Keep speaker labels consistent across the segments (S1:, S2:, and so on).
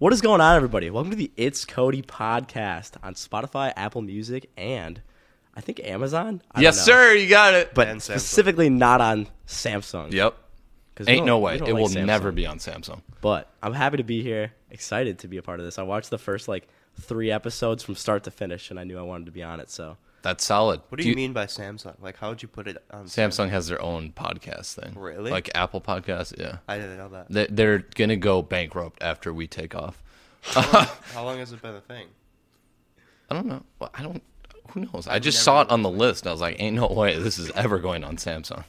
S1: What is going on, everybody? Welcome to the It's Cody podcast on Spotify, Apple Music, and I think Amazon. I don't
S2: yes,
S1: know.
S2: sir. You got it.
S1: But
S3: And Samsung.
S1: specifically not on Samsung.
S2: yep.
S1: 'Cause we
S2: Ain't
S1: don't-
S2: no
S1: we
S2: way. It
S1: don't like
S2: will
S1: Samsung.
S2: never be on Samsung.
S1: But I'm happy to be here. Excited to be a part of this. I watched the first like three episodes from start to finish, and I knew I wanted to be on it. So
S2: That's solid.
S3: What do you mean by Samsung? Like, how would you put it on
S2: Samsung has their own podcast thing.
S3: Really?
S2: Like Apple Podcasts. Yeah.
S3: I didn't know that.
S2: They- They're gonna go bankrupt after we take off.
S3: How long has it been a thing?
S2: I don't know. Well, I don't. Who knows? I just saw it on the list. And I was like, "Ain't no way this is ever going on Samsung."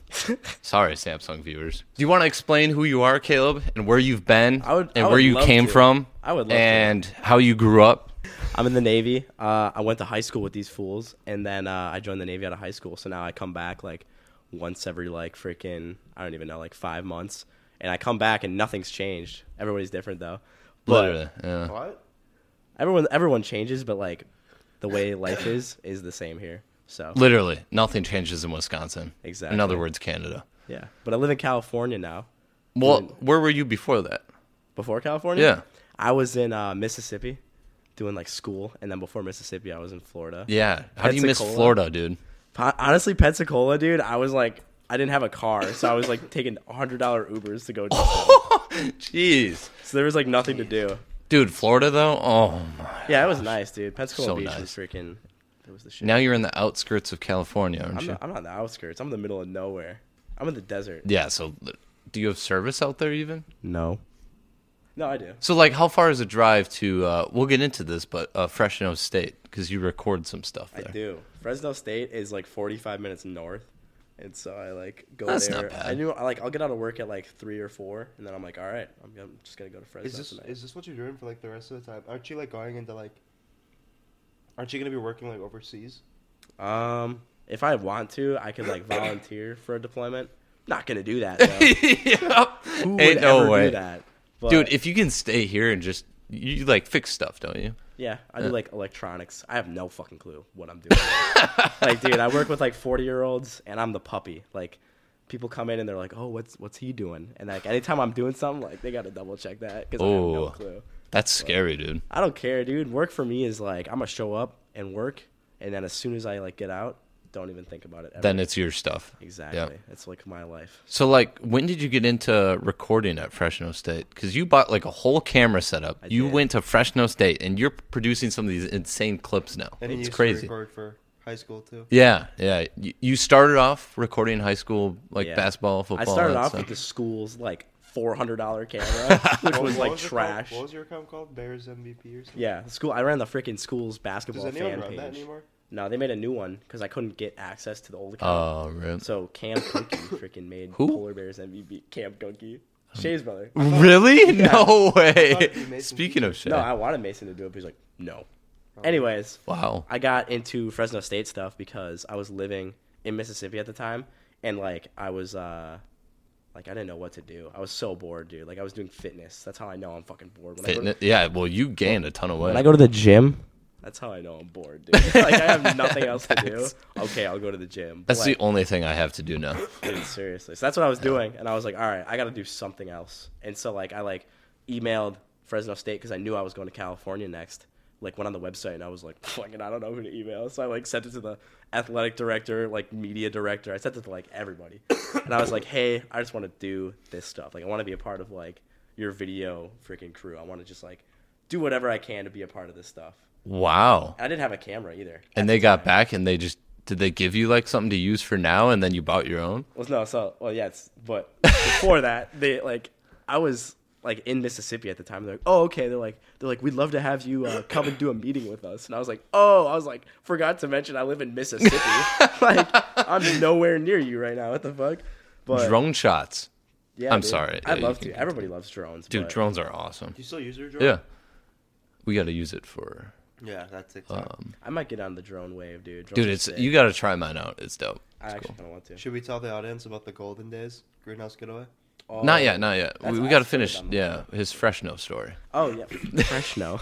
S2: Sorry, Samsung viewers. Do you want to explain who you are, Caleb, and where you've been,
S1: I would-
S2: and
S1: I
S2: where
S1: would
S2: you
S1: love
S2: came
S1: to.
S2: from?
S1: I would love to.
S2: and how you grew up.
S1: I'm in the Navy. Uh, I went to high school with these fools, and then uh, I joined the Navy out of high school. So now I come back like once every like freaking I don't even know like five months, and I come back and nothing's changed. Everybody's different though. But
S2: Literally, yeah.
S3: What?
S1: everyone everyone changes, but like the way life is is the same here. So
S2: Literally, nothing changes in Wisconsin.
S1: Exactly.
S2: In other words, Canada.
S1: yeah, but I live in California now.
S2: Well, where were you before that?
S1: Before California,
S2: Yeah.
S1: I was in uh, Mississippi doing like school, and then before Mississippi, I was in Florida.
S2: Yeah. How do you miss
S1: Pensacola.
S2: Florida, dude?
S1: Po- Honestly, Pensacola, dude, I was like, I didn't have a car, so I was like taking hundred dollar Ubers to go.
S2: Oh,
S1: Do
S2: Jeez.
S1: so there was like nothing to do.
S2: Dude, Florida though. Oh my.
S1: Yeah, it was nice, dude. Pensacola
S2: So
S1: Beach was
S2: nice.
S1: freaking. It was the shit.
S2: Now you're in the outskirts of California, aren't
S1: I'm
S2: you?
S1: not, I'm not in the outskirts. I'm in the middle of nowhere. I'm in the desert.
S2: Yeah. So, do you have service out there even?
S1: No. No, I do.
S2: So, like, how far is a drive to? Uh, we'll get into this, but uh, Fresno State because you record some stuff there.
S1: I do. Fresno State is like 45 minutes north. And so I like go
S2: That's
S1: there.
S2: not bad.
S1: I knew I like I'll get out of work at like three or four, and then I'm like, all right, I'm, I'm just gonna go to Fresno
S3: Is this
S1: tonight.
S3: is this what you're doing for like the rest of the time? Aren't you like going into like? Aren't you gonna be working like overseas?
S1: Um, if I want to, I could like volunteer for a deployment. Not gonna do that. Though.
S2: Yep.
S1: Who would
S2: Ain't
S1: ever
S2: no way,
S1: do that? But,
S2: dude. If you can stay here and just you, you, like fix stuff, don't you?
S1: yeah, I do like electronics. I have no fucking clue what I'm doing. like, dude, I work with like 40 year olds, and I'm the puppy. Like, people come in and they're like, "Oh, what's what's he doing?" And like, anytime I'm doing something, like they gotta double check that because I have no
S2: Oh.
S1: clue.
S2: That's scary, dude.
S1: I don't care, dude. Work for me is like I'm gonna show up and work, and then as soon as I like get out, don't even think about it. Ever.
S2: Then it's your stuff. Yeah.
S1: exactly, it's like my life.
S2: So, like, when did you get into recording at Fresno State? Because you bought like a whole camera setup. you
S1: did.
S2: went to Fresno State, and you're producing some of these insane clips now.
S3: And you
S2: it's
S3: used to
S2: crazy.
S3: record for high school too.
S2: Yeah, yeah. You, you started off recording high school, like
S1: Yeah.
S2: basketball, football.
S1: I started
S2: and
S1: off
S2: stuff.
S1: with the school's like four hundred dollar camera, which
S3: What-
S1: was
S3: what
S1: like
S3: it called?
S1: trash.
S3: What was your account called? Bears MVP or something.
S1: yeah, the school. I ran the freaking school's
S3: Does
S1: basketball
S3: anyone
S1: fan
S3: run that
S1: page.
S3: anymore?
S1: No, they made a new one because I couldn't get access to the old account.
S2: Oh, really?
S1: so Cam Gunky freaking made
S2: Who? Um,
S1: Polar Bears MVP. Cam Gunky, Shay's brother.
S2: really? No
S3: thought you
S2: way.
S3: made some
S2: Speaking of shit.
S1: No, I wanted Mason to do it, but he's like, no.
S3: Oh.
S1: Anyways,
S2: wow.
S1: I got into Fresno State stuff because I was living in Mississippi at the time, and like I was, uh, like I didn't know what to do. I was so bored, dude. Like I was doing fitness. That's how I know I'm fucking bored. When I go to
S2: Fitness- yeah, well, you gained a ton of
S1: When I
S2: weight.
S1: go to the gym, that's how I know I'm bored, dude. like I have nothing else to do. Okay, I'll go to the gym. But,
S2: That's
S1: like,
S2: the only thing I have to do now.
S1: dude, seriously. So that's what I was doing, and I was like, all right, I got to do something else. And so like I like emailed Fresno State because I knew I was going to California next. Like went on the website and I was like, fucking, I don't know who to email. So I like sent it to the athletic director, like media director. I sent it to like everybody, and I was like, hey, I just want to do this stuff. Like I want to be a part of like your video freaking crew. I want to just like do whatever I can to be a part of this stuff.
S2: Wow.
S1: I didn't have a camera either.
S2: And they got back, and they just did they give you like something to use for now, and then you bought your own?
S1: Well, no, so well, yeah, it's but before that, they like I was like in Mississippi at the time. They're like, oh, okay. They're like, they're like, we'd love to have you uh, come and do a meeting with us. And I was like, oh, I was like, forgot to mention I live in Mississippi. like, I'm nowhere near you right now. What the fuck? But
S2: Drone shots.
S1: yeah,
S2: I'm
S1: dude,
S2: sorry. Yeah,
S1: I'd
S2: you
S1: love
S2: can
S1: to. Everybody loves drones,
S2: Dude,
S1: but-
S2: drones are awesome.
S3: Do you still use your drone?
S2: Yeah. We got to use it for. um,
S3: Yeah, that's exactly.
S1: I might get on the drone wave, dude. Drones
S2: Dude,
S1: are
S2: it's
S1: sick.
S2: you got to try mine out. It's dope.
S1: I actually kind of want to.
S3: Should we tell the audience about the golden days? Greenhouse getaway.
S1: Oh,
S2: Not yet, not yet.
S1: That's
S2: We, we got to
S1: actually
S2: finish.
S1: done.
S2: Yeah, his Fresno story.
S1: Oh yeah, Fresno,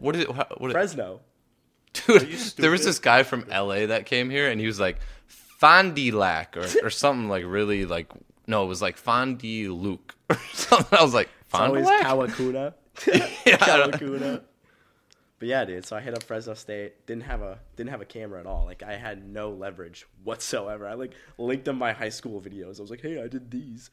S2: What is it? How, what is,
S1: Fresno.
S2: dude,
S3: you
S2: there was this guy from LA that came here, and he was like Fond du Lac or, or something like really like no, it was like Fond du Luc or something. I was like
S1: It's
S2: Fond du
S1: always
S2: Lac.
S1: Kawakuna.
S2: Yeah, I don't-
S1: Kamakuna. But yeah, dude. So I hit up Fresno State. Didn't have a didn't have a camera at all. Like I had no leverage whatsoever. I like linked them my high school videos. I was like, hey, I did these.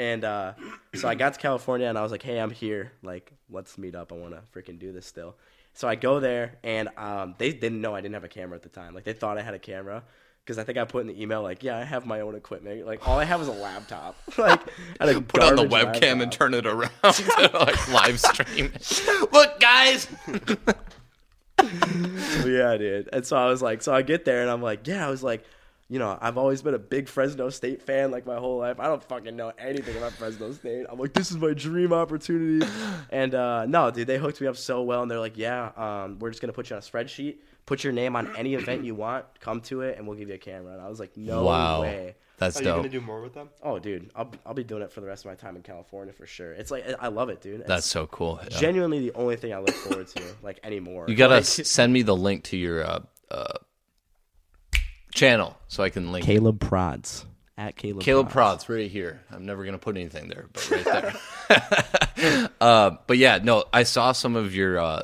S1: And uh, so I got to California and I was like, hey, I'm here. Like, let's meet up. I want to freaking do this still. So I go there and um, they didn't know I didn't have a camera at the time. Like they thought I had a camera because I think I put in the email like, yeah, I have my own equipment. Like all I have is a laptop. like I had a
S2: Put on the
S1: garbage
S2: webcam
S1: laptop.
S2: and turn it around to like live stream. Look, guys.
S1: But yeah, dude. And so I was like, so I get there and I'm like, yeah, I was like, you know, I've always been a big Fresno State fan like my whole life. I don't fucking know anything about Fresno State. I'm like, this is my dream opportunity. And uh, no, dude, they hooked me up so well and they're like, yeah, um, we're just going to put you on a spreadsheet, put your name on any event you want, come to it, and we'll give you a camera. And I was like, no
S2: wow,
S1: way.
S2: that's
S3: Are you gonna
S2: dope.
S3: do more with them?
S1: Oh, dude, I'll, I'll be doing it for the rest of my time in California for sure. It's like, I love it, dude. It's
S2: That's so cool. Yeah.
S1: genuinely the only thing I look forward to, like, anymore.
S2: You gotta s- send me the link to your uh, uh, channel so I can link.
S1: Caleb
S2: Caleb,
S1: Prods. At Caleb
S2: Prods right here. I'm never gonna put anything there, but right there. uh, but yeah, no, I saw some of your uh,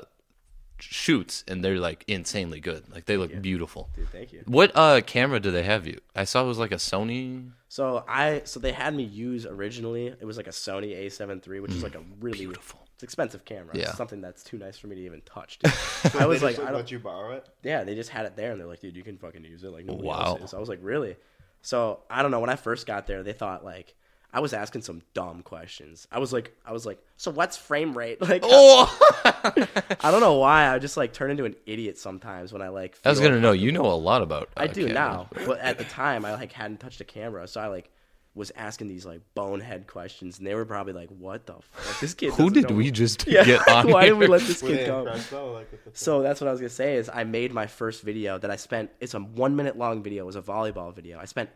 S2: shoots and they're like insanely good. Like they look beautiful.
S1: Dude, thank you.
S2: What uh, camera do they have you? I saw it was like a Sony.
S1: So I so they had me use originally. It was like a Sony A7 III, which is like a really
S2: Mm. Beautiful.
S1: It's an expensive camera.
S2: Yeah.
S1: It's something that's too nice for me to even touch. Dude. I was
S3: They
S1: like,
S3: just,
S1: I
S3: like
S1: don't.
S3: let you borrow it.
S1: Yeah, they just had it there, and they're like, dude, you can fucking use it. Like, nobody
S2: Wow.
S1: else is. I was like, really? So I don't know. When I first got there, they thought like I was asking some dumb questions. I was like, I was like, so what's frame rate? Like,
S2: Oh,
S1: I don't know why. I just like turn into an idiot sometimes when I like.
S2: I was
S1: feel-
S2: gonna know. You know a lot about.
S1: I
S2: uh,
S1: do
S2: cameras.
S1: now, but at the time I like hadn't touched a camera, so I like was asking these like bonehead questions, and they were probably like, "What the fuck? This kid."
S2: Who
S1: doesn't
S2: did
S1: know-
S2: we just
S1: Yeah,
S2: get on?
S1: why
S2: here?
S1: did we let this
S3: Were they
S1: kid go?
S3: impressed though? Like with the
S1: So that's what I was gonna say is I made my first video that I spent. It's a one minute long video. It was a volleyball video. I spent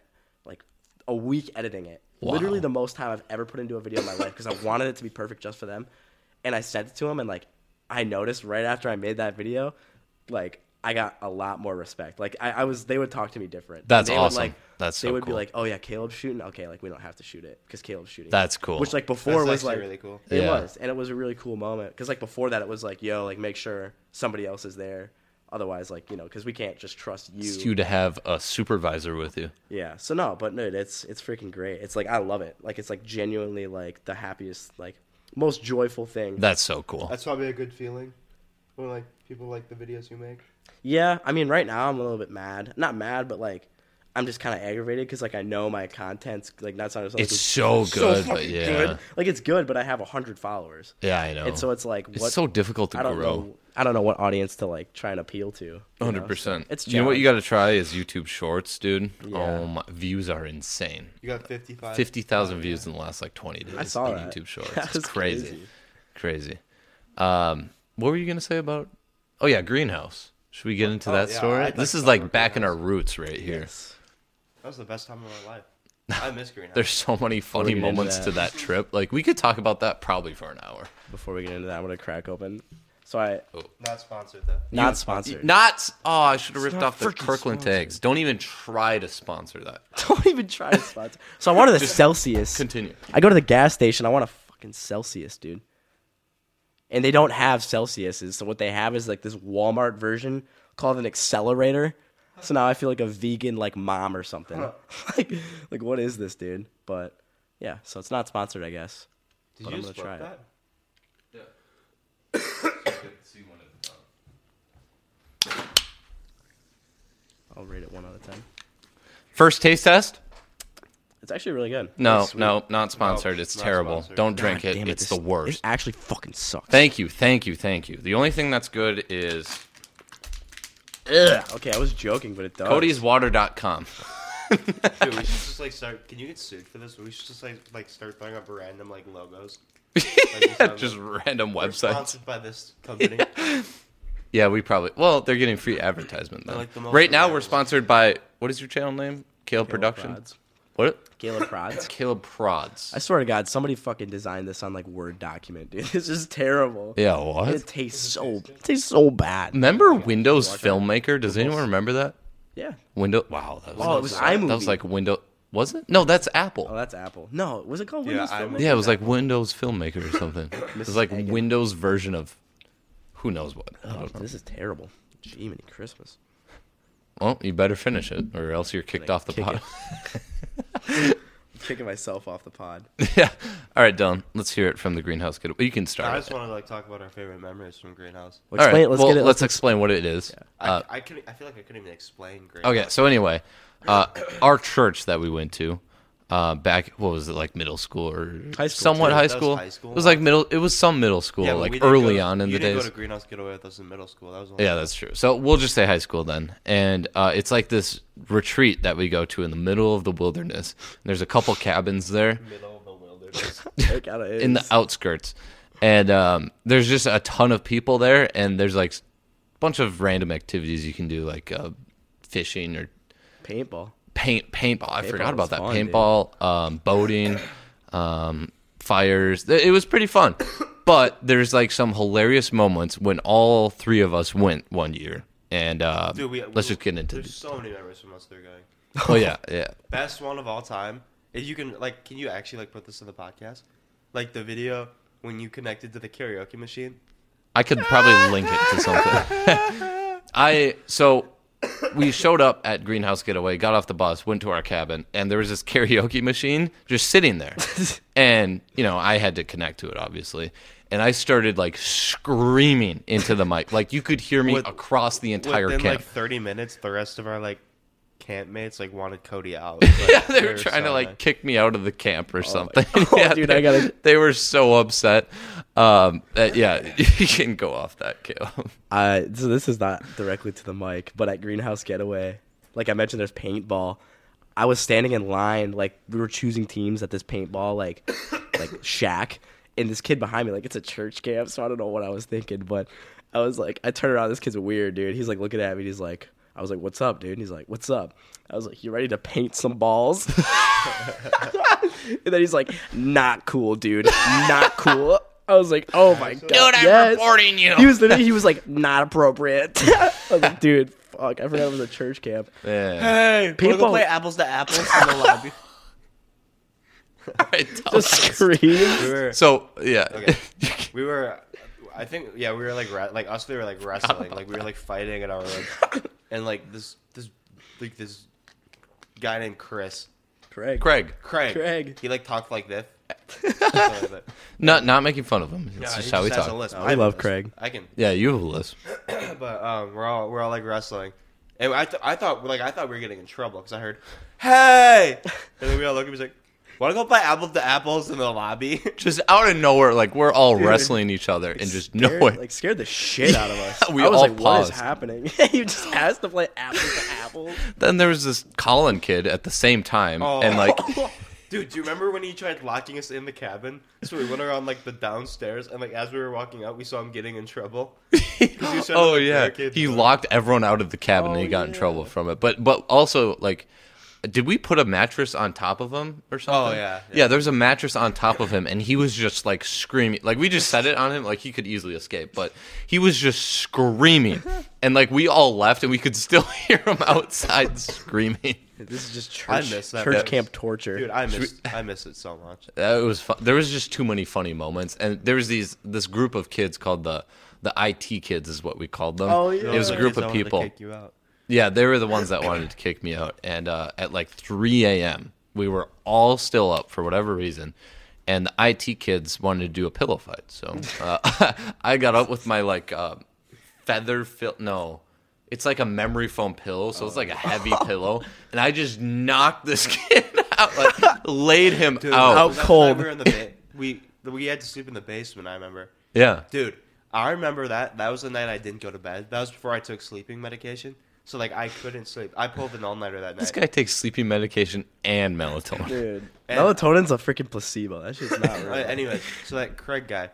S1: like a week editing it. Literally the most time I've ever put into a video in my life because I wanted it to be perfect just for them. And I sent it to them, and like I noticed right after I made that video, like I got a lot more respect. Like I, I was, they would talk to me different.
S2: That's
S1: They would,
S2: awesome.
S1: like-
S2: That's
S1: they
S2: so
S1: would be
S2: cool.
S1: like, "Oh yeah, Caleb's shooting. Okay, like we don't have to shoot it because Caleb's shooting."
S2: That's cool.
S1: Which like before
S3: That's
S1: was
S3: actually
S1: like
S3: really cool.
S1: It
S2: Yeah.
S1: was, and it was a really cool moment because like before that, it was like, "Yo, like make sure somebody else is there, otherwise, like you know, because we can't just trust you."
S2: you to have a supervisor with you.
S1: Yeah. So no, but no, it's it's freaking great. It's like I love it. Like it's like genuinely like the happiest, like most joyful thing.
S2: That's so cool.
S3: That's probably a good feeling when like people like the videos you make.
S1: Yeah, I mean, right now I'm a little bit mad. Not mad, but like I'm just kind of aggravated because like I know my content's like not sounding.
S2: It's so good, but yeah,
S1: Like it's good, but I have hundred followers,
S2: yeah, I know.
S1: and so it's like what
S2: it's so difficult to
S1: I don't
S2: grow.
S1: know. I don't know what audience to like try and appeal to. you know?
S2: Hundred percent.
S1: It's
S2: you know what you got to try is YouTube Shorts, dude.
S1: Yeah.
S2: Oh my, views are insane.
S3: You got fifty five.
S2: Fifty thousand views in the last like twenty days.
S1: I saw
S2: on
S1: that.
S2: YouTube Shorts.
S1: That was
S2: it's crazy,
S1: crazy.
S2: crazy. Um, what were you gonna say about? Oh yeah, greenhouse. Should we get
S1: Oh,
S2: into that
S3: yeah,
S2: story?
S3: I'd like
S2: this
S3: to
S2: is
S3: talk
S2: like
S3: about
S2: back in our roots right here.
S3: That was the best time of my life. I miss Green
S2: There's so many funny
S1: get into
S2: moments
S1: that.
S2: to that trip. Like we could talk about that probably for an hour.
S1: Before we get into that, I'm gonna crack open. So I
S2: Oh.
S3: Not sponsored though.
S1: not sponsored.
S2: Not oh, I should have ripped
S1: not
S2: off the
S1: freaking
S2: Kirkland
S1: sponsored.
S2: tags. Don't even try to sponsor that.
S1: Don't even try to sponsor. So I wanted a Celsius.
S2: Continue.
S1: I go to the gas station. I want a fucking Celsius, dude. And they don't have Celsiuses. So what they have is like this Walmart version called an accelerator. So now I feel like a vegan like mom or something. like, like what is this, dude? But yeah, so it's not sponsored, I guess.
S3: Did
S1: But
S3: you
S1: I'm
S3: just
S1: gonna
S3: flip
S1: try
S3: that?
S1: I'll rate it one out of ten.
S2: First taste test?
S1: It's actually really good.
S2: No,
S1: It's sweet.
S2: no, not sponsored.
S3: No,
S2: it's
S3: not
S2: terrible.
S3: sponsored.
S2: Don't
S1: God
S2: drink it.
S1: damn
S2: It's
S1: this-
S2: the worst.
S1: It actually fucking sucks.
S2: Thank you, thank you, thank you. The only thing that's good is
S1: Ugh. Okay, I was joking, but it does.
S2: Cody'sWater.com.
S3: Dude, we should just like start. Can you get sued for this? We should just like like start throwing up random like logos.
S2: yeah, just random
S3: We're
S2: websites.
S3: sponsored by this company.
S2: Yeah, we probably. Well, they're getting free advertisement though.
S3: like the most
S2: right now, we're
S3: reliable.
S2: sponsored by what is your channel name?
S1: Caleb
S2: Caleb, Production.
S1: Prods.
S2: What?
S1: Caleb Prods.
S2: Caleb Prods.
S1: I swear to God, somebody fucking designed this on like Word document, dude. This is terrible.
S2: yeah, what?
S1: It tastes so it tastes so bad.
S2: Remember Windows Filmmaker? Does anyone remember that?
S1: Yeah.
S2: Window. Wow, that was.
S1: Oh, it was
S2: that
S1: iMovie.
S2: was like Window. Was it? No, that's
S1: Oh,
S2: Apple.
S1: that's Apple. No, was it called
S3: Yeah,
S1: Windows
S3: I
S1: Film?
S3: would-
S2: Yeah, it was like Windows Filmmaker or something. it was like
S1: Egan.
S2: Windows version of who knows what. I
S1: Oh,
S2: don't know.
S1: this is terrible. Jiminy Christmas.
S2: Well, you better finish it, or else you're kicked
S1: Like,
S2: off the
S1: kick
S2: pod.
S1: I'm kicking myself off the pod.
S2: yeah. All right, Dylan. Let's hear it from the greenhouse kid. You can start.
S3: I
S2: it.
S3: just want to like talk about our favorite memories from Greenhouse.
S2: All right.
S1: let's
S2: well,
S1: get it.
S2: let's explain what it is.
S3: I,
S2: Uh,
S3: I could I feel like I couldn't even explain Greenhouse.
S2: okay. So anyway, uh, our church that we went to uh, back, what was it like, middle school or
S1: High school,
S2: somewhat
S3: too.
S2: high
S3: That was
S2: school?
S3: high school.
S2: It was like middle. It was some middle school,
S3: Yeah, but we
S2: like
S3: didn't
S2: early
S3: go-
S2: on in
S3: you
S2: the
S3: didn't
S2: days.
S3: Go to Greenhouse Getaway with us in middle school. That was the only
S2: Yeah, that's true. So we'll just say high school then. And uh, it's like this retreat that we go to in the middle of the wilderness. And there's a couple cabins there
S3: middle of the wilderness.
S1: It kinda is.
S2: in the outskirts. And um, there's just a ton of people there. And there's like a bunch of random activities you can do, like uh, fishing or
S1: paintball.
S2: paint paintball. I forgot
S1: was
S2: about that.
S1: fun, dude.
S2: paintball, um, boating, um, fires. Th- It was pretty fun. But there's like some hilarious moments when all three of us went one year. And uh,
S3: Dude, we,
S2: let's just get into
S3: There's so many memories from us there, going.
S2: Oh yeah, yeah.
S3: Best one of all time. If you can, like, can you actually like put this in the podcast? Like the video when you connected to the karaoke machine.
S2: I could probably link it to something. I so we showed up at Greenhouse Getaway, got off the bus, went to our cabin, and there was this karaoke machine just sitting there. and, you know, I had to connect to it obviously. And I started like screaming into the mic. Like you could hear me
S3: With-
S2: across the entire
S3: Within
S2: camp.
S3: like 30 minutes, the rest of our like campmates like wanted Cody out. Like,
S2: yeah, they were
S3: were
S2: trying to
S3: so
S2: like
S3: mad.
S2: kick me out of the camp or something.
S1: God.
S2: yeah,
S1: Oh, Dude,
S2: they,
S1: I gotta-
S2: they were so upset. Um, that, yeah, you can go off that, Caleb.
S1: Uh, so this is not directly to the mic, but at Greenhouse Getaway, like I mentioned, there's paintball. I was standing in line, like we were choosing teams at this paintball, like like shack, and this kid behind me, like it's a church camp, so I don't know what I was thinking, but I was like, I turned around, this kid's weird, dude. He's like looking at me, and he's like, I was like, what's up, dude? And he's like, what's up? I was like, you ready to paint some balls? and then he's like, not cool, dude, not cool. I was like, oh my god, yes.
S2: you.
S1: He was literally he was like not appropriate. I was like, dude, fuck, I forgot it was a church camp.
S2: Yeah.
S3: Hey,
S1: People-
S3: people play apples to apples in the lobby.
S2: Alright, tell
S1: The
S2: us.
S1: scream.
S3: We were,
S2: So yeah,
S3: Okay. we were, I think, yeah, we were like, re- like us, they were like wrestling, like we were like fighting in our room, and like this, this, like this guy named Chris,
S1: Craig.
S2: Craig,
S3: Craig,
S1: Craig.
S3: he like talked like this.
S2: not not making fun of him. It's just how we talk.
S3: list.
S1: Oh,
S3: I
S1: we
S3: have a
S1: love
S3: list.
S1: Craig.
S3: I can,
S2: Yeah, you have a list.
S3: but um, we're all we're all like wrestling, and I, th- I thought like I thought we were getting in trouble because I heard, hey, and then we all look at me like, want to go play apples to apples in the lobby?
S2: Just out of nowhere, like we're all wrestling each other, and just no
S1: Scared-
S2: way.
S1: Like scared the shit out of us.
S2: We
S1: I was
S2: all
S1: like, what is
S2: paused.
S1: happening? you just asked to play apples to apples.
S2: then there was this Colin kid at the same time,
S3: Oh.
S2: and like
S3: Dude, do you remember when he tried locking us in the cabin? So we went around like the downstairs, and like as we were walking out, we saw him getting in trouble. 'Cause he said
S2: oh
S3: the
S2: yeah,
S3: barricade
S2: he
S3: was-
S2: locked everyone out of the cabin and he got in trouble from it. But but also like, did we put a mattress on top of him or something?
S3: Oh, yeah,
S2: yeah. There was a mattress on top of him, and he was just like screaming. Like we just set it on him, like he could easily escape, but he was just screaming, and like we all left, and we could still hear him outside screaming.
S1: This is just church,
S3: I miss that.
S1: church
S3: That was-
S1: camp torture.
S3: Dude, I miss I miss it so much.
S2: That was fun. There was just too many funny moments, and there was these this group of kids called the the IT kids is what we called them.
S1: Oh, yeah.
S2: it was a
S3: Like,
S2: group
S3: I
S2: of
S3: wanted to
S2: people.
S3: kick you out.
S2: Yeah, they were the ones that wanted to kick me out. And uh, at like 3 a.m., we were all still up for whatever reason. And the IT kids wanted to do a pillow fight. So uh, I got up with my like uh, feather fill. No, it's like a memory foam pillow. So it's like a heavy
S1: Oh.
S2: pillow. And I just knocked this kid out, like laid him
S1: Out
S2: out.
S3: That time
S1: cold.
S3: We, were in the ba- we we had to sleep in the basement. I remember.
S2: Yeah.
S3: Dude, I remember that. That was the night I didn't go to bed. That was before I took sleeping medication. So like I couldn't sleep. I pulled an all nighter that night.
S2: This guy takes sleeping medication and melatonin.
S1: Dude,
S3: And-
S1: melatonin's a freaking placebo. That shit's not real.
S3: Uh, anyway, so that Craig guy,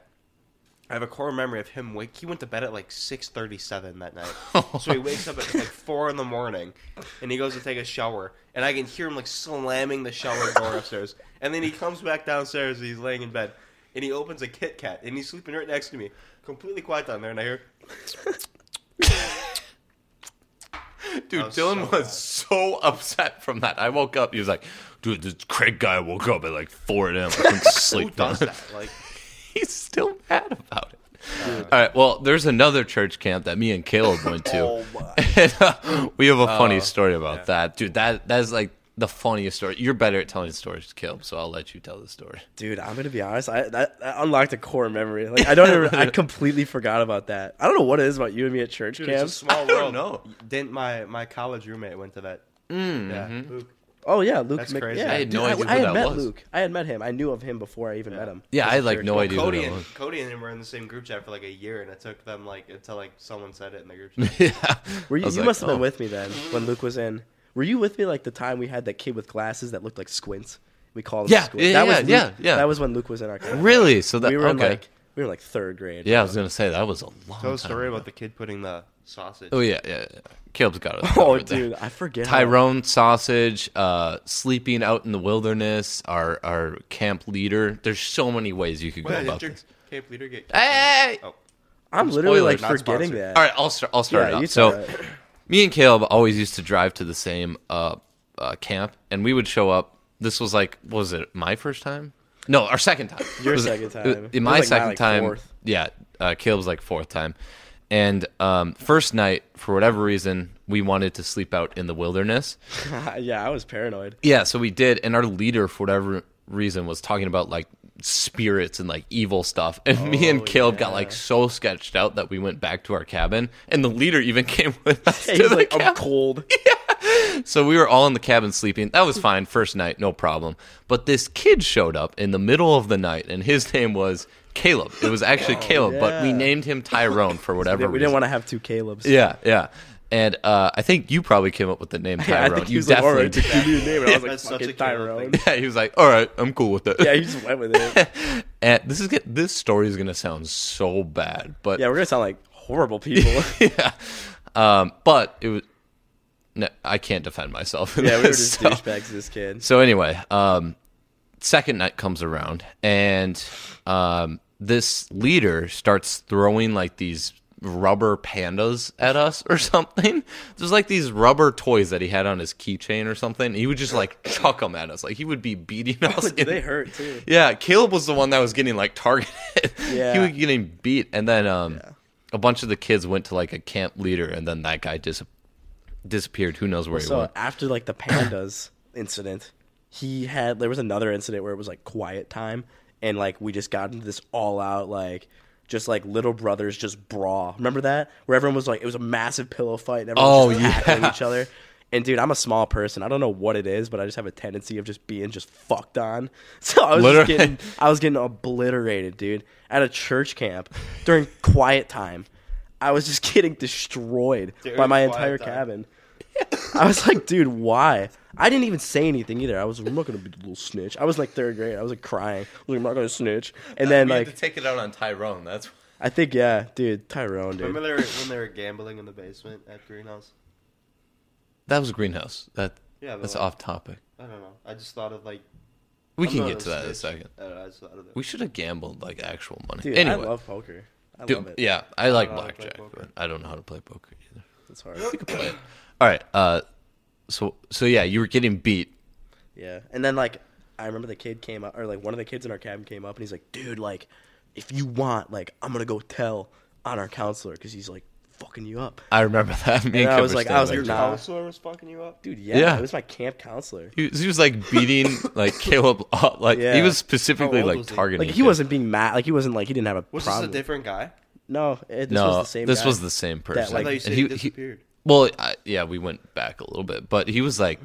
S3: I have a core memory of him wake. He went to bed at like six thirty-seven that night, so he wakes up at like four in the morning, and he goes to take a shower, and I can hear him like slamming the shower door upstairs, and then he comes back downstairs and he's laying in bed, and he opens a Kit Kat, and he's sleeping right next to me, completely quiet down there, and I hear.
S2: Dude,
S3: was
S2: Dylan
S3: so
S2: was
S3: mad.
S2: so upset from that. I woke up. He was like, "Dude, this Craig guy woke up at like 4 a.m. I couldn't
S3: Who
S2: sleep."
S3: does
S2: man."
S3: that? Like,
S2: He's still mad about it. All right. Well, there's another church camp that me and Caleb went to.
S1: Oh my.
S2: And, uh, we have a funny story about that, dude. That that is like the funniest story. You're better at telling stories, Caleb. So I'll let you tell the story.
S1: Dude, I'm gonna be honest. I that, that unlocked a core memory. Like I don't, ever, I completely forgot about that. I don't know what it is about you and me at church
S3: dude, it's a
S1: camps.
S3: small
S2: I don't
S3: world.
S2: know.
S3: Didn't my my college roommate went to that?
S1: Mm,
S3: yeah,
S2: Mm-hmm.
S3: Luke.
S1: Oh yeah, Luke.
S3: That's
S1: Mc-
S3: crazy.
S1: Yeah,
S3: I
S2: had no
S1: dude,
S2: idea
S1: I, I
S2: who
S1: had
S2: that
S1: met
S2: was.
S1: Luke. I had met him. I knew of him before I even met him.
S2: Yeah, I had like no
S1: Well,
S2: idea. who
S3: Cody
S2: that
S3: and
S2: was.
S3: Cody and him were in the same group chat for like a year, and it took them like until like someone said it in the group chat.
S2: yeah.
S1: Were you?
S2: I was
S1: You
S2: like,
S1: must have
S2: oh.
S1: been with me then when Luke was in. Were you with me like the time we had that kid with glasses that looked like squints? We called him
S2: Yeah,
S1: squint.
S2: yeah,
S1: that was
S2: yeah,
S1: Luke-
S2: yeah, yeah.
S1: That was when Luke was in our camp.
S2: Really? So that
S1: We were in
S2: okay.
S1: like we were in like third grade.
S2: yeah, I was gonna say that was a long
S3: Tell
S2: time.
S3: a story
S2: ago.
S3: about the kid putting the sausage.
S2: Oh yeah, yeah. yeah. Caleb's got it.
S1: Oh,
S2: right there.
S1: dude, I forget. how-
S2: Tyrone sausage, uh, sleeping out in the wilderness, our our camp leader. There's so many ways you could go
S3: What did
S2: about
S3: your
S2: this.
S3: camp leader get?
S2: Hey!
S3: Oh,
S1: I'm literally
S2: Spoiler,
S1: like
S3: not
S1: forgetting
S3: sponsored.
S1: that.
S2: All right, I'll start. I'll start
S1: Yeah,
S2: it
S1: you
S2: out. So,
S1: start it.
S2: me and Caleb always used to drive to the same uh, uh, camp, and we would show up. This was like, what was it my first time? No, our second time.
S1: Your
S2: It was-
S1: second time.
S2: it-
S1: It
S2: In my
S1: was like my,
S2: second
S1: like,
S2: time.
S1: fourth.
S2: Yeah, uh, Caleb's like fourth time, and um, first night for whatever reason we wanted to sleep out in the wilderness.
S1: yeah, I was paranoid.
S2: Yeah, so we did, and our leader, for whatever reason, was talking about like spirits and like evil stuff. And me
S1: Oh,
S2: and Caleb got like so sketched out that we went back to our cabin, and the leader even came with us
S1: He's
S2: to the
S1: like, I'm
S2: cabin.
S1: cold.
S2: So we were all in the cabin sleeping. That was fine, first night, no problem. But this kid showed up in the middle of the night, and his name was Caleb. It was actually Caleb, but
S1: Oh,
S2: we
S1: yeah. named
S2: named him Tyrone for whatever
S1: We
S2: reason.
S1: didn't want to have two Caleb's.
S2: yeah, yeah. And uh, I think you probably came up with the name
S1: Yeah,
S2: Tyrone.
S1: I think he
S2: you
S1: was like, all right,
S2: definitely
S1: just give me a name. And I was like,
S3: That's such
S1: fucking
S3: a Caleb
S1: Tyrone.
S3: thing.
S2: Yeah, he was like, all right, I'm cool with it.
S1: Yeah, he just went with it.
S2: And this is get- this story is gonna sound so bad, but
S1: Yeah, we're gonna sound like horrible people.
S2: yeah. Um, but it was. No, I can't defend myself. in
S1: yeah, we were
S2: this,
S1: just
S2: so,
S1: douchebags. to This kid.
S2: so anyway, um, second night comes around, and um, this leader starts throwing like these rubber pandas at us or something. There's like these rubber toys that he had on his keychain or something. He would just like chuck them at us. Like he would be beating us. in-
S1: they hurt too.
S2: Yeah, Caleb was the one that was getting like targeted. he
S1: Yeah.
S2: was getting beat, and then um, a bunch of the kids went to like a camp leader, and then that guy dis- disappeared. Who knows where he
S1: So
S2: went?
S1: after like the pandas incident, he had there was another incident where it was like quiet time, and like we just got into this all out like. Just like little brothers, just brawl. Remember that where everyone was like, it was a massive pillow fight, and everyone was
S2: Oh,
S1: just tackling
S2: yeah.
S1: each other. And dude, I'm a small person. I don't know what it is, but I just have a tendency of just being just fucked on. So I was just
S2: Literally.
S1: getting, I was getting obliterated, dude, at a church camp during quiet time. I was just getting destroyed by
S3: During
S1: my
S3: quiet
S1: entire
S3: time.
S1: cabin. I was like, dude, why? I didn't even say anything either. I was I'm not gonna be the little snitch. I was in, like third grade. I was like crying. I was like, I'm not gonna snitch. And then like
S2: take it out on Tyrone. That's
S1: I think yeah, dude, Tyrone, dude.
S3: Remember they were, when they were gambling in the basement at Greenhouse?
S2: that was greenhouse. That
S3: Yeah, but
S2: that's
S3: like-
S2: off topic.
S3: I don't know. I just thought of like.
S2: We
S3: I'm
S2: can
S3: not
S2: get to that in a
S3: snitch.
S2: second.
S3: I don't know. I just thought of it.
S2: We should have gambled like actual money.
S1: Dude,
S2: anyway,
S1: I love poker. I
S2: dude,
S1: love it.
S2: yeah, I like
S3: know how to play
S2: blackjack,
S3: poker.
S2: but I don't know how to play poker either.
S1: It's hard.
S2: Play it. All right. Uh, so so yeah, you were getting beat.
S1: Yeah. And then like I remember the kid came up or like one of the kids in our cabin came up and he's like, "Dude, like if you want, like I'm going to go tell on our counselor cuz he's like fucking you up."
S2: I remember that. Me
S1: And I
S2: Kip
S1: was
S2: were
S1: like- I
S2: standing
S1: was
S2: next
S1: like,
S2: to
S1: nah.
S3: counselor was fucking you up.
S1: Dude, yeah,
S2: Yeah.
S1: It was my camp counselor.
S2: He was, he was like beating like Caleb up. Like he
S1: Yeah.
S2: was specifically
S3: How old
S2: like
S3: was he?
S2: targeting.
S1: Like he
S2: him.
S1: wasn't being mad. Like he wasn't like he didn't have a
S3: Was
S1: problem.
S3: this a different guy?
S1: no, it, this
S2: No,
S1: was the same
S2: this
S1: guy.
S2: was the same person.
S3: I
S1: like-
S3: thought you
S2: And
S3: said
S2: he-
S3: he,
S2: he-
S3: disappeared.
S2: well, I, yeah, we went back a little bit, but he was like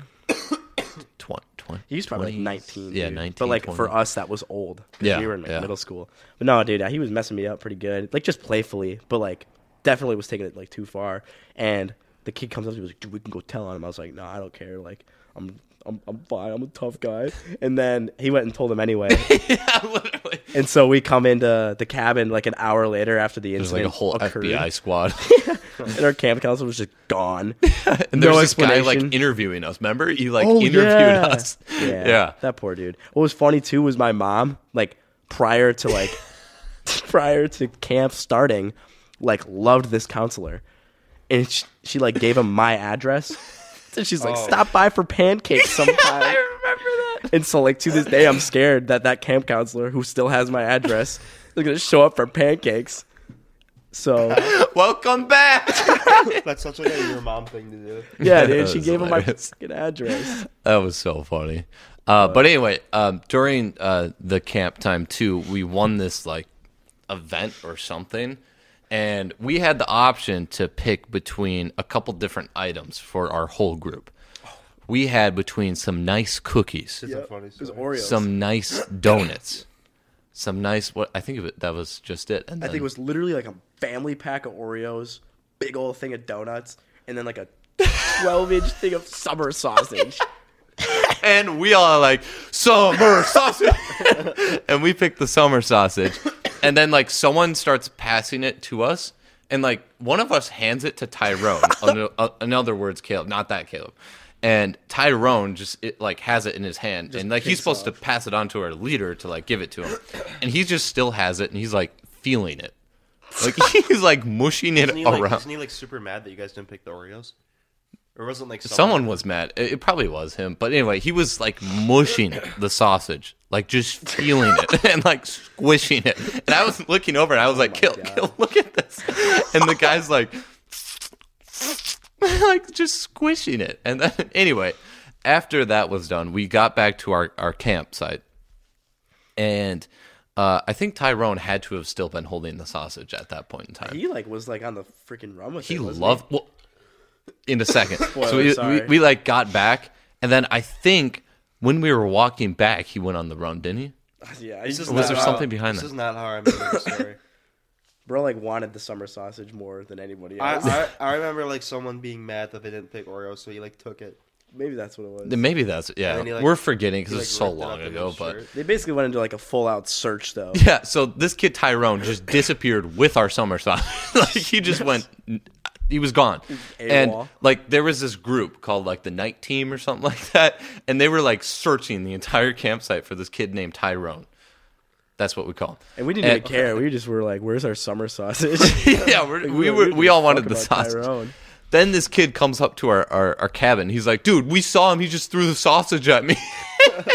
S2: 20, 20
S1: He was probably
S2: 20s.
S1: like 19.
S2: Yeah,
S1: dude.
S2: 19.
S1: But like
S2: 20.
S1: for us, that was old. 'cause
S2: Yeah,
S1: We were in like,
S2: yeah.
S1: middle school. But no, dude, he was messing me up pretty good. Like just playfully, but like definitely was taking it like too far. And the kid comes up to me and was like, dude, we can go tell on him. I was like, no, I don't care. Like, I'm. I'm, I'm fine. I'm a tough guy. And then he went and told him anyway.
S2: yeah, literally.
S1: and so we come into the cabin like an hour later after the
S2: There's
S1: incident
S2: like a whole
S1: occurred.
S2: FBI squad,
S1: And our camp counselor was just gone.
S2: and
S1: No
S2: there's this guy like
S1: explanation.
S2: interviewing us. Remember, he like
S1: Oh,
S2: interviewed
S1: yeah.
S2: us.
S1: Yeah,
S2: yeah.
S1: That poor dude. What was funny too was my mom, like prior to like prior to camp starting, like loved this counselor. and she, she like gave him my address. So she's
S2: Oh.
S1: like, stop by for pancakes sometime. And so, like to this day, I'm scared that that camp counselor who still has my address is gonna show up for pancakes. So
S2: Welcome back.
S3: That's such like a your mom thing to do.
S1: yeah, dude, she
S2: That's
S1: gave him my
S2: hilarious.
S1: fucking address.
S2: That was so funny. Uh, but anyway, um, during uh, the camp time too, we won this like event or something, and we had the option to pick between a couple different items for our whole group. We had between some nice cookies,
S3: It's a funny
S1: It was
S3: story.
S1: Oreos.
S2: some nice donuts, some nice. What I think of it, that was just it. And
S1: I
S2: then,
S1: think it was literally like a family pack of Oreos, big old thing of donuts, and then like a 12 inch thing of summer sausage.
S2: and we all are like summer sausage, and we picked the summer sausage, and then like someone starts passing it to us, and like one of us hands it to Tyrone. Ano- uh, in other words, Caleb, not that Caleb, and Tyrone just it, like has it in his hand, and like he's
S1: picks
S2: supposed to pass it on to our leader to like give it to him, and he just still has it, and he's like feeling it. Like he's like mushing it
S3: Isn't he, like,
S2: around.
S3: isn't he like super mad that you guys didn't pick the Oreos? Or wasn't like
S2: Someone was mad. It, it probably was him. But anyway, he was like mushing the sausage, like just feeling it and like squishing it. And I was looking over and I was like, Kill, Kill, look at this. And the guy's like, like just squishing it. And then, anyway, after that was done, we got back to our, our campsite. And uh, I think Tyrone had to have still been holding the sausage at that point in time.
S1: He like was like on the freaking run with
S2: He
S1: it. wasn't
S2: loved. Well, in a second, so
S1: Spoiler,
S2: we, we,
S1: sorry.
S2: we like got back, and then I think when we were walking back, he went on the run, didn't he?
S1: he? Yeah, he just
S2: Was
S1: not-
S2: there something behind
S3: this? This
S2: that?
S3: is not how I remember the story.
S1: bro like wanted the summer sausage more than anybody else.
S3: I, I I remember like someone being mad that they didn't pick Oreos, so he like took it.
S1: Maybe that's what it was.
S2: Then Maybe that's yeah.
S3: then he, like-
S2: we're forgetting because
S3: He,
S2: it's
S3: like,
S2: so
S3: ripped it up
S2: long
S3: in his
S2: ago, but
S3: shirt.
S1: They basically went into like a full out search though.
S2: yeah. So this kid Tyrone just disappeared with our summer song. like he just went. He was gone, and
S1: AWOL.
S2: like there was this group called like the Night Team or something like that, and they were like searching the entire campsite for this kid named Tyrone. That's what we call him.
S1: And we didn't even care. We just were like, "Where's our summer sausage?"
S2: yeah, we're,
S1: Like,
S2: we
S1: don't
S2: were,
S1: give
S2: we
S1: a
S2: all
S1: fuck
S2: wanted the
S1: about
S2: sausage.
S1: Tyrone.
S2: Then this kid comes up to our, our, our cabin. He's like, dude, we saw him. He just threw the sausage at me.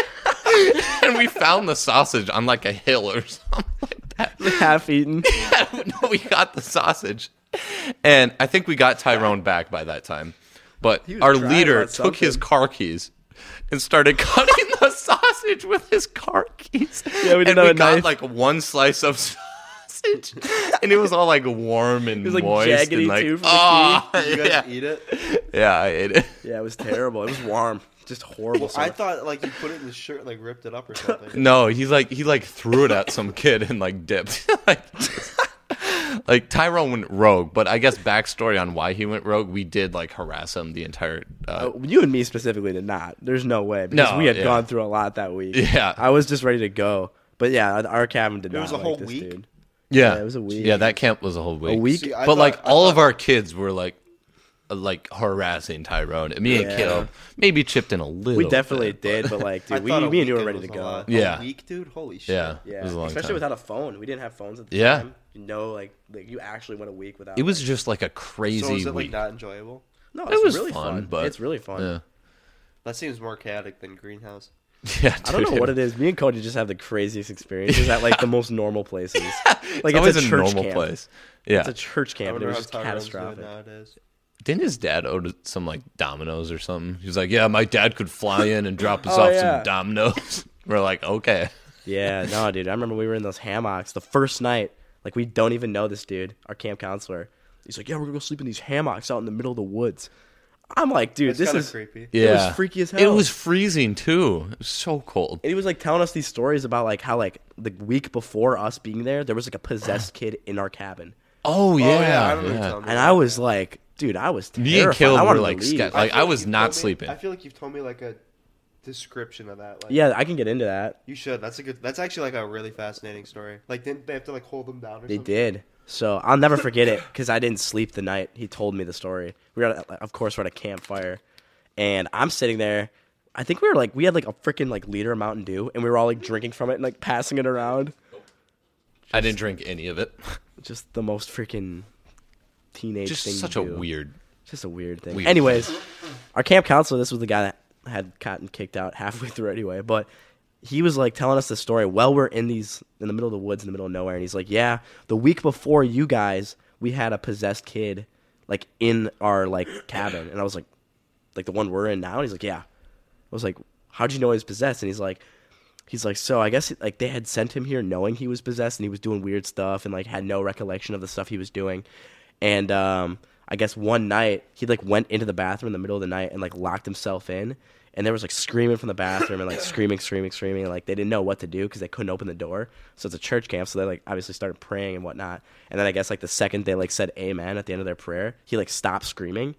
S2: and we found the sausage on like a hill or something like that.
S1: Half eaten.
S2: no, we got the sausage. And I think we got Tyrone back by that time. But
S1: was
S2: our
S1: dry
S2: leader
S1: about
S2: took his
S1: something.
S2: car keys and started cutting the sausage with his car keys.
S1: Yeah, we didn't
S2: and we
S1: have a
S2: got
S1: knife.
S2: like one slice of sausage. and it was all like warm and
S1: was, like,
S2: moist and
S1: jaggedy,
S2: like
S1: too, from the
S2: "Ah."
S3: You guys
S2: yeah.
S3: eat it.
S2: yeah, I ate it.
S1: Yeah, it was terrible. It was warm. Just horrible. summer
S3: I thought like you put it in his shirt, and, like ripped it up or something.
S2: No, he's like he like threw it at some kid and like dipped. like, like Tyrone went rogue, but I guess backstory on why he went rogue, we did like harass him the entire. Uh,
S1: Uh, you and me specifically did not. There's no way because
S2: No,
S1: we had
S2: yeah.
S1: gone through a lot that week.
S2: Yeah.
S1: I was just ready to go, but yeah, our cabin did not.
S3: was a
S1: like
S3: whole
S1: this
S3: week?
S1: dude.
S2: yeah,
S1: it was a week.
S2: Yeah, that camp was a whole week.
S1: A week.
S3: See, I
S2: but
S3: thought-
S2: like
S3: I
S2: all
S3: thought-
S2: of our kids were like, uh, like harassing Tyrone. And me and
S1: Yeah.
S2: Caleb maybe chipped in a little.
S1: we definitely
S2: bit,
S1: did, but like,
S3: I
S1: dude, we,
S3: thought a
S1: me and you were
S3: weekend
S1: ready
S3: was
S1: to
S3: a
S1: go.
S3: lot.
S2: Yeah.
S3: a week, dude. Holy shit.
S2: Yeah,
S1: Yeah,
S2: it was a long
S1: especially
S2: time.
S1: without a phone. We didn't have phones at the
S2: Yeah.
S1: time. No, like, like you actually went a week without.
S2: It was just like a
S3: So
S2: crazy
S3: is it like
S2: week.
S3: not enjoyable?
S1: no,
S2: it
S1: it's
S2: was
S1: really
S2: fun,
S1: fun,
S2: but-
S1: it's really fun.
S2: yeah,
S3: That seems more chaotic than greenhouse.
S2: yeah.
S1: I don't know what it is. Me and Cody just have the craziest experiences at like the most normal places. Like it's,
S2: always
S1: a,
S2: a
S1: church
S2: normal
S1: camp.
S2: place. Yeah,
S1: It's a church
S3: I
S1: camp. and It
S3: wonder
S1: was
S3: how
S1: just
S3: Tyrone's doing
S1: catastrophic.
S3: nowadays.
S2: Didn't his dad own some like dominoes or something? He was like, "Yeah, my dad could fly in and drop us
S1: Oh,
S2: off some
S1: yeah.
S2: dominoes." We're like, "Okay."
S1: Yeah, no, dude. I remember we were in those hammocks the first night. Like we don't even know this dude, our camp counselor. He's like, "Yeah, we're gonna go sleep in these hammocks out in the middle of the woods." I'm like, dude,
S3: It's
S1: this
S3: kind
S1: is
S3: of creepy.
S2: Yeah,
S1: freaky as
S2: It
S1: hell.
S2: was freezing too. It was so cold.
S1: And he was like telling us these stories about like how like the week before us being there, there was like a possessed kid in our cabin,
S2: Oh yeah,
S3: Oh yeah, I remember you
S2: yeah.
S3: telling me.
S1: and I was like, dude, I was terrified.
S2: Me and Caleb
S1: I
S2: were
S1: wanted
S2: like,
S1: to leave.
S2: sca-
S3: I
S2: like
S3: feel
S2: I was
S3: you've
S2: not
S3: told me-
S2: sleeping.
S3: I feel like you've told me like a description of that. Like,
S1: yeah, I can get into that.
S3: you should. That's a good. That's actually like a really fascinating story. Like didn't they have to like hold them down? Or
S1: They
S2: Oh.
S3: something?
S1: did. So I'll never forget it because I didn't sleep the night he told me the story. We were, at, of course, we're at a campfire, and I'm sitting there. I think we were like, we had like a freaking like liter of Mountain Dew, and we were all like drinking from it and like passing it around.
S2: I didn't drink any of it.
S1: Just the most freaking teenage
S2: Just
S1: thing. to
S2: such a
S1: do.
S2: weird.
S1: Just a weird thing.
S2: Weird.
S1: Anyways, our camp counselor, this was the guy that had Cotton kicked out halfway through anyway, but he was like telling us the story while we're in these in the middle of the woods in the middle of nowhere and he's like, "Yeah, the week before you guys, we had a possessed kid like in our like cabin." And I was like, like the one we're in now? And he's like, yeah. I was like, how'd you know he was possessed? And he's like, he's like, so I guess like they had sent him here knowing he was possessed and he was doing weird stuff and like had no recollection of the stuff he was doing. And um, I guess one night he like went into the bathroom in the middle of the night and like locked himself in. And there was like screaming from the bathroom and like screaming, screaming, screaming. And, like they didn't know what to do because they couldn't open the door. So it's a church camp. So they like obviously started praying and whatnot. And then I guess like the second they like said amen at the end of their prayer, he like stopped screaming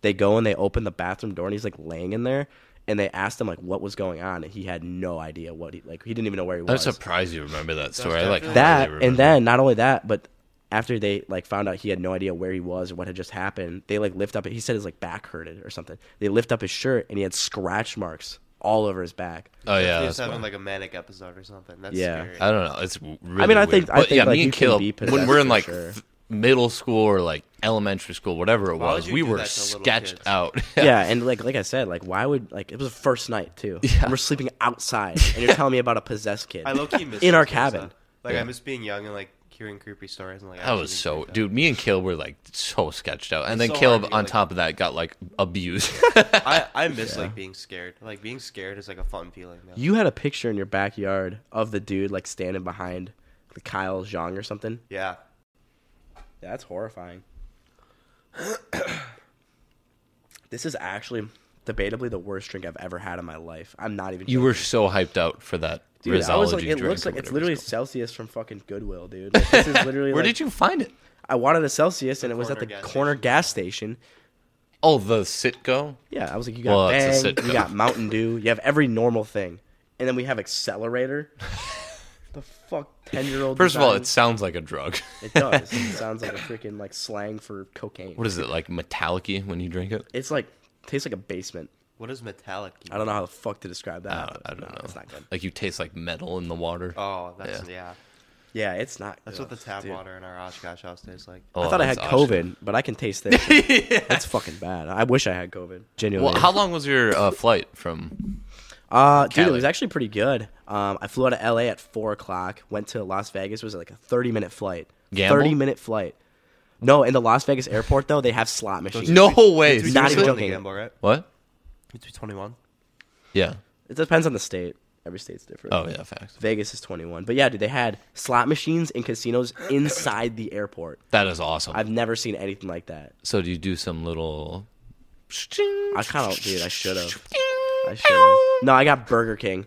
S1: they go and they open the bathroom door and he's like laying in there and they asked him like what was going on and he had no idea what he like he didn't even know where he
S2: I'm
S1: was
S2: surprised you remember that story. I like
S3: definitely-
S2: hardly
S1: that
S2: remember.
S1: and then not only that but after they like found out he had no idea where he was or what had just happened they like lift up he said his like back hurted or something they lift up his shirt and he had scratch marks all over his back
S2: Oh
S3: He
S2: yeah,
S3: was
S2: that's wild.
S3: having like a manic episode or something. That's
S1: Yeah.
S3: scary.
S2: I don't know. It's w- really.
S1: mean, I
S2: weird.
S1: think- I
S2: But, yeah,
S1: think, like,
S2: me
S1: you
S2: and
S1: can
S2: Caleb
S1: be
S2: when
S1: possessed
S2: we're in
S1: for
S2: like
S1: sure.
S2: th- middle school or like elementary school, whatever it
S3: Why would
S2: was,
S3: you
S2: we
S3: do
S2: were
S3: that to little
S2: sketched
S3: kids?
S2: out.
S1: yeah and like like i said like why would like it was the first night too
S2: Yeah.
S1: we're sleeping outside and you're telling me about a possessed kid
S3: I low key miss
S1: in our
S3: those days, though.
S1: cabin.
S3: Like
S2: Yeah.
S3: I miss being young and like hearing creepy stories and like
S2: That
S3: actually
S2: was
S3: being
S2: so,
S3: creeped out.
S2: dude. Me and Caleb were like so sketched out, and
S3: It's
S2: then
S3: so hard
S2: Caleb
S3: to get,
S2: on
S3: like-
S2: top of that got like abused.
S3: I, I miss like being scared. Like being scared is like a fun feeling. Though.
S1: you had a picture in your backyard of the dude like standing behind the kyle zhang or something
S3: yeah.
S1: Yeah, that's horrifying. this is actually debatably the worst drink I've ever had in my life. I'm not even.
S2: you
S1: joking.
S2: were so hyped out for that
S1: Dude, I was like,
S2: Rizology
S1: it
S2: drink
S1: looks
S2: or
S1: like it's
S2: whatever
S1: literally
S2: it's called.
S1: Celsius from fucking Goodwill, dude. Like, this is literally.
S2: Where
S1: like,
S2: did you find it?
S1: I wanted a Celsius, and it was at
S3: corner
S1: the
S3: gas
S1: corner gas station.
S2: Oh, the Sitco.
S1: Yeah, I was like, you got
S2: Well, it's a
S1: Bang, you
S2: sitcom.
S1: got Mountain Dew, you have every normal thing, and then we have Accelerator. the fuck, ten year old.
S2: First of all, it sounds like a drug.
S1: it does. It sounds like a freaking like slang for cocaine.
S2: What is it like metallic when you drink it?
S1: It's like tastes like a basement.
S3: What is metallic?
S1: I don't know how the fuck to describe that.
S2: I don't, Uh, I
S1: but
S2: don't
S1: no,
S2: know.
S1: It's not good.
S2: Like you taste like metal in the water.
S3: Oh, that's yeah.
S1: Yeah, it's not.
S3: That's what the
S1: ugh,
S3: tap
S1: dude.
S3: water in our Oshkosh house tastes like.
S2: Oh,
S1: I thought I had
S2: that's awesome.
S1: COVID, but I can taste this. That's fucking bad. I wish I had COVID. Genuinely.
S2: Well, how long was your uh, flight from?
S1: uh, dude, it
S2: Cali?
S1: was actually pretty good. Um, I flew out of LA at four o'clock. Went to Las Vegas. It was like a thirty-minute flight.
S2: Gamble?
S1: Thirty-minute flight. No, in the Las Vegas airport though, they have slot machines.
S2: No way.
S3: It's
S1: not even
S2: seriously?
S1: joking.
S3: Gamble, right?
S2: What?
S3: It's twenty-one.
S2: Yeah.
S1: It depends on the state. Every state's different.
S2: Oh yeah, facts.
S1: Vegas is twenty-one, but yeah, dude, they had slot machines in casinos inside the airport.
S2: That is awesome.
S1: I've never seen anything like that.
S2: So do you do some little?
S1: I kind of, dude, I should have. I should have. No, I got Burger King.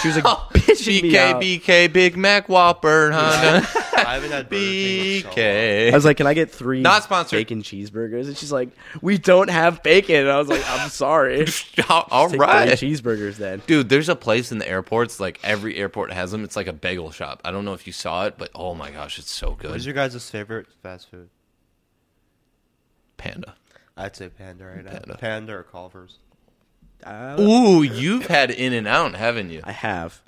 S1: She was like,
S2: Oh,
S1: bitching me
S2: BK,
S1: out.
S2: BK, Big Mac, Whopper, and Honda.
S3: I haven't had Burger King. in so long.
S1: I was
S2: BK.
S1: like, can I get three
S2: Not sponsored.
S1: bacon cheeseburgers? And she's like, we don't have bacon. And I was like, I'm sorry.
S2: All
S1: Take
S2: right.
S1: three cheeseburgers then.
S2: Dude, there's a place in the airports, like every airport has them. It's like a bagel shop. I don't know if you saw it, but oh my gosh, it's so
S3: What is
S2: good.
S3: your guys' favorite fast food?
S2: Panda.
S3: I'd say Panda right now.
S2: Panda.
S3: Panda, or Culver's.
S1: Uh,
S2: Ooh, you've had In and Out, haven't you?
S1: I have.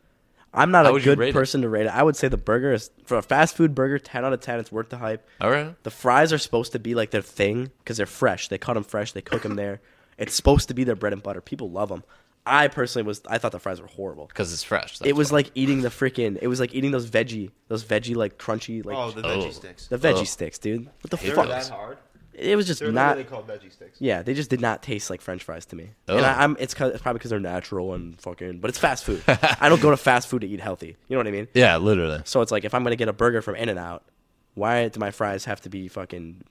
S1: I'm not
S2: How
S1: a
S2: would you
S1: good
S2: rate it?
S1: person to rate it. I would say the burger is, for a fast food burger, 10 out of 10. It's worth the hype.
S2: All right.
S1: The fries are supposed to be like their thing because they're fresh. They cut them fresh. They cook them there. It's supposed to be their bread and butter. People love them. I personally was, I thought the fries were horrible.
S2: Because it's fresh.
S1: it was like eating the freaking. It was like eating those veggie, those veggie like crunchy like
S3: Oh, the
S2: Oh.
S3: veggie sticks.
S1: the veggie
S2: Ugh.
S1: sticks, dude. What the
S3: They're
S1: fuck?
S3: that hard.
S1: It was just
S3: They're
S1: not.
S3: literally called veggie sticks.
S1: Yeah, they just did not taste like French fries to me.
S2: Ugh.
S1: And I, I'm. It's, 'cause- it's probably because they're natural and fucking. But it's fast food. I don't go to fast food to eat healthy. You know what I mean?
S2: Yeah, literally.
S1: So it's like if I'm gonna get a burger from In and Out, why do my fries have to be fucking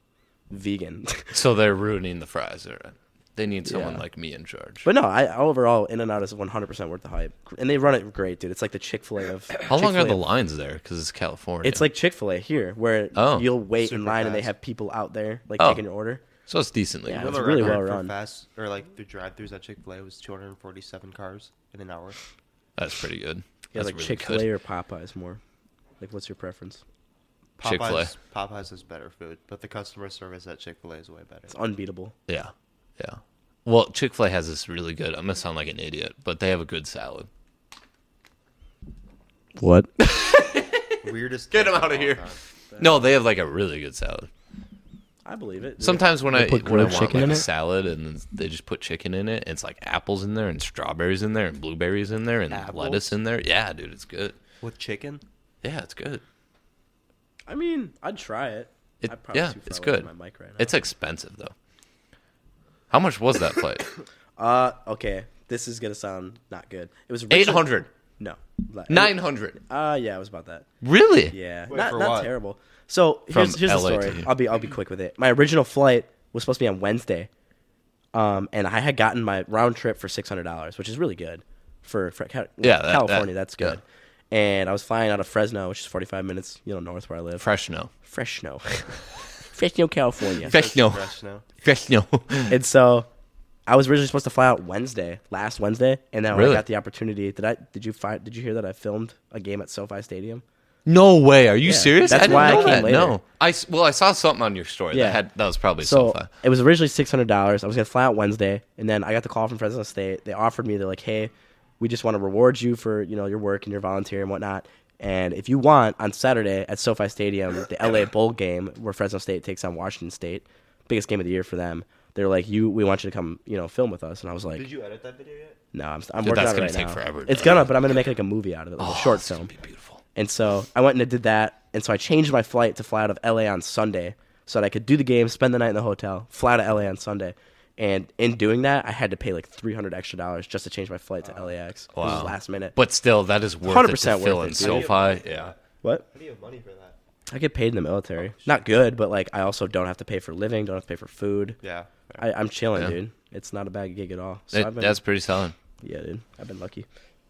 S1: vegan?
S2: So they're ruining the fries. All right. They need someone
S1: Yeah.
S2: like me in charge.
S1: but no, I overall In and Out is 100 percent worth the hype, and they run it great, dude. It's like the Chick Fil A of.
S2: How long are
S1: Chick-fil-A
S2: the lines there? Because it's California.
S1: It's like Chick Fil A here, where
S2: Oh.
S1: you'll wait in
S3: Super
S1: line and they
S3: fast.
S1: have people out there like
S2: Oh.
S1: taking your order.
S2: so it's decently.
S1: Yeah,
S2: good.
S1: it's
S3: Another
S1: really
S3: record
S1: well
S3: for
S1: run.
S3: Fast or like the drive-throughs at Chick Fil A was 247 cars in an hour.
S2: That's pretty good.
S1: Yeah,
S2: That's
S1: like
S2: really
S1: Chick Fil A
S2: good.
S1: or Popeyes more. Like, what's your preference?
S2: Chick-fil-A.
S3: Popeyes, Popeyes is better food, but the customer service at Chick Fil A is way better.
S1: It's unbeatable.
S2: Yeah, yeah. Well, Chick Fil A has this really good. I'm gonna sound like an idiot, but they have a good salad.
S1: What?
S3: Weirdest.
S2: Get
S3: thing
S2: him out of
S3: all
S2: here.
S3: time.
S2: No, they have like a really good salad.
S1: I believe it. dude.
S2: Sometimes when I when
S4: put
S2: I
S4: grilled
S2: want
S4: chicken
S2: like
S4: in
S2: a
S4: it?
S2: salad and then they just put chicken in it, it's like apples in there and strawberries in there and blueberries in there and lettuce
S3: Apples?
S2: in there. Yeah, dude, it's good.
S3: with chicken.
S2: Yeah, it's good.
S1: I mean, I'd try it.
S2: It-
S1: I'd probably
S2: yeah,
S1: too far
S2: it's
S1: away from
S2: good.
S1: My mic right now.
S2: It's expensive though. How much was that flight?
S1: uh, okay. This is gonna sound not good. It was originally-
S2: Eight hundred.
S1: No, Like-
S2: Nine hundred.
S1: Uh, yeah, it was about that.
S2: Really?
S1: Yeah,
S3: Wait,
S1: not,
S3: for
S1: not
S3: what?
S1: terrible. So here's,
S2: From
S1: here's the
S2: LA to
S1: story.
S2: here.
S1: I'll be I'll be quick with it. My original flight was supposed to be on Wednesday, um, and I had gotten my round trip for six hundred dollars, which is really good for, for Ca-
S2: Yeah, that-
S1: California.
S2: that-
S1: that's good. And I was flying out of Fresno, which is forty five minutes, you know, north where I live.
S2: Fresno.
S1: Fresno, Fresno, California.
S2: Fresno.
S3: Fresh now.
S2: Fresno.
S1: and so I was originally supposed to fly out Wednesday, last Wednesday, and then when
S2: Really?
S1: I got the opportunity. Did I? Did you find? Did you hear that I filmed a game at SoFi Stadium?
S2: No way. Are you serious?
S1: that's
S2: I didn't
S1: why I
S2: know
S1: came
S2: that.
S1: later.
S2: No. I s- well, I saw something on your story.
S1: Yeah.
S2: That had that was probably
S1: So
S2: so,
S1: it was originally six hundred dollars. I was gonna fly out Wednesday, and then I got the call from Fresno State. They offered me, they're like, "Hey, we just want to reward you for you know your work and your volunteer and whatnot. And if you want, on Saturday at SoFi Stadium, the LA Bowl game where Fresno State takes on Washington State, biggest game of the year for them. They're like, you, we want you to come, you know, film with us. And I was like,
S3: Did you edit that video yet?
S1: no, I'm, I'm
S2: Dude,
S1: working on it
S2: that's gonna
S1: right
S2: take
S1: now.
S2: forever, Oh,
S1: It's
S2: dude.
S1: gonna, but I'm gonna make like a movie out of it, like a short film.
S2: Beautiful.
S1: And so I went and I did that. And so I changed my flight to fly out of LA on Sunday so that I could do the game, spend the night in the hotel, fly to LA on Sunday. And in doing that, I had to pay like 300 extra dollars just to change my flight to LAX. Wow. This
S2: Wow.
S1: is last minute.
S2: But still, that is worth it
S1: 100%
S2: to fill
S1: worth
S2: in
S1: it, dude.
S2: SoFi. Yeah.
S1: what?
S3: How do you have money for that?
S1: I get paid in the military. Not good, but like I also don't have to pay for living, don't have to pay for food.
S3: Yeah.
S1: I, I'm chilling,
S2: Yeah.
S1: dude. It's not a bad gig at all. So
S2: That-
S1: I've been,
S2: that's pretty solid.
S1: yeah, dude. I've been lucky,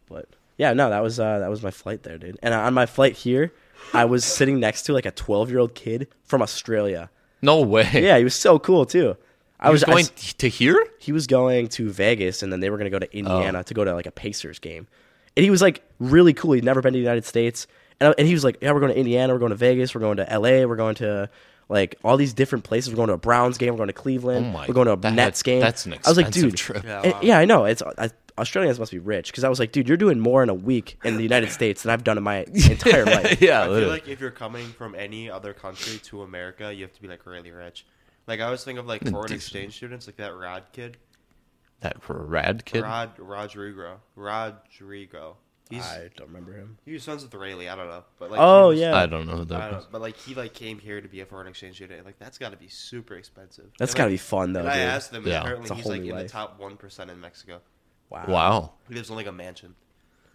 S1: but yeah, no, that was uh, that was my flight there, dude. And on my flight here, I was sitting next to like a 12 year old kid from Australia.
S2: No way.
S1: Yeah, he was so cool too. I
S2: I
S1: was
S2: was going
S1: I s-
S2: to here.
S1: he was going to Vegas, and then they were going to go
S2: Oh.
S1: to Indiana to go to like a Pacers game, and he was like really cool. He'd never been to the United States, and, I- and he was like, "Yeah, we're going to Indiana, we're going to Vegas, we're going to L.A., we're going to like all these different places. We're going to a Browns game, we're going to Cleveland,
S2: Oh my-
S1: we're going to a
S2: that-
S1: Nets game."
S2: that's an
S1: I was like,
S2: expensive
S1: "Dude,
S2: trip."
S1: Yeah,
S3: Yeah, wow.
S1: yeah, I know. It's uh, I, Australians must be rich because I was like, "Dude, you're doing more in a week in the United States than I've done in my entire life."
S2: yeah,
S3: I feel
S2: literally.
S3: like if you're coming from any other country to America, you have to be like really rich. Like I always think of like foreign
S2: decent.
S3: exchange students, like that Rod kid,
S2: that rad kid.
S3: Rod Rodrigo, Rodrigo. He's
S1: I don't remember him.
S3: he was sons with Rayleigh. I don't know, but like he
S1: Oh
S3: was-
S1: yeah,
S2: I don't know who
S3: I
S2: that
S3: don't
S2: was.
S3: know, but like he like came here to be a foreign exchange student. and, Like that's got to be super expensive.
S1: That's
S3: And,
S1: gotta
S3: like-
S1: be fun though,
S3: And
S1: dude.
S3: I asked them, and
S2: Yeah.
S1: It's a
S3: apparently he's
S1: whole
S3: like
S1: new
S3: in the
S1: life.
S3: top one percent in Mexico.
S1: wow.
S2: Wow.
S3: He lives in like a mansion.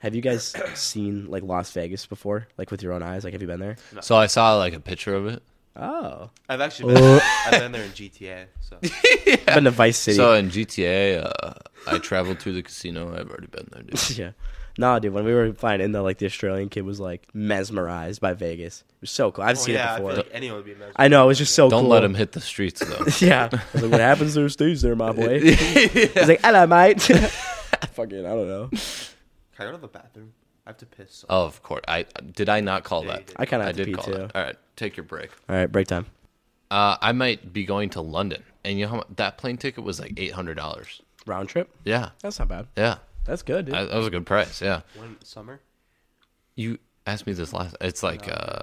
S1: Have you guys seen like Las Vegas before, like with your own eyes? Like, have you been there?
S2: So I saw like a picture of it.
S1: Oh,
S3: I've actually been, I've been there in GTA. So
S1: I've been to Vice City.
S2: So in GTA, uh, I traveled through the casino. I've already been there, dude.
S1: yeah, nah, dude. When we were flying in, though, like the Australian kid was like mesmerized by Vegas. It was so cool. I've
S3: Oh,
S1: seen
S3: yeah,
S1: it
S3: I
S1: before.
S3: feel
S1: I,
S3: like anyone would be. amazed.
S1: know it was just so.
S2: Don't
S1: cool.
S2: let him hit the streets though.
S1: Yeah, I was like, what happens there stays there, my boy. He's like, hello, mate. Fucking, I don't know.
S3: Can I go to the bathroom? I have to piss. So
S2: Oh, of course. I did. I not call
S3: Yeah, you
S2: that.
S3: did.
S1: I kind of
S2: I
S1: have to
S2: did
S1: pee
S2: call
S1: too.
S2: that. All right, take your break.
S1: All right, break time.
S2: Uh, I might be going to London, and you know how much, that plane ticket was like eight hundred dollars.
S1: Round trip.
S2: Yeah,
S1: That's not bad.
S2: yeah,
S1: That's good, dude.
S2: I, that was a good price. Yeah,
S3: When summer?
S2: you asked me this last. It's like, uh,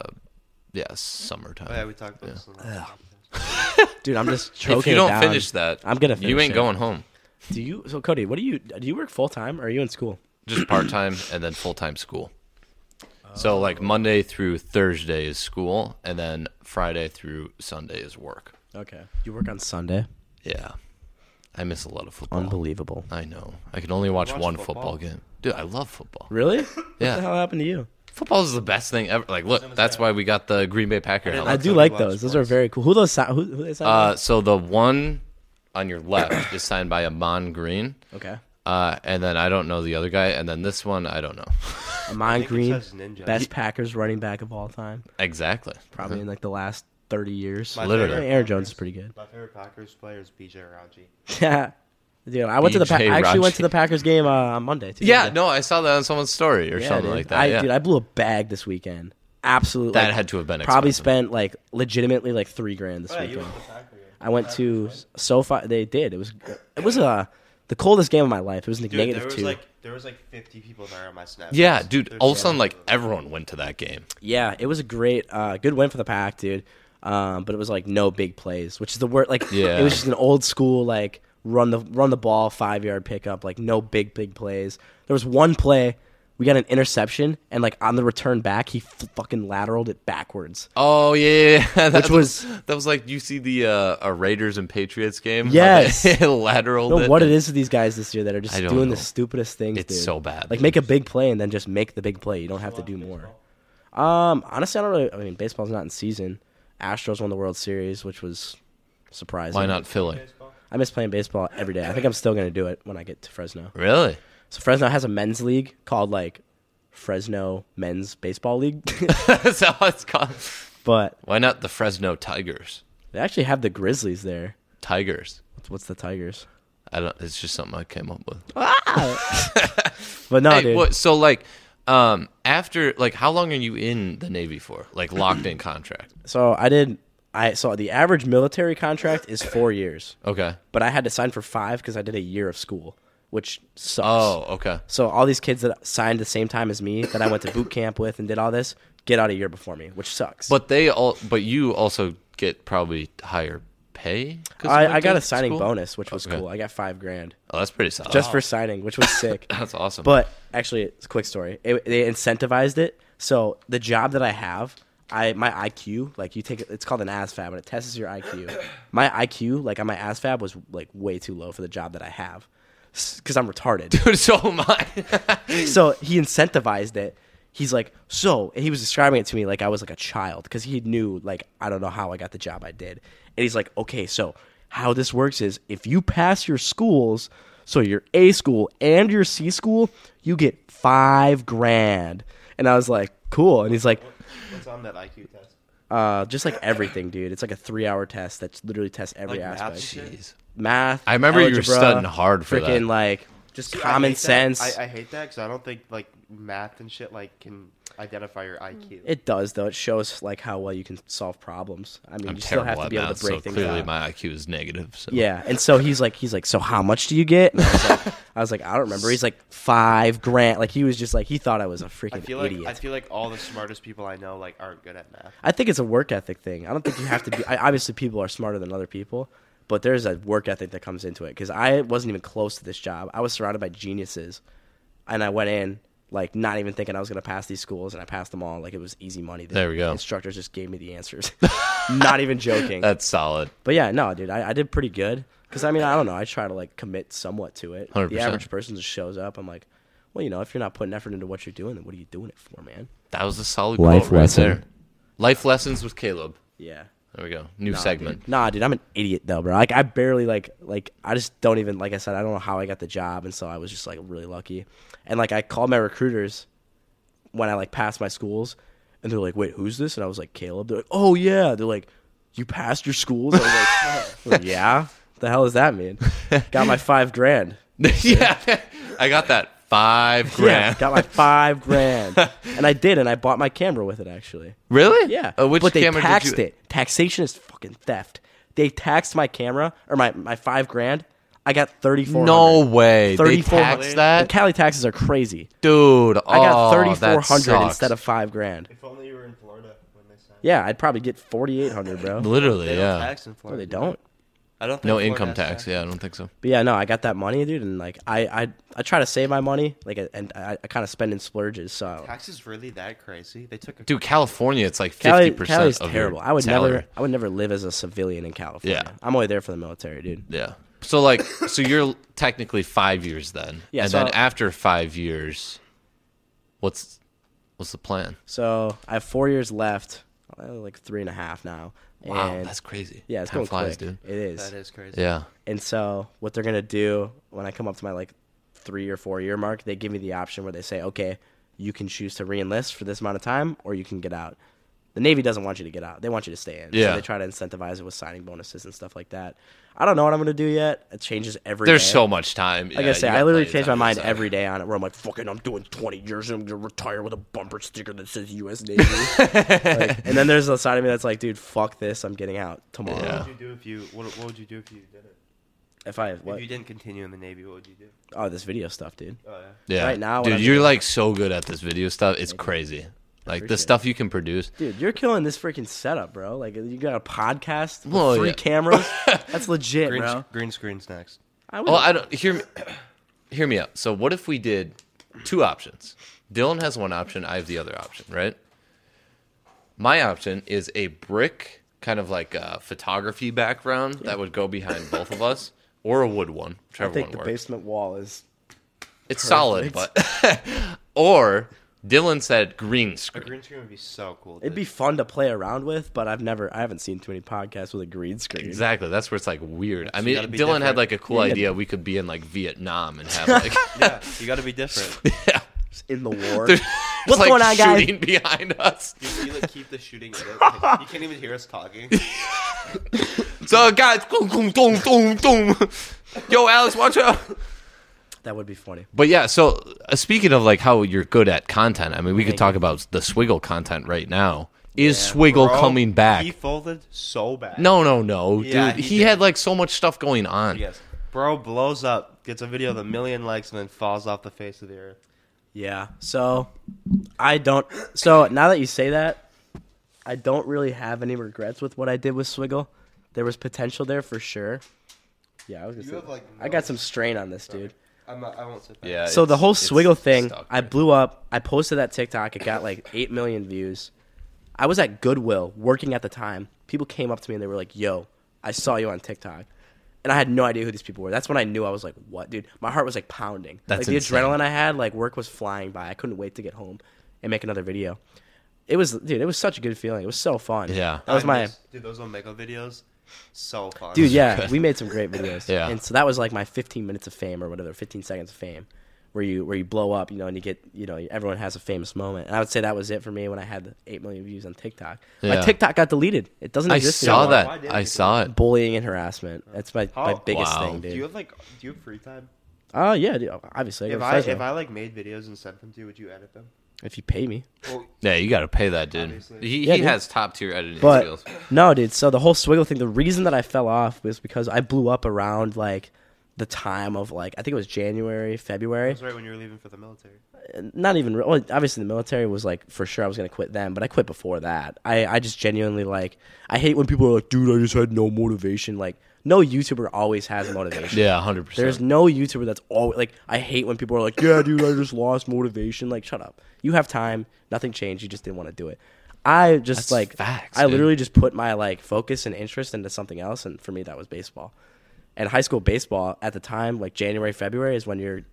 S2: yeah, summertime.
S3: Oh, yeah, we talked about this. in the last podcast.
S1: dude, I'm just choking.
S2: if you
S1: it
S2: don't
S1: down.
S2: finish that,
S1: I'm gonna
S2: you
S1: finish
S2: ain't
S1: it.
S2: going home.
S1: Do you? So, Cody, what do you? Do you work full time or are you in school?
S2: Just part time and then full time school. So
S3: Oh.
S2: like Monday through Thursday is school, and then Friday through Sunday is work.
S1: Okay. You work on Sunday.
S2: Yeah, I miss a lot of football.
S1: Unbelievable.
S2: I know. I can only watch
S3: watch
S2: one
S3: football?
S2: football game. Dude, I love football.
S1: Really? What
S2: Yeah.
S1: the hell happened to you?
S2: Football is the best thing ever. Like, look, that's why we got the Green Bay Packer
S3: didn't
S1: I
S2: helmet.
S1: do
S3: Tony
S1: like
S3: Watts
S1: those. Those are
S3: sports.
S1: very cool. Who those? si- Who, who they signed?
S2: Uh, so the one on your left is signed by Amon Green,
S1: okay.
S2: uh, and then I don't know the other guy, and then this one I don't know
S1: Amon
S3: it
S1: Green,
S3: says ninja.
S1: best Packers running back of all time,
S2: exactly.
S1: probably in like the last thirty years.
S3: My
S2: Literally.
S1: Aaron
S3: favorite
S1: Jones
S3: Packers-
S1: is pretty good.
S3: My favorite Packers player is BJ Raji.
S1: Yeah, dude. I went to the. Pa- I
S2: BJ
S1: actually went
S2: Raji.
S1: to the Packers game uh, on Monday. Too.
S2: Yeah, no, I saw that on someone's story or
S1: Yeah,
S2: something
S1: dude.
S2: like that.
S1: I,
S2: yeah.
S1: Dude, I blew a bag this weekend. Absolutely.
S2: That had to have been
S1: probably
S2: expensive.
S1: spent like legitimately like three grand this weekend. I went to SoFi. They did. It was. It was uh, the coldest game of my life. It was like
S3: Dude,
S1: negative
S3: there was
S1: two.
S3: like there was like 50 people there on my Snap.
S2: yeah, dude. All of a sudden, like everyone went to that game.
S1: Yeah, it was a great, uh, good win for the pack, dude. Um, but it was like no big plays, which is the word. Like
S2: Yeah.
S1: it was just an old school like run the run the ball five yard pickup. Like no big big plays. There was one play we got an interception and like on the return back he f- fucking lateraled it backwards.
S2: Oh yeah, yeah.
S1: Which was-
S2: that was like you see the uh, uh, Raiders and Patriots game. how
S1: Yes.
S2: they lateral.
S1: I don't know what it is with these guys this year that are just
S2: I don't
S1: doing
S2: know.
S1: the stupidest things.
S2: It's
S1: dude.
S2: so bad.
S1: Like make a big play and then just make the big play. You don't have to do more. Um, honestly, I don't really. I mean, baseball's not in season. Astros won the World Series, which was surprising.
S2: Why not Philly?
S1: I miss playing baseball every day. I think I'm still gonna do it when I get to Fresno.
S2: Really?
S1: So Fresno has a men's league called like Fresno Men's Baseball League,
S2: That's how it's called.
S1: but
S2: Why not the Fresno Tigers?
S1: they actually have the Grizzlies there.
S2: Tigers.
S1: What's the Tigers?
S2: I don't. It's just something I came up with.
S1: But no,
S2: Hey,
S1: Oh, dude.
S2: what- so like, um, after like, how long are you in the Navy for? Like locked in contract.
S1: So I did. I so the average military contract is four years.
S2: Okay.
S1: but I had to sign for five because I did a year of school, which sucks.
S2: Oh, okay.
S1: So all these kids that signed the same time as me that I went to boot camp with and did all this get out a year before me, which sucks.
S2: But they all. But you also get probably higher pay. 'cause you
S1: I,
S2: went
S1: I got
S2: to
S1: a signing
S2: school?
S1: bonus, which was
S2: Okay.
S1: cool. I got five grand
S2: Oh, that's pretty solid.
S1: just for signing, which was sick.
S2: that's awesome.
S1: But actually, it's a quick story. It, they incentivized it. So the job that I have, I my IQ, like you take it, it's called an ASFAB, and it tests your IQ. My IQ, like on my ASFAB, was like way too low for the job that I have, because I'm retarded.
S2: so am I.
S1: so he incentivized it. He's like, so, and he was describing it to me like I was like a child because he knew, like, I don't know how I got the job I did. And he's like, okay, so how this works is if you pass your schools, so your A school and your C school, you get five grand. And I was like, cool. And he's like,
S3: What's on that IQ test?
S1: uh, just like everything, dude. It's like a three hour test that literally tests every
S3: Like math
S1: aspect.
S3: shit?
S2: Jeez.
S1: Math.
S2: I remember you were
S1: algebra,
S2: studying hard for that.
S1: freaking, like, just
S3: See, I
S1: common
S3: hate that.
S1: sense.
S3: I, I hate that because I don't think like math and shit like can identify your IQ.
S1: It does though. It shows like how well you can solve problems. I mean,
S2: I'm
S1: you still have
S2: terrible
S1: to
S2: at
S1: be able
S2: math,
S1: to break
S2: so
S1: things
S2: clearly
S1: out.
S2: my IQ is negative. So.
S1: yeah, and so he's like, he's like, so how much do you get? And I was like, I was like, I don't remember. He's like five grand. Like he was just like he thought I was a freaking
S3: I feel like
S1: idiot.
S3: I feel like all the smartest people I know like aren't good at math.
S1: I think it's a work ethic thing. I don't think you have to be. I, obviously, people are smarter than other people, but there's a work ethic that comes into it. Because I wasn't even close to this job. I was surrounded by geniuses, and I went in like not even thinking I was going to pass these schools, and I passed them all. Like it was easy money. The
S2: There we go.
S1: Instructors just gave me the answers. not even joking.
S2: That's solid.
S1: But yeah, no, dude, I, I did pretty good. Because I mean, I don't know. I try to like commit somewhat to it.
S2: 100%.
S1: The average person just shows up. I'm like, well, you know, if you're not putting effort into what you're doing, then what are you doing it for, man?
S2: That was a solid
S1: Life
S2: quote right
S1: lesson.
S2: there. Life lessons with Caleb.
S1: Yeah.
S2: There we go. New segment.
S1: Nah, dude, I'm an idiot though, bro. Like I barely like like I just don't even like I said I don't know how I got the job, and so I was just like really lucky. And like I called my recruiters when I like passed my schools, and they're like, "Wait, who's this?" And I was like, "Caleb." They're like, "Oh yeah." They're like, "You passed your schools?" I was like, I was like, "Yeah." The hell does that mean? Got my five grand.
S2: yeah, I got that five
S1: Yeah,
S2: grand.
S1: got my five grand, and I did, and I bought my camera with it actually.
S2: really?
S1: Yeah.
S2: Uh, which
S1: but they
S2: camera
S1: taxed
S2: did you?
S1: it. Taxation is fucking theft. They taxed my camera or my, my five grand. I got thirty four.
S2: No way. They
S1: 3,400.
S2: taxed
S1: And
S2: that,
S1: Cali taxes are crazy.
S2: dude.
S1: I got
S2: oh,
S1: thirty four
S2: that
S1: hundred
S2: sucks.
S1: instead of five grand.
S3: If only you were in Florida when they signed.
S1: Yeah, I'd probably get forty eight hundred, bro.
S2: literally.
S3: They don't
S2: yeah.
S3: tax in
S1: No,
S3: Florida.
S1: they
S3: do
S1: don't.
S3: I don't. Think
S2: no
S3: Florida
S2: income
S3: has
S2: tax. Yeah, I don't think so.
S1: But yeah, no, I got that money, dude, and like I I, I try to save my money, like and I, I kind of spend in splurges. So
S3: Tax is really that crazy. They took a
S2: Dude, California, it's like
S1: Cali
S2: fifty
S1: Cali's
S2: percent of
S1: terrible.
S2: Your
S1: I would
S2: salary.
S1: never I would never live as a civilian in California.
S2: Yeah.
S1: I'm only there for the military, dude.
S2: Yeah. So like, so you're technically five years then.
S1: Yeah,
S2: And
S1: so-
S2: then after five years, what's what's the plan?
S1: So I have four years left, uh, like three and a half now.
S2: Wow,
S1: and
S2: that's crazy.
S1: yeah, it's
S2: Time
S1: going
S2: flies,
S1: quick.
S2: dude.
S1: It is.
S3: That is crazy.
S2: Yeah.
S1: And so what they're gonna do when I come up to my like three or four year mark, they give me the option where they say, okay, you can choose to reenlist for this amount of time, or you can get out. The Navy doesn't want you to get out; they want you to stay in.
S2: Yeah.
S1: So they try to incentivize it with signing bonuses and stuff like that. I don't know what I'm gonna do yet. It changes every.
S2: There's
S1: day.
S2: so much time.
S1: Like I say, I literally change my mind every day on it. Where I'm like, "Fucking, I'm doing 20 years and I'm gonna retire with a bumper sticker that says U.S. Navy." Like, and then there's a side of me that's like, "Dude, fuck this. I'm getting out tomorrow."
S2: Yeah.
S3: What would you do if you? What, what would you do if you did it?
S1: If I what?
S3: If you didn't continue in the Navy, what would you do?
S1: Oh, this video stuff, dude.
S3: Oh yeah.
S2: Yeah.
S1: Right now, what
S2: dude,
S1: I'm
S2: you're like so good at this video stuff. It's crazy. Like the
S1: appreciate
S2: stuff you can produce.
S1: Dude, you're killing this freaking setup, bro. Like you got a podcast with
S2: Well,
S1: three
S2: yeah.
S1: cameras. That's legit,
S3: Green,
S1: bro.
S3: green screen's next.
S1: I would
S2: Well, I don't hear me. Hear me out. So what if we did two options? Dylan has one option. I have the other option, right? My option is a brick kind of like a photography background that would go behind both of us, or a wood one, whichever
S1: think the
S2: one works.
S1: basement wall is
S2: It's solid, but or Dylan said green
S3: A
S2: screen.
S3: green screen would be so cool.
S1: It'd
S3: dude.
S1: be fun to play around with, but I've never, I haven't seen too many podcasts with a green screen.
S2: Exactly. That's where it's like weird. I mean,
S3: gotta
S2: Dylan had
S3: be different.
S2: like a cool idea. We could be in like Vietnam and have like
S3: yeah, you got to be different.
S2: yeah,
S1: In the war.
S2: There's,
S1: What's
S2: like,
S1: going on, guys?
S2: Shooting behind us.
S3: You, you like keep the shooting. in it. Like, you can't even hear us talking.
S2: So guys, boom, boom, boom, boom, boom. Yo, Alex, watch out.
S1: that would be funny.
S2: But yeah, so uh, speaking of like how you're good at content, I mean, we could
S1: Thank
S2: talk about the Swiggle content right now. Is
S1: Yeah.
S2: Swiggle
S3: Bro,
S2: coming back?
S3: He folded so bad.
S2: no, no, no,
S3: Yeah,
S2: dude. He,
S3: he
S2: had
S3: did.
S2: like so much stuff going on.
S3: Yes. Bro blows up, gets a video of a million likes, and then falls off the face of the earth.
S1: Yeah. So I don't, so now that you say that, I don't really have any regrets with what I did with Swiggle. There was potential there for sure. Yeah, I was gonna
S3: You
S1: say.
S3: have, like,
S1: I got
S3: no-
S1: some strain on this, dude.
S3: I'm not, I won't sit back.
S2: Yeah.
S1: so the
S2: it's-
S1: whole
S2: it's
S1: Swiggle thing,
S2: stuck,
S1: I
S2: man.
S1: blew up. I posted that TikTok. It got like eight million views. I was at Goodwill working at the time. People came up to me and they were like, "Yo, I saw you on TikTok," and I had no idea who these people were. That's when I knew I was like, "What, dude?" My heart was like pounding.
S2: That's
S1: like the
S2: insane.
S1: adrenaline I had. Like work was flying by. I couldn't wait to get home and make another video. It was, dude. It was such a good feeling. It was so fun.
S2: Yeah.
S1: that was
S3: I
S1: my
S3: miss- dude. Those Omega videos, so fun.
S1: dude yeah we made some great videos
S2: Yeah.
S1: and so that was like my 15 minutes of fame or whatever 15 seconds of fame where you where you blow up you know and you get you know everyone has a famous moment and i would say that was it for me when i had the 8 million views on tiktok
S2: Yeah.
S1: my tiktok got deleted it doesn't
S2: I
S1: exist
S2: saw
S1: anymore.
S2: that.
S3: Why did
S2: I
S3: it?
S2: saw it.
S1: bullying and harassment that's my, my
S3: How-
S1: biggest
S2: Wow.
S1: thing
S3: Oh, Do you
S1: dude
S3: have like? Do you have free time?
S1: oh yeah dude obviously I go
S3: If
S1: to
S3: I
S1: Fresno.
S3: if I like made videos and sent them to you, would you edit them?
S1: if you pay me
S3: Well,
S2: Yeah, you got to pay that dude.
S3: Obviously.
S2: He,
S1: Yeah,
S2: he
S1: dude.
S2: has top tier editing skills.
S1: But no, dude. So the whole Swiggle thing. The reason that I fell off was because I blew up around like the time of like I think it was January, February.
S3: that's right when you were leaving for the military.
S1: not even re- well, obviously the military was like for sure I was gonna quit then, but I quit before that. I I just genuinely like I hate when people are like, dude, I just had no motivation. Like no YouTuber always has motivation.
S2: Yeah, hundred
S1: There's
S2: percent.
S1: no YouTuber that's always like I hate when people are like, yeah, dude, I just lost motivation. Like shut up. You have time. Nothing changed. You just didn't want to do it. I just
S2: That's
S1: like
S2: facts,
S1: I
S2: dude.
S1: literally just put my like focus and interest into something else, and for me that was baseball. And high school baseball at the time, like January, February, is when you're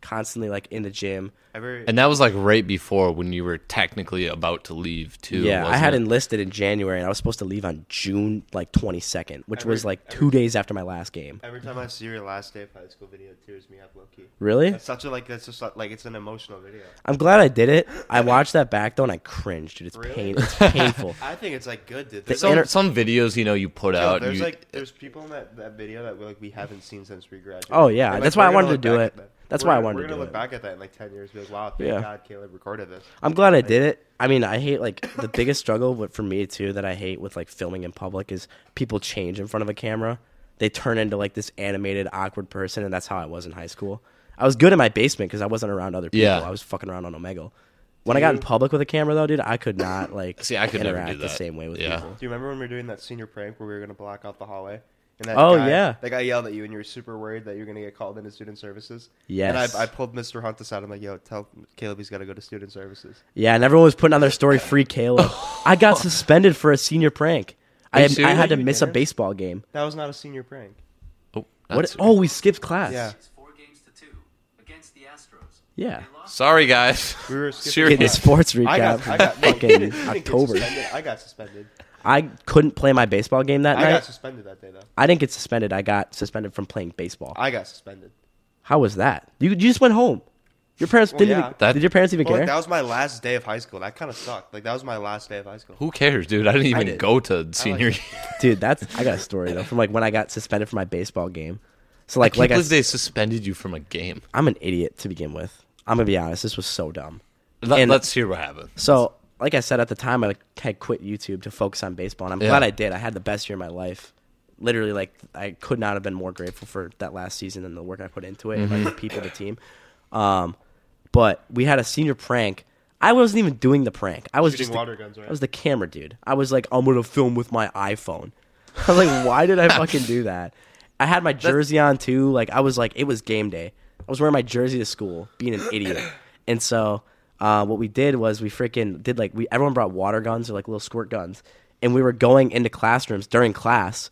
S1: constantly like in the gym
S3: Every
S2: And that was like right before when you were technically about to leave too.
S1: Yeah, I
S2: wasn't
S1: had
S2: it?
S1: enlisted in January and I was supposed to leave on June like 22nd, which
S3: Every-
S1: was like two days after my last game.
S3: every time I see your last day of high school video, it tears me up, low key.
S1: Really?
S3: It's such a like. That's just like it's an emotional video.
S1: I'm glad I did it. I watched that back though and I cringed, dude. It's
S3: Really?
S1: pain. It's painful.
S3: I think it's like good, dude.
S1: The
S3: There's,
S2: some,
S1: inter- Oh,
S2: some videos you know you put
S3: yo,
S2: out. and
S3: there's
S2: you,
S3: like there's people in that, that video that we like we haven't seen since we graduated.
S1: Oh, yeah, that's why I wanted to do it. That's why I wanted
S3: we're
S1: to
S3: gonna
S1: do
S3: look
S1: it.
S3: back at that in like ten years. and Be like, wow, thank
S1: Yeah.
S3: God Caleb recorded this.
S1: I'm glad I did it. I mean, I hate like the biggest struggle but for me too that I hate with like filming in public is people change in front of a camera. They turn into like this animated awkward person and that's how I was in high school. I was good in my basement cuz I wasn't around other people.
S2: Yeah.
S1: I was fucking around on Omegle. When I got in public with a camera though, dude, I could not like
S2: See, I could never do
S1: interact the
S2: that.
S1: same way with
S2: Yeah.
S1: people.
S3: Do you remember when we were doing that senior prank where we were gonna block out the hallway? And that
S1: Oh,
S3: guy,
S1: yeah.
S3: that guy yelled at you, and you were super worried that you were gonna get called into student services.
S1: Yes.
S3: and I, I pulled Mr. Hunt aside. I'm like, yo, tell Caleb he's gotta go to student services.
S1: Yeah, and everyone was putting on their story free Caleb. I got suspended for a senior prank. I,
S2: you
S1: I
S2: serious?
S1: had to
S3: You
S1: miss a
S3: didn't?
S1: baseball game.
S3: That was not a senior prank.
S2: oh,
S1: What?
S2: that's-
S1: Oh, we skipped class.
S3: Yeah.
S4: It's four games to two against the Astros.
S1: Yeah.
S4: They lost
S2: sorry guys.
S3: We were skipping
S2: Serious.
S1: Getting a sports recap.
S3: I got, I got, no, you
S1: fucking
S3: didn't- you didn't get
S1: October.
S3: suspended. I got suspended.
S1: I couldn't play my baseball game that
S3: I
S1: night.
S3: got suspended that day though.
S1: I didn't get suspended. I got suspended from playing baseball.
S3: I got suspended.
S1: How was that? You, you just went home. Your parents
S3: Well,
S1: didn't.
S3: yeah.
S1: Even,
S2: That-
S1: did your parents even
S3: Well, like,
S1: care?
S3: that was my last day of high school. That kind of sucked. Like that was my last day of high school.
S2: Who cares, dude? I didn't even
S1: did.
S2: go to senior.
S3: it.
S2: year.
S1: Dude, that's I got a story though from like when I got suspended from my baseball game. So like
S2: Can't
S1: like I,
S2: believe they suspended you from a game.
S1: am an idiot to begin with. I'm gonna be honest. This was so dumb.
S2: Let,
S1: And-
S2: us hear what happened.
S1: So like I said at the time, I like, had quit YouTube to focus on baseball, and I'm
S2: Yeah.
S1: glad I did. I had the best year of my life. Literally, like I could not have been more grateful for that last season and the
S3: Mm-hmm.
S1: work I put into it, and like the people, the team. Um, but we had a senior prank. I wasn't even doing the prank. I was
S3: Shooting
S1: just the-
S3: water guns, right?
S1: I was the camera dude. I was like, I'm gonna film with my iPhone. I was like, why did I fucking do that? I had my jersey on too. Like I was like, it was game day. I was wearing my jersey to school, being an idiot. And so, uh, what we did was we freaking did like we everyone brought water guns or like little squirt guns, and we were going into classrooms during class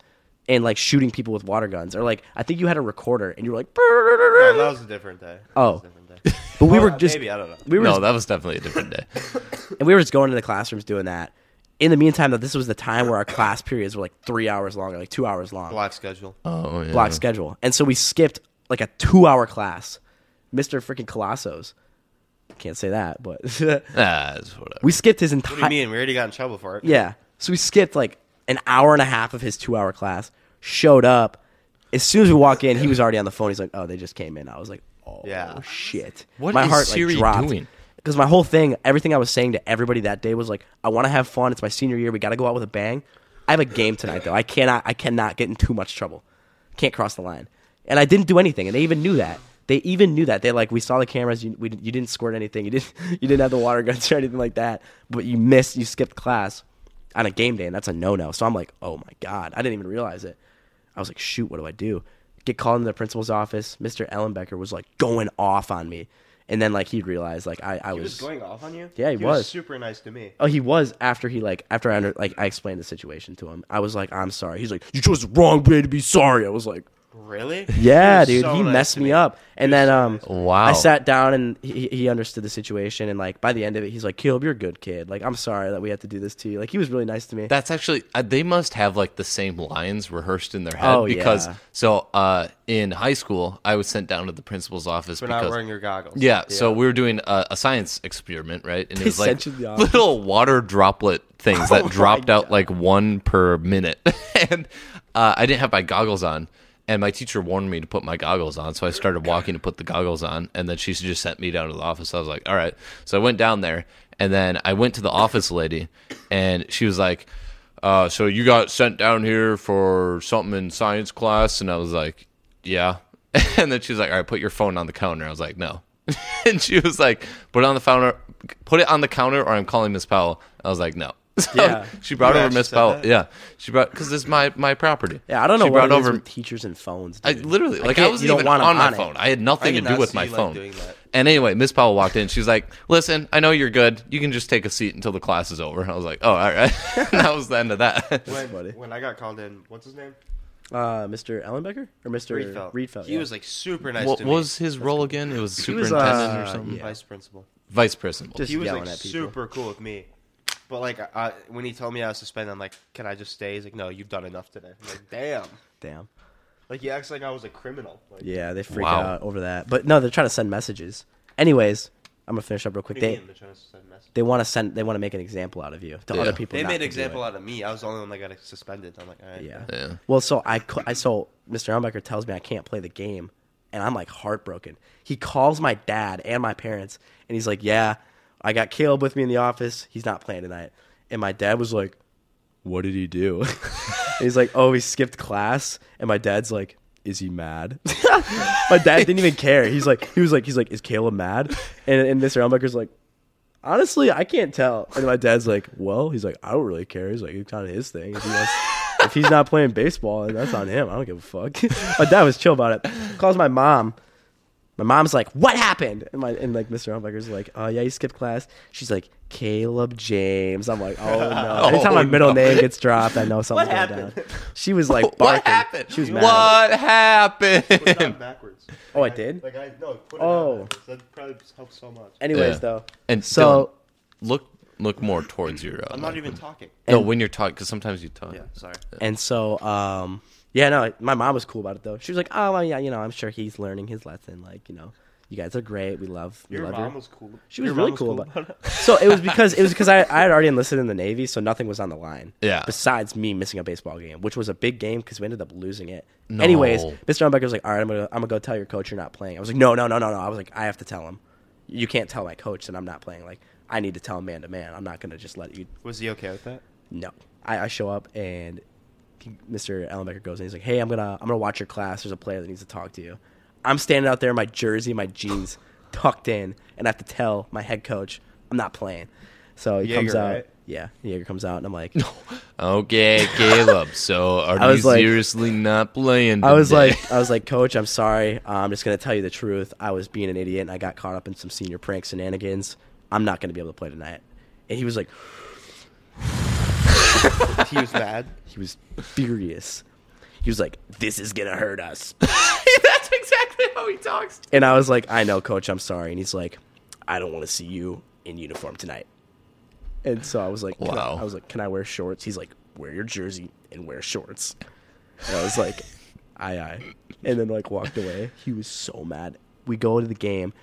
S1: and like shooting people with water guns or like I think you had a recorder and you were like,
S3: No, that was a different day. That
S1: Oh.
S3: was a different day.
S1: but we
S3: Well,
S1: were just
S3: maybe I don't know.
S1: we were
S2: no,
S1: just
S2: that was definitely a different day.
S1: and we were just going to the classrooms doing that. In the meantime, though, this was the time where our class periods were like three hours long or like two hours long, block,
S3: Block schedule.
S2: Oh, yeah.
S1: schedule, and so we skipped like a two-hour class. Mister freaking Colossos, can't say that, but
S2: Nah, it's whatever.
S1: we skipped his entire.
S3: What do you mean? We already got in trouble for it.
S1: Yeah, so we skipped like an hour and a half of his two-hour class. Showed up as soon as we walk in, he was already on the phone. He's like, "Oh, they just came in." I was like, "Oh,
S3: Yeah.
S1: shit."
S2: What
S1: my
S2: is
S1: heart
S2: Siri
S1: like, dropped.
S2: doing?
S1: Because my whole thing, everything I was saying to everybody that day was like, I want to have fun. It's my senior year. We got to go out with a bang. I have a game tonight, though. I cannot. I cannot get in too much trouble. Can't cross the line. And I didn't do anything. And they even knew that. They even knew that. They like, we saw the cameras. You, we, you didn't squirt anything. You didn't. You didn't have the water guns or anything like that. But you missed. You skipped class on a game day, and that's a no no. So I'm like, oh my god, I didn't even realize it. I was like, shoot, what do I do? Get called into the principal's office. Mr. Ellenbecker was like going off on me, and then like he realized like I, I
S3: He
S1: was,
S3: was going off on you.
S1: Yeah, he
S3: was.
S1: was.
S3: super nice to me.
S1: oh he was after he like after I under, like I explained the situation to him. I was like, I'm sorry. He's like, you chose the wrong way to be sorry. I was like,
S3: Really?
S1: yeah,
S3: was
S1: dude,
S3: so
S1: he
S3: nice
S1: messed
S3: to
S1: me,
S3: me.
S1: up. And then um,
S2: Wow.
S1: I sat down and he, he understood the situation, and like by the end of it, he's like, Caleb, you're a good kid. Like I'm sorry that we had to do this to you. Like he was really nice to me.
S2: That's actually uh, they must have like the same lines rehearsed in their head
S1: Oh,
S2: because
S1: yeah.
S2: so uh, in high school I was sent down to the principal's office
S3: For not
S2: because
S3: wearing your goggles.
S2: yeah, so we were doing a, a science experiment right and it was like
S1: sent you to the Oh office.
S2: little water droplet things that dropped out like one per minute and uh, I didn't have my goggles on and my teacher warned me to put my goggles on so I started walking to put the goggles on and then she just sent me down to the office I was like all right so I went down there and then I went to the office lady and she was like uh, so you got sent down here for something in science class and i was like yeah and then she was like all right put your phone on the counter i was like no and she was like put it on the counter put it on the counter or i'm calling miss powell i was like no so
S1: Yeah.
S2: she brought
S3: You
S2: over
S3: actually
S2: miss
S3: said
S2: powell
S3: that?
S2: yeah she brought because this is my my property
S1: Yeah, I don't know
S2: she
S1: what
S2: brought
S1: it is
S2: over
S1: with teachers and phones.
S2: I
S1: Dude.
S2: literally like I,
S1: can't-
S2: wasn't
S1: you don't
S2: even
S1: want 'em
S2: on my
S1: on it.
S2: phone. I had nothing
S3: I
S2: to do
S3: cannot
S2: with
S3: see
S2: my
S3: you, like,
S2: phone.
S3: doing that.
S2: and anyway, Miss Powell walked in. She's like, "Listen, I know you're good. You can just take a seat until the class is over." I was like, "Oh, all right." that was the end of that.
S3: When,
S1: funny.
S3: when I got called in, what's his name?
S1: Uh, Mr. Ellenbecker or Mr.
S3: Reedfeld.
S1: Reedfeld.
S3: he
S1: yeah.
S3: was like super nice
S2: what
S3: to me.
S2: was his role again? It was
S1: was,
S2: superintendent or
S1: uh,
S2: something.
S1: yeah.
S3: vice principal?
S2: Vice principal.
S1: Just-
S3: He was
S1: yelling
S3: like
S1: at people.
S3: super cool with me. But like I, when he told me I was suspended, I'm like, "Can I just stay?" He's like, "No, you've done enough today." I'm like, "Damn!"
S1: damn.
S3: Like he acts like I was a criminal. Like,
S1: Yeah, they freak
S2: Wow.
S1: out over that. But no, they're trying to send messages. Anyways, I'm gonna finish up real quick.
S3: what do you
S1: They
S3: mean? They're trying to send messages.
S1: they want to send. They want to make an example out of you to other
S2: Yeah.
S1: people.
S3: They
S1: not
S3: made
S1: to do
S3: example
S1: it.
S3: out of me. I was the only one that got suspended. I'm like, all right.
S1: Yeah.
S2: Yeah.
S1: Well, so I, co- I so Mr. Ellenbecker tells me I can't play the game, and I'm like heartbroken. He calls my dad and my parents, and he's like, "Yeah, I got Caleb with me in the office. He's not playing tonight." And my dad was like, "What did he do?" and he's like, "Oh, he skipped class." And my dad's like, "Is he mad?" my dad didn't even care. He's like, he was like, he's like, "Is Caleb mad?" And and Mr. Ellenbecker's like. Honestly, I can't tell. And my dad's like, "Well," he's like, "I don't really care." He's like, "It's kind of his thing. If, he wants, if he's not playing baseball, then that's on him. I don't give a fuck." my dad was chill about it. Calls my mom. My mom's like, "What happened?" And my and like Mr. Humbucker's like, "Oh yeah, you skipped class." She's like, "Caleb James." I'm like, "Oh no!" Anytime my middle name gets dropped, I know something's going
S3: happened?
S1: down. She was like, barking.
S2: What happened?
S1: She was mad.
S2: What
S3: Put it
S2: happened?
S3: on backwards.
S1: Oh, I did.
S3: Like I no. Put it
S1: Oh.
S3: on backwards. That probably helps so much.
S1: Anyways,
S2: Yeah.
S1: though,
S2: And
S1: so
S2: Dylan, look look more towards your. Uh,
S3: I'm not even talking.
S2: no, when you're talking, because sometimes you talk.
S3: Yeah, sorry.
S1: And so, um, yeah, no, my mom was cool about it though. She was like, "Oh, well, yeah, you know, I'm sure he's learning his lesson. Like, you know, you guys are great. We love, we
S3: Your
S1: love
S3: mom
S1: you."
S3: was cool.
S1: She was
S3: Your mom
S1: really cool about it. So it was because it was because I, I had already enlisted in the Navy, so nothing was on the line.
S2: Yeah.
S1: Besides me missing a baseball game, which was a big game because we ended up losing it.
S2: No.
S1: Anyways, Mr. Umbecker was like, "All right, I'm gonna I'm gonna go tell your coach you're not playing." I was like, "No, no, no, no, no." I was like, "I have to tell him. You can't tell my coach that I'm not playing. Like, I need to tell him man to man. I'm not gonna just let you
S3: Was he okay with that?
S1: no. I, I show up and he, Mr. Ellenbecker goes and he's like, "Hey, I'm gonna I'm gonna watch your class. There's a player that needs to talk to you." I'm standing out there in my jersey, my jeans tucked in, and I have to tell my head coach I'm not playing. So he comes
S3: Jaeger,
S1: out.
S3: right?
S1: Yeah, Jaeger comes out, and I'm like,
S2: Okay, Caleb. So are
S1: I was
S2: you
S1: like-
S2: seriously not playing?
S1: I was
S2: today?
S1: like, I was like, Coach, I'm sorry. I'm just gonna tell you the truth. I was being an idiot, and I got caught up in some senior pranks and anigans. I'm not gonna be able to play tonight. And he was like,
S3: He was mad.
S1: he was furious. He was like, this is gonna hurt us.
S2: that's exactly how he talks.
S1: And I was like, I know, coach, I'm sorry. And he's like, I don't want to see you in uniform tonight. And so I was like, can I-
S2: Wow.
S1: I, was like, can I wear shorts? He's like, wear your jersey and wear shorts. And I was like, aye, aye. And then like walked away. He was so mad. We go to the game.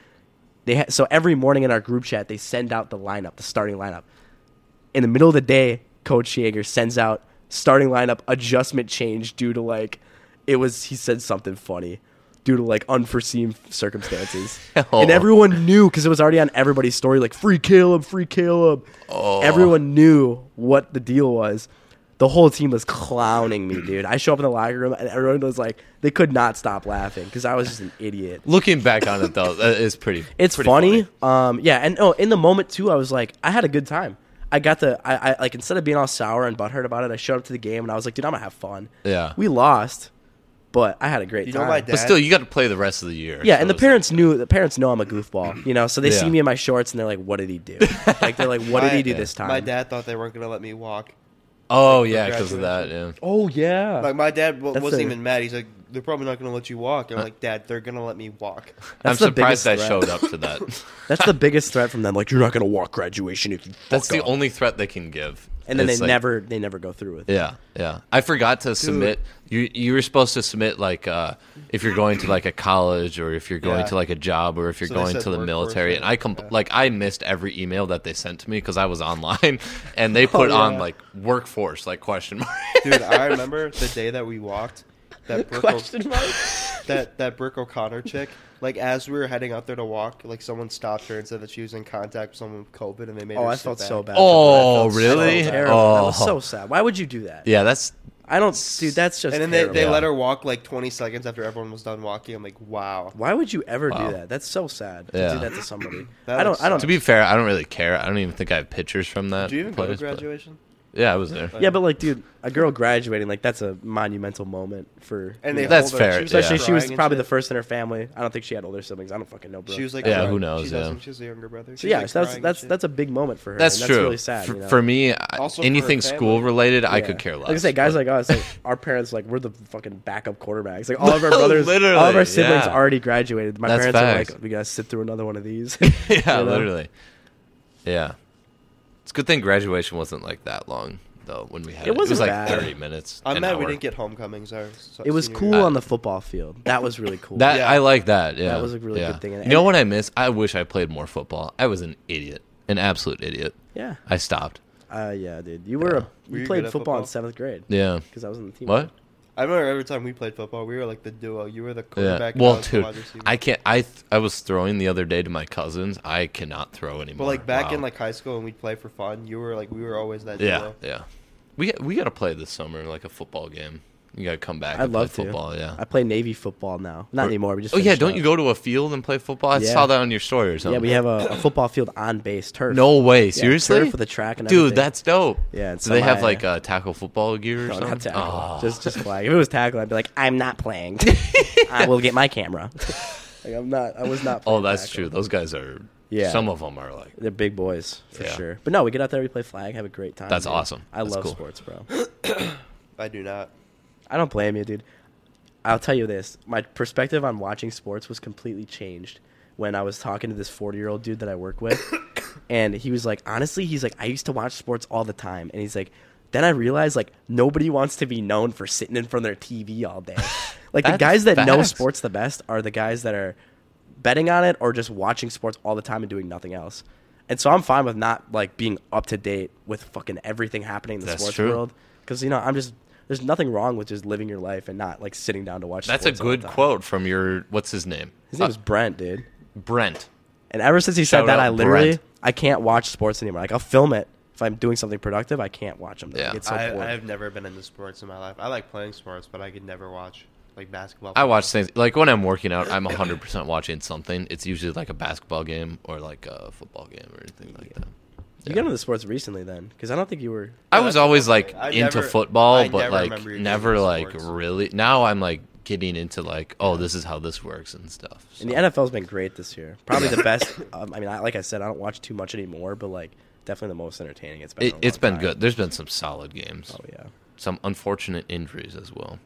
S1: They ha- so every morning in our group chat, they send out the lineup, the starting lineup. In the middle of the day, Coach Jaeger sends out starting lineup adjustment change due to like it was he said something funny due to like unforeseen circumstances. And everyone knew because it was already on everybody's story, like free Caleb, free Caleb. Everyone knew what the deal was. The whole team was clowning me, dude. I show up in the locker room and everyone was like, they could not stop laughing because I was just an idiot.
S2: Looking back on it though, that is pretty.
S1: It's
S2: pretty
S1: funny. Um, yeah, and oh, in the moment too, I was like, I had a good time. I got the, I, I like instead of being all sour and butthurt about it, I showed up to the game and I was like, dude, I'm gonna have fun.
S2: Yeah.
S1: we lost, but I had a great
S3: You
S1: time.
S3: know my
S2: But
S3: dad.
S2: still, you got to play the rest of the year.
S1: yeah,
S2: so
S1: and the
S2: it's like-
S1: parents knew. The parents know I'm a goofball, you know. So they
S2: Yeah.
S1: see me in my shorts and they're like, "What did he do?" Like they're like, "What did
S3: My-
S1: he do this time?"
S3: My dad thought they weren't gonna let me walk.
S2: Oh yeah, because of that. Yeah.
S1: Oh yeah.
S3: Like my dad w-
S1: That's
S3: wasn't
S1: a- Uh.
S3: even mad. He's like, they're probably not gonna let you walk. I'm like, Dad, they're gonna let me walk.
S1: That's the
S2: I'm surprised
S1: biggest
S2: I
S1: threat.
S2: showed up to that.
S1: That's the biggest threat from them. Like you're not gonna walk graduation if you fuck
S2: That's the
S1: up."
S2: only threat they can give.
S1: And then
S2: It's
S1: they
S2: like-
S1: never, they never go through with it.
S2: Yeah, yeah. I forgot to submit. You you were supposed to submit like uh, if you're going to like a college or if you're going
S3: Yeah.
S2: to like a job or if you're
S3: So they
S2: going
S3: said
S2: to the
S3: workforce,
S2: military.
S3: right?
S2: And I com-
S3: Yeah.
S2: like I missed every email that they sent to me because I was online, and they put on
S1: Oh, yeah.
S2: like workforce like question mark.
S3: Dude, I remember the day that we walked. That Brooke,
S1: Question mark.
S3: that that Brooke O'Connor chick. Like as we were heading out there to walk, like someone stopped her and said that she was in contact with someone with COVID, and they made.
S1: Oh,
S3: her
S1: I
S3: sit
S1: felt
S3: back.
S1: so bad.
S2: oh
S1: I felt
S2: really?
S1: terrible. That
S2: Oh
S1: was so sad. Why would you do that?
S2: yeah, that's
S1: I don't, dude. That's just.
S3: And then they, they
S1: terrible.
S3: let her walk like 20 seconds after everyone was done walking. I'm like, wow.
S1: Why would you ever
S2: Wow.
S1: do that? That's so sad to
S2: Yeah.
S1: do that to somebody.
S3: That
S1: I
S3: would
S1: don't. I don't.
S2: to be fair. I don't really care. I don't even think I have pictures from that.
S3: Do you even go to
S2: place, but-
S3: graduation?
S2: Yeah, I was there.
S1: yeah, but like, dude, a girl graduating, like, that's a monumental moment for.
S3: And they
S2: That's
S3: hold her-
S2: fair,
S3: She was,
S1: especially
S3: like,
S1: she was
S3: crying and
S1: probably the
S3: shit.
S1: first in her family. I don't think she had older siblings. I don't fucking know, bro.
S3: She was like,
S2: Yeah,
S3: crying.
S2: who knows,
S3: She does
S2: yeah.
S3: when She was a younger brother.
S1: So yeah, so that's that's that's a big moment for her.
S2: That's
S1: and
S2: true.
S1: That's really sad.
S2: for,
S1: you know?
S2: for me, I-
S3: Also for
S2: anything
S3: her family.
S2: school related, I
S1: Yeah.
S2: could care less.
S1: Like I say, guys
S2: but-
S1: like us, like our parents, like we're the fucking backup quarterbacks. Like all of our brothers,
S2: Literally,
S1: all of our siblings
S2: yeah.
S1: already graduated. My
S2: That's
S1: parents
S2: facts.
S1: are like, we gotta sit through another one of these.
S2: yeah,
S1: You know?
S2: literally. Yeah. It's a good thing graduation wasn't like that long though when we had
S1: It
S2: it. It was
S1: wasn't
S2: like
S1: bad.
S2: 30 minutes.
S3: I'm
S2: an
S3: mad we
S2: hour.
S3: didn't get homecomings. Our so-
S1: It was
S3: senior
S1: cool
S3: year.
S1: on the football field. That was really cool.
S2: that
S3: Yeah.
S2: I like that. Yeah.
S1: That was a really
S2: yeah.
S1: good thing.
S2: You know what I miss? I wish I played more football. I was an idiot. An absolute idiot.
S1: yeah.
S2: I stopped.
S1: Uh, yeah, dude. You were a, you
S3: Were you
S1: played
S3: good at
S1: football, in
S3: football?
S1: seventh grade.
S2: Yeah.
S1: because I was on the team.
S2: What?
S3: I remember every time we played football, we were like the duo. You were the
S2: Yeah.
S3: quarterback. and I
S2: Well,
S3: was the
S2: dude,
S3: wide receiver.
S2: I can't. I th- I was throwing the other day to my cousins. I cannot throw anymore.
S3: But like back in
S2: Wow.
S3: like high school when we'd play for fun, you were like we were always that
S2: Yeah,
S3: duo.
S2: yeah. We we gotta play this summer like a football game. You gotta come back.
S1: I'd
S2: and play
S1: love to.
S2: football. Yeah.
S1: I play Navy football now. Not anymore. We just.
S2: oh yeah,
S1: finished
S2: don't
S1: up.
S2: you go to a field and play football? I
S1: Yeah.
S2: saw that on your story or
S1: Yeah,
S2: something.
S1: we have a, a football field on base turf.
S2: no way.
S1: Yeah,
S2: Seriously?
S1: turf with a track and
S2: Dude,
S1: everything.
S2: that's dope.
S1: Yeah, and
S2: Do they have
S1: semi-
S2: like uh, tackle football gear or
S1: No,
S2: something?
S1: not tackle.
S2: Oh.
S1: Just just flag. If it was tackle, I'd be like, I'm not playing. I will get my camera. like I'm not. I was not.
S2: oh,
S1: Playing
S2: that's
S1: tackle.
S2: true. Those guys are.
S1: Yeah.
S2: Some of them are like.
S1: They're big boys for
S2: Yeah.
S1: sure. But no, we get out there, we play flag, have a great time.
S2: That's
S1: dude.
S2: awesome.
S1: I
S2: That's
S1: love
S2: cool.
S1: sports, bro.
S3: I do not.
S1: I don't blame you, dude. I'll tell you this: my perspective on watching sports was completely changed when I was talking to this forty-year-old dude that I work with, and he was like, honestly, he's like, I used to watch sports all the time, and he's like, then I realized like nobody wants to be known for sitting in front of their TV all day. Like the
S2: That's
S1: guys that know
S2: facts.
S1: sports the best are the guys that are betting on it or just watching sports all the time and doing nothing else. And so I'm fine with not like being up to date with fucking everything happening in the
S2: That's
S1: sports
S2: true.
S1: world because you know I'm just there's nothing wrong with just living your life and not like sitting down to watch.
S2: That's a
S1: sports all the
S2: good
S1: time.
S2: quote from your. What's his name?
S1: His name
S2: Uh,
S1: was Brent, dude.
S2: Brent.
S1: And ever since he
S2: Shout
S1: said that,
S2: out
S1: I literally
S2: Brent.
S1: I can't watch sports anymore. Like I'll film it if I'm doing something productive. I can't watch them. Yeah,
S2: Yeah.
S1: it's so
S3: I,
S1: bored.
S3: I have never been into sports in my life. I like playing sports, but I could never watch. like basketball.
S2: I watch things like when I'm working out. I'm 100 percent watching something. It's usually like a basketball game or like a football game or anything like that.
S1: You got into the sports recently then, because I don't think you were.
S2: I was always like
S3: I
S2: into
S3: never-
S2: football,
S3: I
S2: but
S3: never
S2: like
S3: remember you
S2: never
S3: doing
S2: like
S3: sports.
S2: really. Now I'm like getting into like, oh, this is how this works and stuff. So-
S1: And the NFL's been great this year. Probably the best. Um, I mean, I, like I said, I don't watch too much anymore, but like definitely the most entertaining. It's been.
S2: it,
S1: in a
S2: it's
S1: long
S2: been
S1: time.
S2: good. There's been some solid games,
S1: Oh yeah.
S2: some unfortunate injuries as well.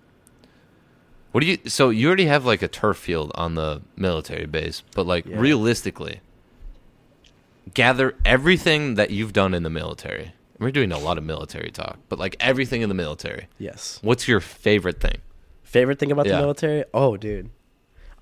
S2: What do you? So you already have like a turf field on the military base, but like
S1: Yeah.
S2: realistically, gather everything that you've done in the military. We're doing a lot of military talk, but like everything in the military.
S1: Yes.
S2: What's your favorite thing?
S1: Favorite thing about
S2: Yeah.
S1: the military? Oh, dude.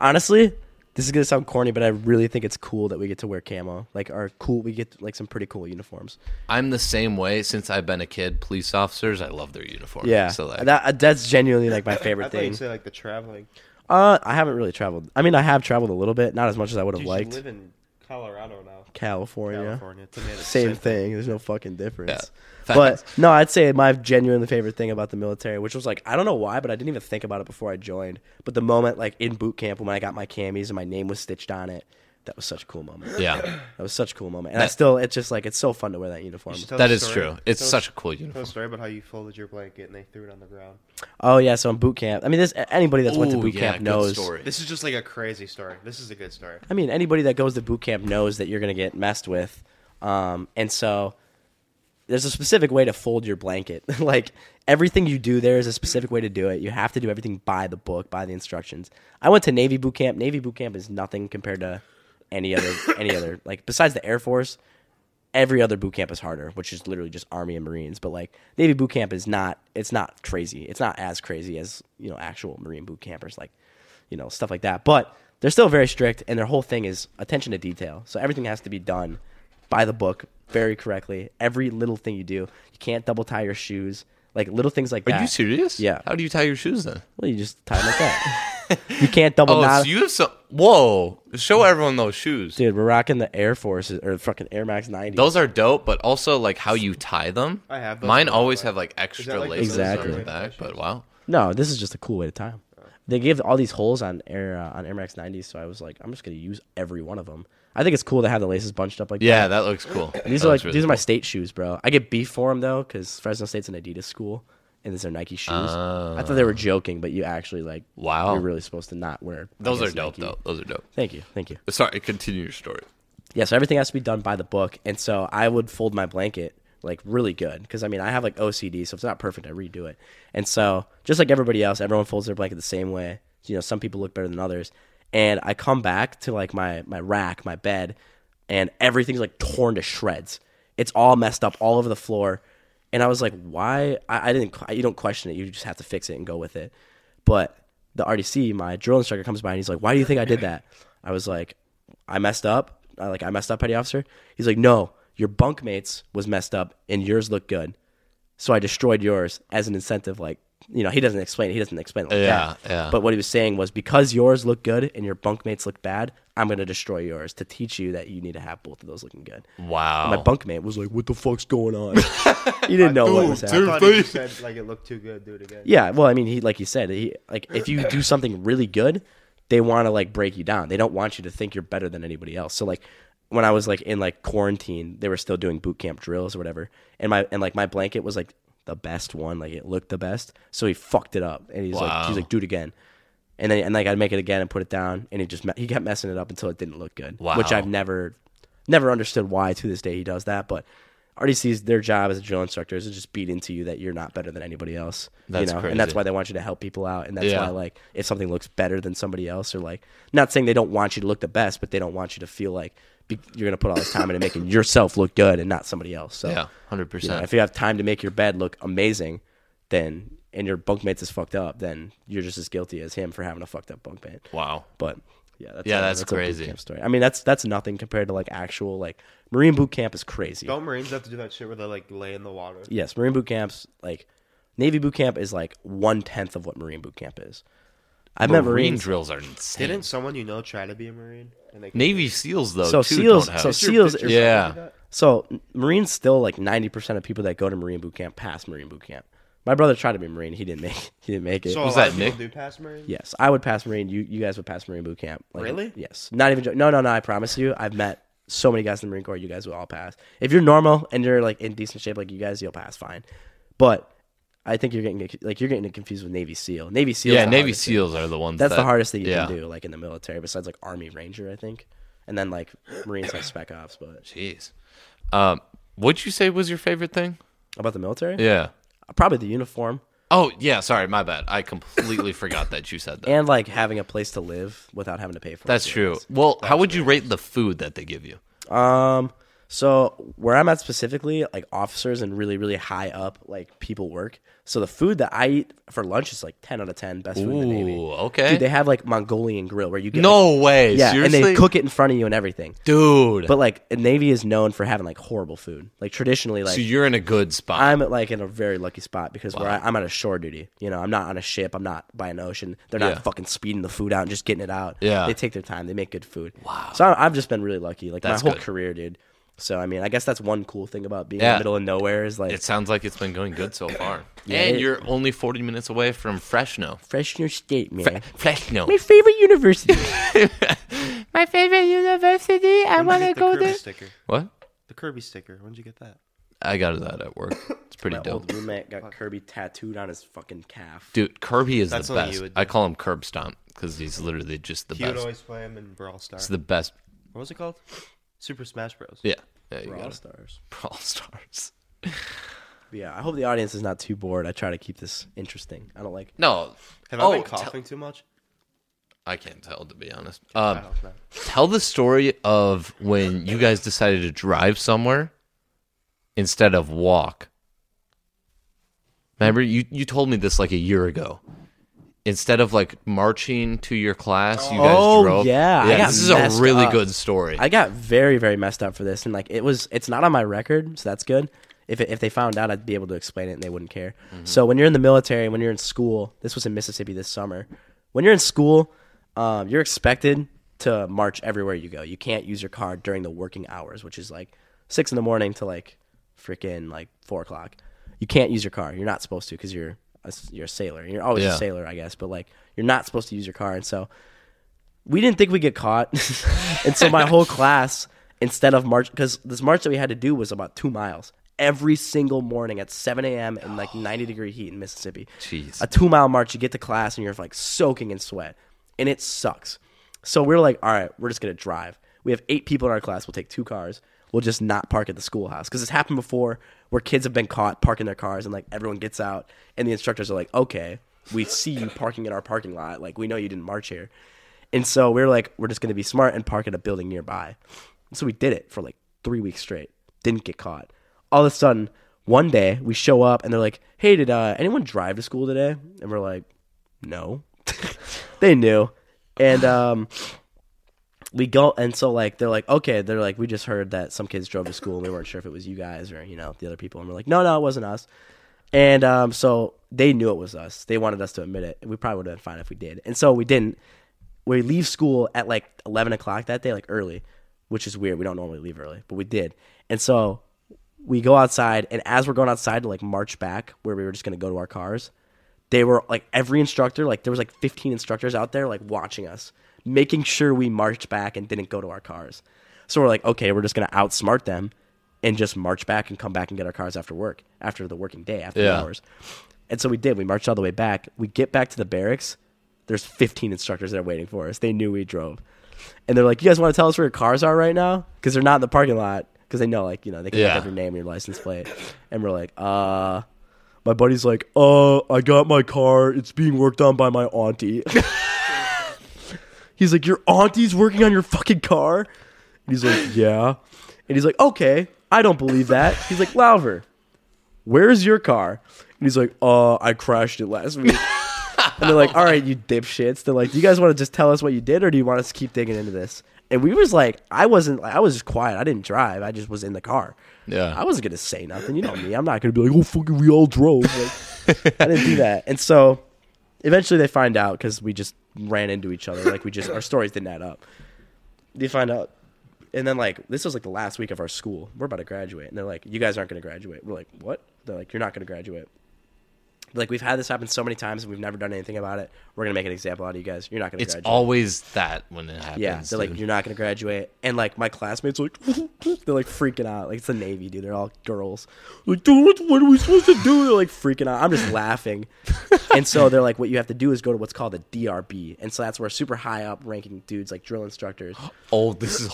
S1: Honestly, this is gonna sound corny, but I really think it's cool that we get to wear camo. Like our cool, we get like some pretty cool uniforms.
S2: I'm the same way since I've been a kid. Police officers, I love their uniforms.
S1: Yeah,
S2: So like,
S1: that that's genuinely like my
S3: I
S1: favorite
S3: thought you
S1: thing.
S3: said like the traveling.
S1: uh, I haven't really traveled. I mean, I have traveled a little bit, not as much as I would have
S3: Dude,
S1: liked.
S3: You live in Colorado now.
S1: California.
S3: California. It's amazing.
S1: Same thing. There's no fucking difference.
S2: Yeah.
S1: But
S2: Facts.
S1: no, I'd say my genuine favorite thing about the military, which was like I don't know why, but I didn't even think about it before I joined. But the moment like in boot camp when I got my camis and my name was stitched on it, that was such a cool moment.
S2: yeah,
S1: That was such a cool moment. And I still it's just like it's so fun to wear that uniform.
S3: You should tell
S2: that
S3: the
S2: is
S3: story.
S2: true. It's
S3: Tell-
S2: such a cool
S3: Tell a
S2: uniform.
S3: story about how you folded your blanket and they threw it on the ground.
S1: Oh yeah, so in boot camp. I mean this anybody that's went to
S2: Ooh,
S1: boot
S2: yeah,
S1: camp
S2: good
S1: knows
S2: story.
S3: This is just like a crazy story. This is a good story.
S1: I mean, anybody that goes to boot camp knows that you're going to get messed with. Um, and so there's a specific way to fold your blanket. like everything you do there is a specific way to do it. You have to do everything by the book, by the instructions. I went to Navy boot camp. Navy boot camp is nothing compared to any other any other like besides the Air Force. Every other boot camp is harder, which is literally just Army and Marines. But like Navy boot camp is not it's not crazy. It's not as crazy as you know actual Marine boot campers like you know, stuff like that. But they're still very strict, and their whole thing is attention to detail. So everything has to be done by the book, very correctly. Every little thing you do, you can't double tie your shoes, like little things like that.
S2: Are you serious?
S1: Yeah.
S2: How do you tie your shoes then?
S1: Well, you just tie them like that. you can't double
S2: Oh,
S1: knot.
S2: so you have some. Whoa! Show everyone those shoes.
S1: Dude, we're rocking the Air Force or fucking Air Max 90.
S2: Those are dope, but also like how you tie them.
S3: I have those
S2: Mine.
S3: on,
S2: Always
S3: but-
S2: have like
S3: Is that,
S2: extra
S3: like, the
S2: laces
S1: Exactly.
S2: on the
S3: silver
S2: back.
S3: shoes?
S2: But wow.
S1: no, this is just a cool way to tie them. They give all these holes on Air uh, on Air Max 90s, so I was like, I'm just gonna use every one of them. I think it's cool to have the laces bunched up like that.
S2: Yeah, that looks cool.
S1: These are
S2: That
S1: like
S2: looks really
S1: these are my
S2: cool.
S1: state shoes, bro. I get beef for them though, because Fresno State's an Adidas school, and these are Nike shoes. I thought they were joking, but you actually like
S2: Oh. Wow.
S1: You're really supposed to not wear. I
S2: Those are
S1: guess,
S2: dope
S1: Nike.
S2: though. Those are dope.
S1: Thank you, thank you.
S2: Sorry. Continue your story.
S1: Yeah, so everything has to be done by the book, and so I would fold my blanket like really good because I mean I have like OCD, so if it's not perfect, I redo it. And so just like everybody else, everyone folds their blanket the same way. You know, some people look better than others. And I come back to like my my rack, my bed, and everything's like torn to shreds. It's all messed up all over the floor. And I was like, why? I, I didn't. que- You don't question it. You just have to fix it and go with it. But the RDC, my drill instructor, comes by and he's like, "Why do you think I did that?" I was like, "I messed up. I, like I messed up, petty officer." He's like, "No, your bunk mates was messed up, and yours looked good, so I destroyed yours as an incentive." Like, you know, he doesn't explain. it. He doesn't explain it like
S2: Yeah,
S1: that.
S2: yeah.
S1: But what he was saying was, because yours look good and your bunk mates look bad, I'm gonna destroy yours to teach you that you need to have both of those looking good.
S2: Wow.
S1: My bunk mate was like, "What the fuck's going on?" he didn't know what was happening.
S3: I thought you said like it looked too good. Do it again.
S1: Yeah, well, I mean, he like you said, he like if you do something really good, they want to like break you down. They don't want you to think you're better than anybody else. So like when I was like in like quarantine, they were still doing boot camp drills or whatever, and my and like my blanket was like the best one, like it looked the best. So he fucked it up, and he's like,
S2: Wow.
S1: he's like, do it again. And then and like I'd make it again and put it down, and he just me- he kept messing it up until it didn't look good, which
S2: Wow.
S1: I've never never understood why to this day he does that, but. RDC's their job as a drill instructor is to just beat into you that you're not better than anybody else
S2: That's
S1: you know, and that's
S2: crazy.
S1: why they want you to help people out, and that's
S2: Yeah.
S1: why like if something looks better than somebody else, or like not saying they don't want you to look the best, but they don't want you to feel like be, you're gonna put all this time into making yourself look good and not somebody else. So
S2: Yeah, hundred
S1: you know,
S2: percent.
S1: if you have time to make your bed look amazing, then and your bunkmates is fucked up, then you're just as guilty as him for having a fucked up bunkmate.
S2: Wow.
S1: But yeah, that's
S2: Yeah,
S1: uh,
S2: that's
S1: a boot
S2: crazy.
S1: camp story. I mean, that's that's nothing compared to like actual like Marine boot camp is crazy.
S3: Don't Marines have to do that shit where they like lay in the water?
S1: Yes, Marine boot camps like Navy boot camp is like one tenth of what Marine boot camp is. I've met
S2: Marine
S1: Marines.
S2: drills are insane.
S3: Didn't someone you know try to be a Marine? And they
S2: Navy SEAls though.
S1: So
S2: too,
S1: SEALs,
S2: Don't have.
S1: so
S3: your-
S1: SEALs,
S3: did your-
S2: yeah.
S1: so Marines still like ninety percent of people that go to Marine boot camp pass Marine boot camp. My brother tried to be a Marine. He didn't make. He didn't make it.
S3: So a
S2: Was
S3: lot
S2: that
S3: of people
S2: Nick?
S3: do pass Marine?
S1: yes, I would pass Marine. You you guys would pass Marine boot camp. Like,
S3: Really?
S1: Yes. Not even. jo- No, no, no. I promise you. I've met so many guys in the Marine Corps. You guys will all pass. If you're normal and you're like in decent shape, like you guys, you'll pass fine. But I think you're getting like you're getting it confused with Navy SEAL. Navy SEAL.
S2: yeah, Navy SEALs are the ones.
S1: That's
S2: that-
S1: the hardest thing you
S2: yeah.
S1: can do, like in the military, besides like Army Ranger, I think, and then like Marines have Spec Ops. But
S2: Jeez. Um, what'd you say was your favorite thing?
S1: about the military,
S2: Yeah.
S1: probably the uniform
S2: Oh yeah, sorry, my bad. I completely forgot that you said that.
S1: and like having a place to live without having to pay for it.
S2: That's true. Well, how would you rate the food that they give you?
S1: Um, so where I'm at specifically, like officers and really, really high up like people work. So the food that I eat for lunch is like ten out of ten, best food in the Navy.
S2: Ooh, okay.
S1: Dude, they have like Mongolian grill where you get like-
S2: no way.
S1: yeah,
S2: Seriously?
S1: and they cook it in front of you and everything.
S2: Dude.
S1: But like the Navy is known for having like horrible food. Like traditionally, like
S2: so you're in a good spot.
S1: I'm at like in a very lucky spot because where I, I'm on a shore duty. You know, I'm not on a ship. I'm not by an ocean. They're not
S2: Yeah.
S1: fucking speeding the food out and just getting it out.
S2: Yeah.
S1: they take their time. They make good food. Wow. So I, I've just been really lucky, like
S2: That's
S1: my whole
S2: good.
S1: career, dude. So I mean, I guess that's one cool thing about being in
S2: Yeah.
S1: the middle of nowhere is like
S2: it sounds like it's been going good so far.
S1: Yeah,
S2: and
S1: it-
S2: you're only 40 minutes away from Fresno.
S1: fresh new state, man.
S2: Fresno.
S1: my favorite university.
S2: My favorite university. I
S3: When did
S2: want
S3: you
S2: to
S3: get the
S2: go
S3: Kirby
S2: there.
S3: Sticker.
S2: What?
S3: The Kirby sticker. When did you get that?
S2: I got that at work. It's pretty
S1: my
S2: dope.
S1: old roommate got Kirby tattooed on his fucking calf.
S2: Dude, Kirby is
S3: That's
S2: the
S3: something you
S2: best.
S3: would do.
S2: I call him Curb Stomp because he's literally just the
S3: He would
S2: best.
S3: always play him in Brawl Stars.
S2: It's the best.
S3: What was it called? Super Smash Bros.
S2: Yeah. Yeah, you
S1: We're all
S2: got it.
S1: stars.
S2: Brawl Stars.
S1: But yeah, I hope the audience is not too bored. I try to keep this interesting. I don't like.
S2: No.
S3: Have
S2: oh,
S3: I been
S2: tell-
S3: coughing too much?
S2: I can't tell, to be honest. Um,
S3: I don't know.
S2: tell the story of when you guys decided to drive somewhere instead of walk. Remember, you, you told me this like a year ago. Instead of like marching to your class, you guys
S1: Oh,
S2: drove.
S1: yeah, I got
S2: this is a
S1: messed
S2: really
S1: up.
S2: good story.
S1: I got very very messed up for this, and like it was, it's not on my record, so that's good. If it, if they found out, I'd be able to explain it, and they wouldn't care. So when you're in the military, when you're in school, this was in Mississippi this summer. When you're in school, um, you're expected to march everywhere you go. You can't use your car during the working hours, which is like six in the morning to like freaking like four o'clock. You can't use your car. You're not supposed to because you're a, you're a sailor. You're always
S2: Yeah.
S1: a sailor, I guess. But like you're not supposed to use your car, and so we didn't think we'd get caught. and so my whole class, instead of march, because this march that we had to do was about two miles every single morning at 7 a.m. in like 90 degree heat in Mississippi.
S2: Jeez.
S1: A two mile march, you get to class and you're like soaking in sweat. And it sucks. So we're like, all right, we're just going to drive. We have eight people in our class. We'll take two cars. We'll just not park at the schoolhouse. Because it's happened before where kids have been caught parking their cars and like everyone gets out and the instructors are like, okay, we see you parking in our parking lot. Like we know you didn't march here. And so we are like, we're just going to be smart and park at a building nearby. And so we did it for like three weeks straight. Didn't get caught. All of a sudden, one day we show up and they're like, hey, did uh, anyone drive to school today? And we're like, no. they knew. And um, we go, and so like, they're like, okay, they're like, we just heard that some kids drove to school and we weren't sure if it was you guys or, you know, the other people. And we're like, no, no, it wasn't us. And um, so they knew it was us. They wanted us to admit it. We probably would have been fine if we did. And so we didn't. We leave school at like 11 o'clock that day, like early, which is weird. We don't normally leave early, but we did. And so we go outside, and as we're going outside to like march back where we were just going to go to our cars, they were like every instructor, like there was like 15 instructors out there like watching us, making sure we marched back and didn't go to our cars. So we're like, okay, we're just going to outsmart them and just march back and come back and get our cars after work, after the working day, after
S2: Yeah.
S1: hours. And so we did. We marched all the way back. We get back to the barracks. There's 15 instructors there waiting for us. They knew we drove. And they're like, you guys want to tell us where your cars are right now? Because they're not in the parking lot. Because they know, like, you know, they can
S2: Yeah.
S1: look up your name and your license plate. And we're like, uh, my buddy's like, uh, I got my car. It's being worked on by my auntie. He's like, Your auntie's working on your fucking car? And he's like, Yeah. And he's like, Okay, I don't believe that. He's like, Lauver, where's your car? And he's like, Uh, I crashed it last week. and they're like, All right, you dipshits. They're like, Do you guys want to just tell us what you did or do you want us to keep digging into this? And we was like, I wasn't, I was just quiet. I didn't drive. I just was in the car.
S2: Yeah.
S1: I wasn't going to say nothing. You know me. I'm not going to be like, Oh, fucking, we all drove. Like, I didn't do that. And so eventually they find out because we just ran into each other like we just our stories didn't add up they find out and then like this was like the last week of our school we're about to graduate and they're like you guys aren't going to graduate we're like what they're like you're not going to graduate like we've had this happen so many times and we've never done anything about it. We're gonna make an example out of you guys. You're not gonna
S2: It's
S1: graduate.
S2: always that when it happens.
S1: yeah, they're like,
S2: dude.
S1: you're not gonna graduate, and like my classmates are like, they're like freaking out. Like it's the Navy, dude. They're all girls. Like, dude, what, what are we supposed to do? They're like freaking out. I'm just laughing, and so they're like, what you have to do is go to what's called a DRB, and so that's where super high up ranking dudes, like drill instructors,
S2: oh, this is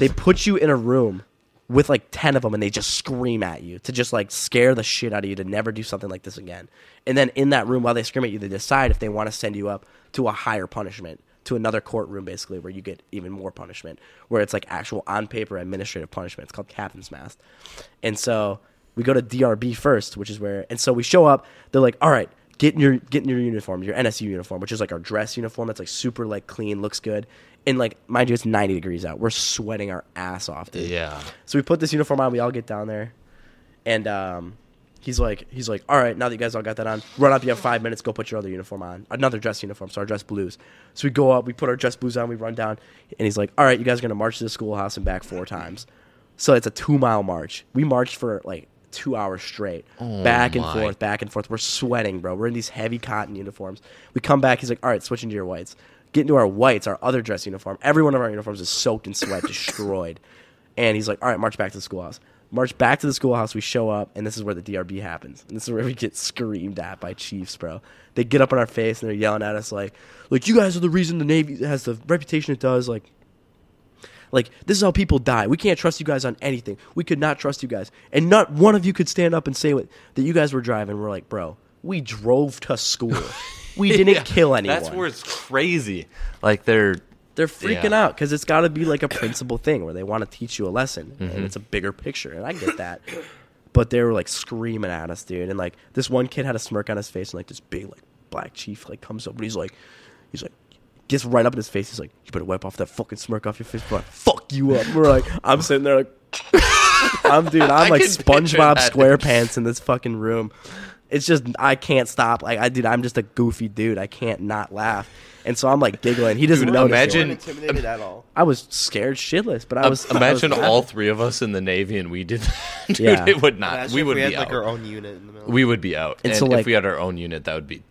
S1: they put you in a room with like 10 of them and they just scream at you to just like scare the shit out of you to never do something like this again. And then in that room while they scream at you, they decide if they want to send you up to a higher punishment, to another courtroom basically where you get even more punishment, where it's like actual on paper administrative punishment. It's called captain's mast. And so we go to DRB first, which is where and so we show up, they're like, "All right, get in your get in your uniform, your NSU uniform, which is like our dress uniform. It's like super like clean, looks good. And like mind you, it's ninety degrees out. We're sweating our ass off, dude.
S2: yeah.
S1: So we put this uniform on. We all get down there, and um, he's like, he's like, all right, now that you guys all got that on, run up. You have five minutes. Go put your other uniform on, another dress uniform. So our dress blues. So we go up. We put our dress blues on. We run down, and he's like, all right, you guys are gonna march to the schoolhouse and back four times. So it's a two mile march. We marched for like two hours straight, back and
S2: my.
S1: forth, back and forth. We're sweating, bro. We're in these heavy cotton uniforms. We come back. He's like, all right, switch into your whites. Get into our whites, our other dress uniform. Every one of our uniforms is soaked in sweat, destroyed. And he's like, all right, march back to the schoolhouse. March back to the schoolhouse. We show up, and this is where the DRB happens. And this is where we get screamed at by chiefs, bro. They get up in our face and they're yelling at us like, like you guys are the reason the Navy has the reputation it does. Like, like this is how people die. We can't trust you guys on anything. We could not trust you guys, and not one of you could stand up and say what, that you guys were driving. We're like, bro, we drove to school. We didn't
S2: Yeah,
S1: kill anyone.
S2: That's where it's crazy. Like they're
S1: They're freaking
S2: Yeah.
S1: out because it's got to be like a principal thing where they want to teach you a lesson and it's a bigger picture, and I get that. But they were like screaming at us, dude, and like this one kid had a smirk on his face, and like this big like black chief like comes up and he's like, he's like. Gets right up in his face. He's like, "You better wipe off that fucking smirk off your face, bro. I Fuck you up." We're like, I'm sitting there like, I'm dude. I'm like
S2: can picture
S1: SpongeBob
S2: that.
S1: SquarePants in this fucking room. It's just I can't stop. Like I, dude, I'm just a goofy dude. I can't not laugh. And so I'm like giggling. He doesn't
S2: Dude,
S1: know.
S2: imagine-
S3: I'm intimidated at all.
S1: I was scared shitless, but I was I was
S2: imagine
S1: laughing.
S2: all three of us in the Navy and we did that. Dude,
S1: Yeah.
S2: it would not.
S3: Imagine
S2: we
S3: if
S2: would
S3: we
S2: be
S3: had like
S2: out.
S3: our own unit in the middle.
S2: we would be out.
S1: And
S2: And,
S1: so, like-
S2: if we had our own unit, that would be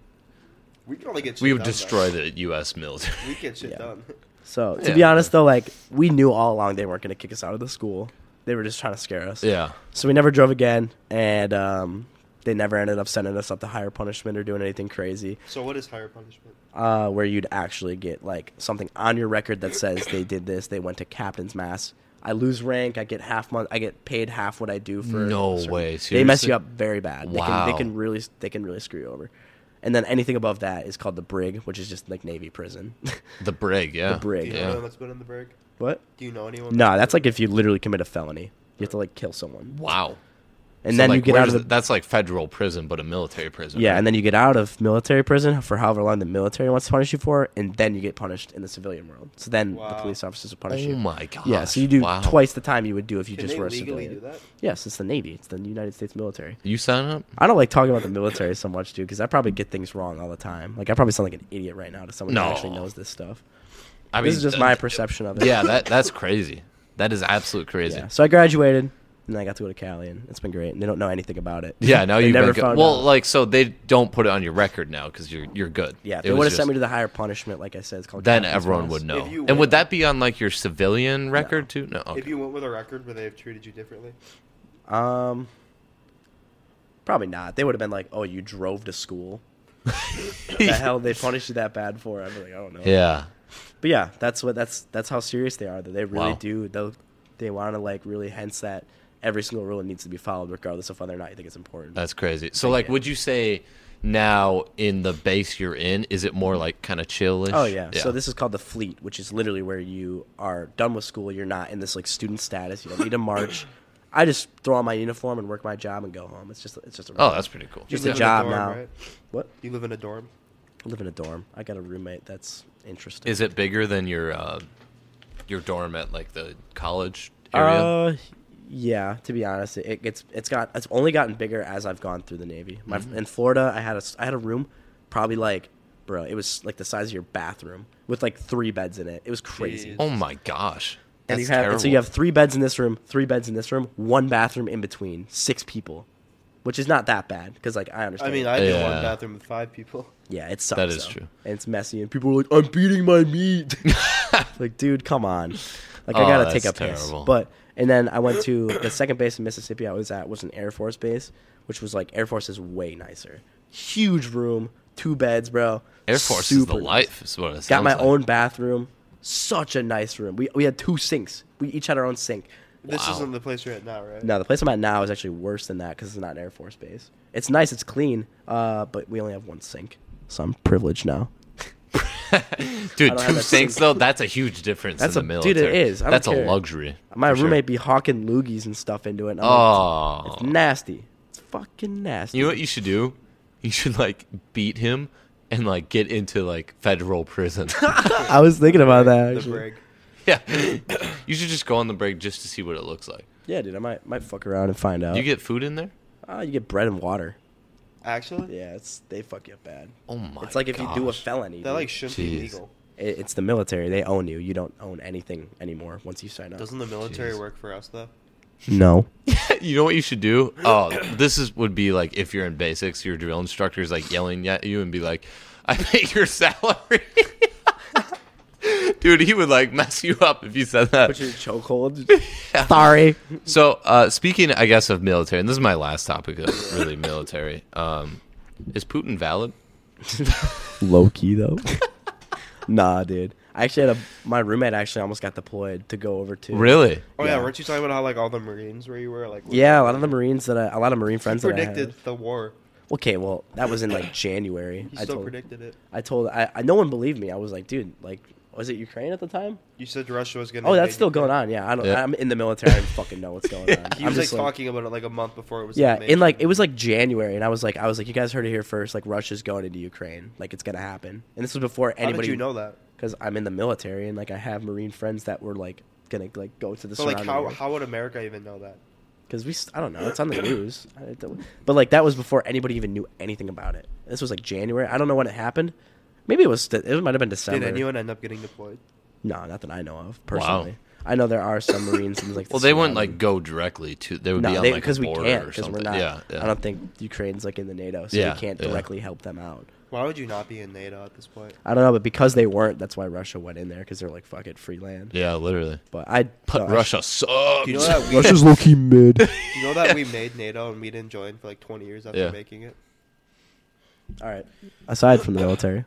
S3: We could only get shit
S2: we would
S3: done,
S2: destroy the U.S. military.
S3: though. We get shit
S1: Yeah.
S3: done.
S1: So to
S2: Yeah.
S1: be honest, though, like we knew all along they weren't going to kick us out of the school. They were just trying to scare us.
S2: yeah.
S1: So we never drove again, and um, they never ended up sending us up to higher punishment or doing anything crazy,
S3: So what is higher punishment?
S1: uh, where you'd actually get like something on your record that says they did this. They went to captain's mass. I lose rank. I get half month. I get paid half what I do for.
S2: No
S1: certain-
S2: way,
S1: They mess
S2: seriously?
S1: you up very bad. They can,
S2: Wow.
S1: they can really they can really screw you over. And then anything above that is called the brig, which is just like navy prison.
S2: The brig. Yeah. The
S1: brig.
S3: Do you know
S2: Yeah.
S3: anyone that's been in the brig?
S1: What?
S3: Do you know anyone?
S1: No, that's like if you literally commit a felony. You have to like kill someone,
S2: Wow.
S1: and
S2: So,
S1: then you
S2: like,
S1: get
S2: where
S1: out of the
S2: does- that's like federal prison, but a military prison.
S1: yeah,
S2: right?
S1: and then you get out of military prison for however long the military wants to punish you for, and then you get punished in the civilian world. So then the
S3: Wow.
S1: police officers will punish
S2: Oh
S1: you.
S2: my gosh.
S1: yeah, so you do
S2: wow.
S1: twice the time you would do if you
S3: Can
S1: just
S3: they
S1: were a
S3: legally
S1: civilian.
S3: do that?
S1: Yes, it's the Navy. It's the United States military.
S2: You sign up?
S1: I don't like talking about the military so much, dude, because I probably get things wrong all the time. Like I probably sound like an idiot right now to someone who
S2: No.
S1: actually knows this stuff.
S2: I mean,
S1: this is just
S2: uh,
S1: my perception of it.
S2: Yeah, that that's crazy. That is absolute crazy.
S1: Yeah. So I graduated, and I got to go to Cali, and it's been great. And they don't know anything about it.
S2: Yeah, now
S1: They
S2: you've
S1: never
S2: been good.
S1: found
S2: well,
S1: out.
S2: like so they don't put it on your record now because you're you're good.
S1: Yeah, if
S2: It
S1: they
S2: was
S1: would have
S2: just-
S1: sent me to the higher punishment, like I said. It's called
S2: Then
S1: captain's
S2: everyone
S1: mess.
S2: would know.
S3: If you
S2: And
S3: went-
S2: would that be on like your civilian record too? No. Okay.
S3: If you went with a record where they have treated you differently,
S1: Um, probably not. They would have been like, "Oh, you drove to school." What the hell they punished you that bad for? I'd be like, I don't know.
S2: yeah.
S1: But yeah, that's what that's that's how serious they are. That they really
S2: Wow.
S1: do. They they want to like really hence that every single rule needs to be followed, regardless of whether or not you think it's important.
S2: That's crazy. So, like, would you say now in the base you're in, is it more like kind of chillish?
S1: Oh yeah. So this is called the fleet, which is literally where you are done with school. You're not in this like student status. You don't need to march. I just throw on my uniform and work my job and go home. It's just it's just a
S2: Oh, that's pretty cool.
S1: just a
S3: You live in
S1: job
S3: dorm,
S1: now.
S3: right?
S1: What?
S3: You live in a dorm.
S1: I live in a dorm. I got a roommate. That's interesting.
S2: Is it bigger than your uh, your dorm at like the college area?
S1: uh, yeah. To be honest, it, it gets it's got it's only gotten bigger as I've gone through the Navy. My,
S2: Mm-hmm.
S1: In Florida, I had a s- I had a room, probably like bro, it was like the size of your bathroom with like three beds in it. It was crazy.
S3: Jeez.
S2: oh my gosh.
S1: and
S2: That's
S1: you have and so
S2: terrible.
S1: you have three beds in this room, three beds in this room, one bathroom in between, six people. which is not that bad because like I understand.
S3: I mean, I'd be in
S2: Yeah.
S3: one bathroom with five people.
S1: yeah, it sucks.
S2: That is
S1: though.
S2: true.
S1: And it's messy, and people are like, "I'm beating my meat." like, dude, come on. Like, I
S2: Oh,
S1: gotta take a
S2: that's
S1: piss.
S2: terrible.
S1: But and then I went to the second base in Mississippi. I was at was an Air Force base, which was like Air Force is way nicer. Huge room, two beds, bro.
S2: Air Force is
S1: Super
S2: the
S1: nice.
S2: life. Is what it
S1: Got
S2: sounds
S1: my
S2: like.
S1: own bathroom. Such a nice room. We we had two sinks. We each had our own sink.
S3: This
S2: Wow.
S3: isn't the place you're at now, right?
S1: No, the place I'm at now is actually worse than that because it's not an Air Force base. It's nice, it's clean, uh, but we only have one sink, so I'm privileged now. I
S2: Dude,
S1: don't have
S2: two
S1: that
S2: sinks
S1: sink.
S2: though. That's a huge difference
S1: That's
S2: in
S1: a-
S2: the military.
S1: dude, it is. I don't
S2: that's
S1: care.
S2: a luxury.
S1: My
S2: for sure.
S1: roommate be hawking loogies and stuff into it. and I'm like,
S2: Oh,
S1: it's nasty. It's fucking nasty.
S2: you know what you should do? You should like beat him and like get into like federal prison.
S1: I was thinking about that.
S3: The
S1: Actually.
S3: brig.
S2: yeah, you should just go on the break just to see what it looks like.
S1: Yeah, dude, I might might fuck around and find out.
S2: Do you get food in there?
S1: uh, you get bread and water.
S3: Actually,
S1: Yeah, it's they fuck you up bad.
S2: Oh my!
S1: it's like if you do a
S2: gosh.
S1: felony.
S3: that
S1: dude.
S3: like shouldn't be
S2: Jeez.
S3: legal.
S1: It- it's the military. They own you. You don't own anything anymore once you sign up.
S3: Doesn't the military
S2: Jeez.
S3: work for us though?
S1: no.
S2: you know what you should do? Oh, this is would be like if you're in basics, your drill instructor is like yelling at you and be like, "I pay your salary." Dude, he would like mess you up if you said
S1: Put
S2: that.
S1: you in a chokehold. Sorry.
S2: So, uh, speaking, I guess, of military, and this is my last topic of really military. Um, is Putin valid?
S1: Low key though. nah, dude. I actually had a my roommate actually almost got deployed to go over to
S2: Really?
S3: Oh yeah.
S1: Yeah.
S3: weren't you talking about how like all the Marines where you were like?
S1: Yeah, a lot of the Marines that I, a lot of Marine friends that I
S3: predicted
S1: have.
S3: the war.
S1: Okay, well that was in like January.
S3: You
S1: I
S3: still
S1: told,
S3: predicted it.
S1: I told I, I no one believed me. I was like, dude, like was it Ukraine at the time?
S3: You said Russia was gonna.
S1: Oh,
S3: invade
S1: that's still
S3: Ukraine.
S1: going on. Yeah, I don't.
S2: Yeah.
S1: I'm in the military. I don't fucking know what's going on.
S3: He
S1: I'm
S3: was like,
S1: just,
S3: talking about it like a month before it was.
S1: Yeah,
S3: invaded.
S1: in like it was like January, and I was like, I was like, you guys heard it here first. Like Russia's going into Ukraine. Like it's gonna happen. And this was before
S3: How
S1: anybody.
S3: did you know that?
S1: because I'm in the military and like I have Marine friends that were like gonna like go to the
S3: But like, how
S1: surrounding
S3: how would America even know that?
S1: because we s- I don't know it's on the news, I don't- but like that was before anybody even knew anything about it. This was like January. I don't know when it happened. Maybe it was it might have been December.
S3: Did anyone end up getting deployed?
S1: No, not that I know of personally. I know there are some Marines in like. the
S2: Well, they wouldn't like
S1: surrounding-
S2: go directly to. They would be
S1: No,
S2: on
S1: they-
S2: like a
S1: because we
S2: border
S1: can't
S2: or
S1: because
S2: something.
S1: we're not.
S2: yeah, yeah.
S1: I don't think Ukraine's like in the NATO, so
S2: Yeah,
S1: we can't
S2: yeah.
S1: directly help them out.
S3: Why would you not be in NATO at this point?
S1: I don't know, but because they weren't, that's why Russia went in there because they're like fuck it, free land.
S2: yeah, literally.
S1: But I
S2: But
S1: no, I-
S2: Russia sucks.
S3: Do you know that we,
S5: Russia's low key mid.
S3: you know that we made NATO and we didn't join for like 20 years after
S2: Yeah.
S3: making it?
S1: All right. Aside from the military,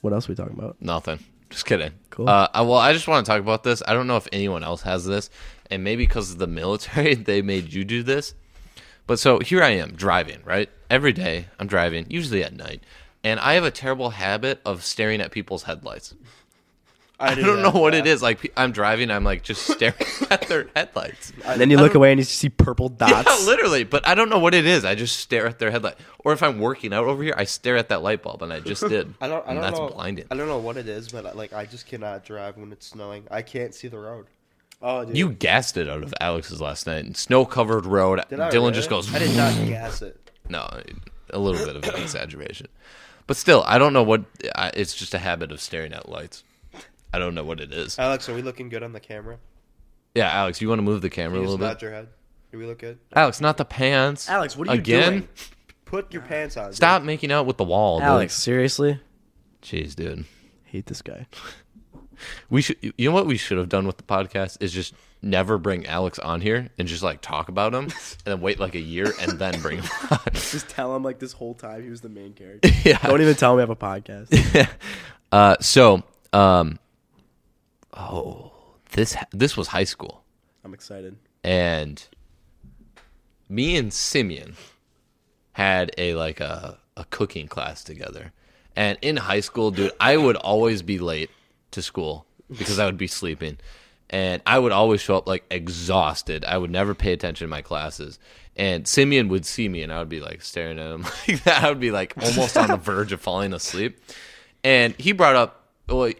S1: what else are we talking about?
S2: Nothing. Just kidding.
S1: Cool.
S2: Uh, I, well, I just want to talk about this. I don't know if anyone else has this, and maybe because of the military, they made you do this. But so here I am driving, right? Every day I'm driving, usually at night, and I have a terrible habit of staring at people's headlights. I,
S3: do
S2: don't
S3: that,
S2: know what it
S3: yeah.
S2: is. Like pe- I'm driving, I'm like just staring at their headlights.
S1: And then you look away and you see purple dots.
S2: Yeah, literally. But I don't know what it is. I just stare at their headlight. Or if I'm working out over here, I stare at that light bulb, and I just did.
S3: I don't. I
S2: and
S3: don't
S2: that's
S3: know.
S2: blinding.
S3: I don't know what it is, but like I just cannot drive when it's snowing. I can't see the road.
S1: oh, dude.
S2: You gassed it out of Alex's last night. and Snow covered road.
S3: Did I
S2: Dylan
S3: really?
S2: just goes.
S3: I did not gas it.
S2: No, a little bit of an exaggeration, but still, I don't know what. I, it's just a habit of staring at lights. I don't know what it is.
S3: Alex, are we looking good on the camera?
S2: Yeah, Alex, you want to move the camera a
S3: You
S2: little
S3: just nod
S2: bit?
S3: your head. Do we look good?
S2: Alex, not the pants.
S1: Alex, what are you
S2: Again?
S1: doing?
S3: Put your pants on. dude.
S2: Stop making out with the wall, dude.
S1: Alex, seriously?
S2: Jeez, dude.
S1: Hate this guy.
S2: We should. You know what we should have done with the podcast is just never bring Alex on here and just like talk about him and then wait like a year and then bring him on.
S1: Just tell him like this whole time he was the main character.
S2: Yeah.
S1: Don't even tell him we have a podcast.
S2: Uh, so, um, oh, this this was high school,
S1: I'm excited.
S2: and me and Simeon had a like a a cooking class together. And in high school, dude, I would always be late to school because I would be sleeping. And I would always show up like exhausted. I would never pay attention to my classes. And Simeon would see me and I would be like staring at him like that. I would be like almost on the verge of falling asleep. And he brought up well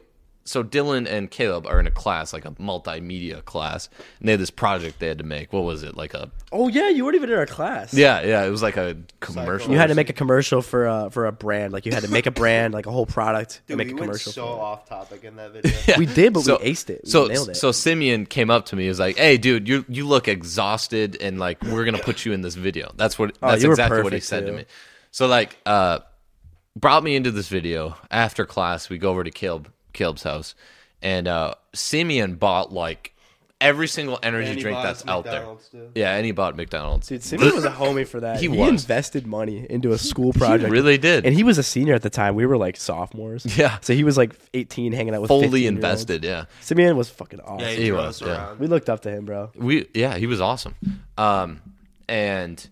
S2: so Dylan and Caleb are in a class, like a multimedia class, and they had this project they had to make. What was it? Like a
S1: Oh yeah, you weren't even in our class.
S2: yeah, yeah. It was like a commercial.
S1: You had to make a commercial for a for a brand. Like you had to make a brand, like a whole product, and
S3: Dude,
S1: make
S3: we
S1: a
S3: went
S1: commercial.
S3: so
S1: for it.
S3: off topic in that video.
S2: Yeah.
S1: We did, but we aced it. We
S2: so
S1: nailed it.
S2: so Simeon came up to me. He was like, "Hey, dude, you you look exhausted, and like we're gonna put you in this video." That's what that's
S1: Oh, you were
S2: exactly what he
S1: perfect,
S2: said to
S1: too.
S2: me. So like, uh, brought me into this video after class. We go over to Caleb Caleb's house, and uh, Simeon bought like every single energy
S3: And he
S2: drink
S3: bought
S2: that's
S3: us
S2: out there.
S3: McDonald's, too.
S2: Yeah, and he bought McDonald's.
S1: Dude, Simeon was a homie for that. He,
S2: He was.
S1: invested money into a school project.
S2: really did.
S1: And he was a senior at the time. We were like sophomores.
S2: Yeah.
S1: So he was like 18, hanging out with
S2: fully
S1: 15-year-olds.
S2: invested. Yeah,
S1: Simeon was fucking awesome.
S3: Yeah,
S2: He
S3: drove
S2: was,
S3: us
S2: yeah.
S3: around.
S1: We looked up to him, bro.
S2: we yeah he was awesome um and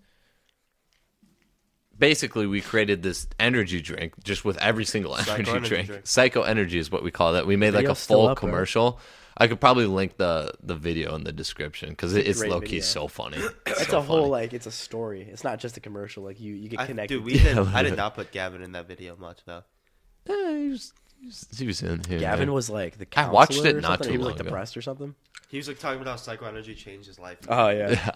S2: basically we created this energy drink just with every single energy,
S3: energy
S2: drink.
S3: drink.
S2: psycho energy is what we call that we made like a
S1: Video's still up,
S2: full
S1: right?
S2: commercial i could probably link the the video in the description because it, it's
S1: great
S2: low-key
S1: video.
S2: so funny
S1: It's a whole like it's a story. It's not just a commercial. Like you, you get
S3: I,
S1: connected.
S3: dude, we did.
S2: Yeah,
S3: I
S2: literally.
S3: did not put Gavin in that video much though.
S2: he was, he was, he was in here
S1: Gavin was like the
S2: I
S1: counselor.
S2: watched it
S1: or
S2: not
S1: something.
S2: too
S1: He was
S2: long
S1: like
S2: ago.
S1: depressed or something.
S3: He was like talking about how psycho energy changed his life.
S1: Oh yeah,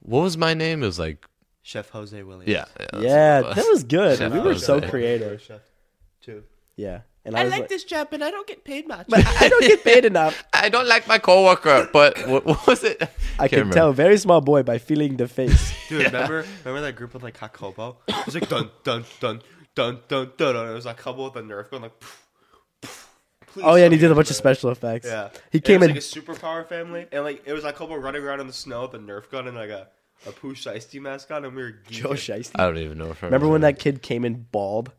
S2: what was my name it was like
S3: Chef Jose Williams. Uh,
S2: yeah that's what
S1: yeah.
S2: it
S1: That was good.
S2: Chef
S1: we were
S2: Jose.
S1: so creative.
S3: Chef, too.
S1: Yeah, and I, was like,
S3: this job, but I don't get paid much.
S1: but I don't get paid enough.
S2: i don't like my coworker but what, what was it
S1: I
S2: can't
S1: can
S2: remember.
S1: tell very small boy by feeling the face.
S3: Dude, remember remember that group with like Hakobo? It was like dun dun dun dun dun dun. dun. It was like Hakobo with a Nerf gun, like. Poof, poof. Please
S1: oh yeah, and he
S3: don't
S1: did a
S3: do
S1: bunch
S3: that.
S1: of special effects.
S3: Yeah,
S1: he
S3: And
S1: came
S3: it
S1: in.
S3: was, like a superpower family, and like it was like Hakobo running around in the snow with a Nerf gun and like a a Pooh Shiesty mask on, and we were geeking.
S1: Joe Shiesty.
S2: i don't even know if I
S1: Remember when that kid came in bald?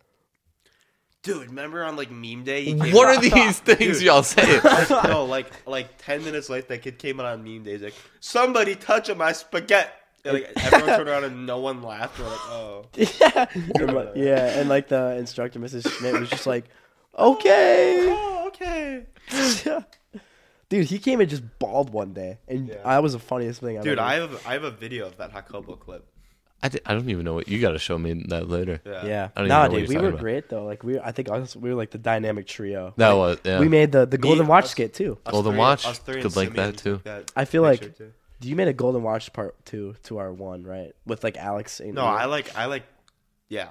S3: Dude, remember on like meme day? he came
S2: What
S3: out-
S2: are these things
S3: Dude.
S2: y'all say?
S3: no, like like ten minutes late, that kid came out on meme days like, "Somebody touching my spaghetti!" And, like everyone turned around and no one laughed. We're like, "Oh,
S1: yeah. yeah, and like the instructor, Mrs. Schmidt, was just like, okay.
S3: oh okay."
S1: Dude, he came in just bald one day, and
S3: Yeah.
S1: that was the funniest thing. I've
S3: Dude,
S1: ever-
S3: I have I have a video of that Hakobo clip.
S2: I, di- I don't even know what you got to show me that later.
S3: Yeah.
S1: yeah,
S2: I don't even know
S1: nah,
S2: what
S1: dude,
S2: you're
S1: we
S2: talking
S1: were
S2: about.
S1: great though. Like we, I think us, we were like the dynamic trio.
S2: That
S1: Like,
S2: was yeah.
S1: We made the the Golden
S3: Me,
S1: Watch
S3: us-
S1: skit too.
S3: Us
S2: Golden
S3: three-
S2: Watch
S3: us three
S2: could
S3: and
S2: link
S3: Simeon
S2: that, too.
S3: took that
S1: I feel
S3: picture,
S1: like-
S3: too.
S1: You made a Golden Watch part two to our one, right? With like Alex. And
S3: no, I like I like yeah,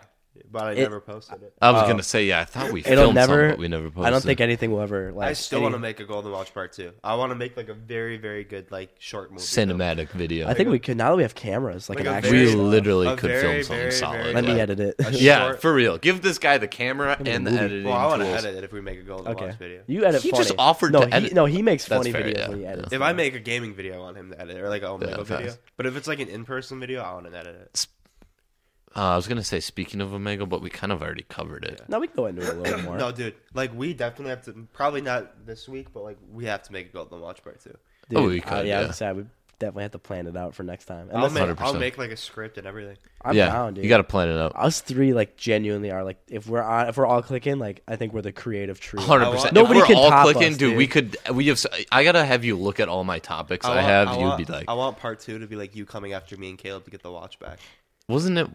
S3: but I never posted it.
S2: I was gonna say yeah. I thought we
S1: uh, It'll
S2: filmed some,
S1: never.
S2: but we never posted.
S1: I don't think anything will ever. Like,
S3: I still
S1: any-
S3: want to make a Golden Watch part too. I want to make like a very very good like short movie.
S2: cinematic video.
S1: I think we could now that we have cameras. Like,
S3: Like
S1: an
S3: a
S1: actual.
S2: we
S3: very-
S2: literally
S3: a
S2: could
S3: very,
S2: film something
S3: very,
S2: solid.
S3: very
S1: Let me
S2: like-
S1: edit it.
S3: should-
S2: Yeah,
S3: Short-
S2: for real. Give this guy the camera and the
S1: movie.
S2: editing
S3: Well, I want to
S2: tools.
S3: edit it if we make a Golden
S1: Okay.
S3: Watch video.
S1: You edit.
S2: He
S1: funny.
S2: just offered
S1: no,
S2: to
S1: he,
S2: edit.
S1: No, he makes
S2: That's
S1: funny
S2: fair,
S1: videos
S2: yeah,
S1: when he edits.
S2: yeah.
S3: If I make a gaming video, I want him to edit it, or like a Omega
S2: Yeah,
S3: video.
S2: facts.
S3: But if it's like an in-person video, I want to edit it.
S2: Uh, I was gonna say speaking of Omega, but we kind of already covered it.
S1: No, we can go into it a little more.
S3: No, dude, like we definitely have to. Probably not this week, but like we have to make a Golden Watch part too.
S1: Dude,
S2: Oh, we
S1: uh,
S2: could,
S1: yeah, I
S2: yeah.
S1: was sad. We definitely have to plan it out for next time.
S3: I'll
S1: Unless,
S3: make, I'll
S2: 100%.
S3: make like a script and everything.
S1: I'm
S2: yeah,
S1: down, dude.
S2: you got to plan it out.
S1: Us three, like, genuinely are like, if we're on, if we're all clicking, like, I think we're the creative trio.
S2: Hundred percent.
S1: Nobody
S2: if we're
S1: can
S2: all
S1: top
S2: clicking,
S1: us,
S2: dude, We
S1: dude.
S2: could. We have. s- I gotta have you look at all my topics I,
S3: want-
S2: have.
S3: I
S2: you'd
S3: want-
S2: be like,
S3: I want part two to be like you coming after me and Caleb to get the watch back.
S2: wasn't it?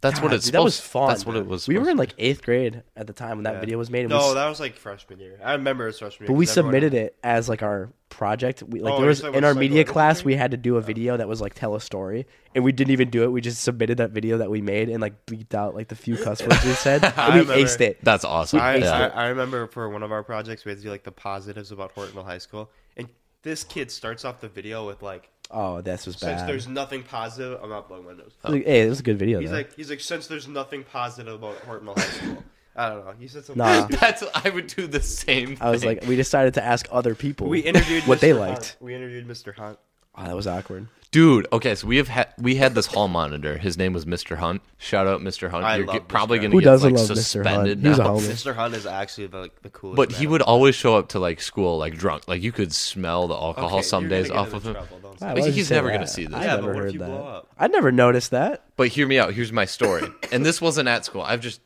S2: That's what
S1: God,
S2: it's.
S1: Ah, dude, that was
S2: supposed-
S1: fun.
S2: That's what it was.
S1: We were
S2: supposed-
S1: in like eighth grade at the time when that
S3: Yeah.
S1: video was made. And we,
S3: no,
S1: s-
S3: that was like freshman year. I remember it was freshman year.
S1: but we
S3: 'cause everyone-
S1: submitted it as like our project. We like
S3: Oh,
S1: there
S3: you
S1: was
S3: said
S1: in
S3: with
S1: our
S3: Psycho
S1: media
S3: Energy?
S1: class we had to do a video that was like tell a story, and we didn't even do it. We just submitted that video that we made and like beeped out like the few cuss words we said. and
S3: I
S1: we
S3: remember.
S1: aced it.
S2: That's awesome.
S3: I,
S2: yeah.
S3: I, I remember for one of our projects, we had to do like the positives about Hortonville High School, and this kid starts off the video with like,
S1: Oh, this was
S3: "Since
S1: bad.
S3: there's nothing positive, I'm not blowing windows."
S1: Like, hey, it was a good video.
S3: He's
S1: though.
S3: like, he's like, "Since there's nothing positive about Hortonville High School." I don't know. He said something.
S1: Nah.
S3: stupid.
S2: That's I would do the same.
S1: I was
S2: thing.
S1: like, we decided to ask other people
S3: We interviewed
S1: what
S3: Mr.
S1: they
S3: Hunt.
S1: liked.
S3: We interviewed Mr. Hunt.
S1: Oh, that was awkward.
S2: dude. Okay, so we have had we had this hall monitor. His name was Mr. Hunt. Shout out Mr. Hunt.
S3: I
S2: You're
S3: love
S2: get-
S3: Mr.
S2: probably
S3: Hunt.
S2: gonna
S1: Who
S2: get
S1: doesn't
S2: like
S1: love Mr. Hunt?
S2: suspended
S1: He was a
S2: now.
S1: homie.
S3: Mr. Hunt is actually the, like the coolest.
S2: But
S3: man
S2: he
S3: alive.
S2: would always show up to like school like drunk. Like you could smell the alcohol
S3: Okay,
S2: some
S3: you're gonna
S2: days
S3: get
S2: off
S3: into
S2: of him.
S3: trouble, don't
S1: Wow,
S3: say
S1: why would
S2: he's
S1: you say
S2: never
S1: that?
S2: gonna see this.
S1: I
S2: Yeah,
S1: never
S3: but what if
S1: heard
S3: you
S1: that.
S3: blow up?
S1: I never noticed that.
S2: But hear me out. Here's my story. and this wasn't at school. I've just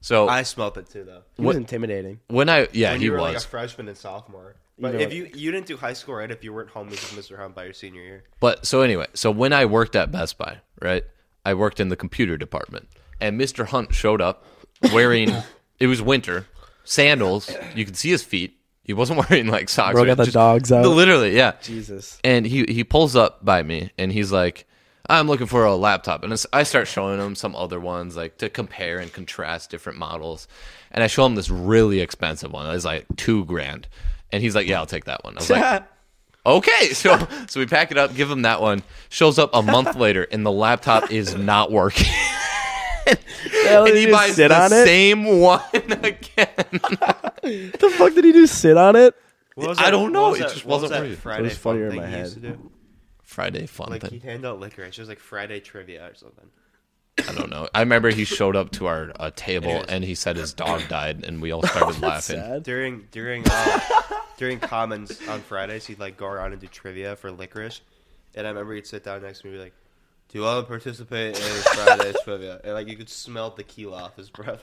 S2: so
S3: I smelt it too, though.
S1: He
S2: What-
S1: was intimidating.
S2: when I yeah
S3: When
S2: he
S3: you were
S2: was.
S3: like a freshman and sophomore. But
S1: know
S3: if
S1: what?
S3: you you didn't do high school right, if you weren't homies with Mr. Hunt by your senior year,
S2: But so anyway, so when I worked at Best Buy, right, I worked in the computer department, and Mr. Hunt showed up wearing it was winter sandals. You could see his feet. He wasn't wearing like socks.
S1: Bro
S2: or-
S1: got the
S2: just-
S1: dogs out.
S2: Literally, yeah.
S6: Jesus.
S2: And he he pulls up by me and he's like, "I'm looking for a laptop." And it's- I start showing him some other ones like to compare and contrast different models. And I show him this really expensive one. It's like two grand. And he's like, "Yeah, I'll take that one." I was like, Okay, so so we pack it up, give him that one. Shows up a month later, and the laptop is not working. and
S1: did
S2: he
S1: you
S2: buys
S1: Oh, sit
S2: the
S1: on it?
S2: same one again.
S1: What the fuck did he do? Sit on it?
S3: What was
S2: I don't
S3: what
S2: know,
S3: was
S2: it
S3: that-
S2: just
S3: what was
S2: wasn't
S3: that
S2: worth it.
S3: Friday
S6: It was
S3: fun
S6: funnier in
S3: thing
S6: my
S3: you
S6: head.
S3: used to do?
S2: Friday fun
S3: Like
S2: thing.
S3: he'd hand out licorice. It was like Friday trivia or something.
S2: I don't know. I remember he showed up to our uh, table
S3: Anyways.
S2: and he said his dog died, and we all started laughing.
S6: Sad.
S3: During during uh, during commons on Fridays, he'd like go around and do trivia for licorice, and I remember he'd sit down next to me and be like, "Do you want to participate in Friday's trivia?" And like you could smell tequila off his breath.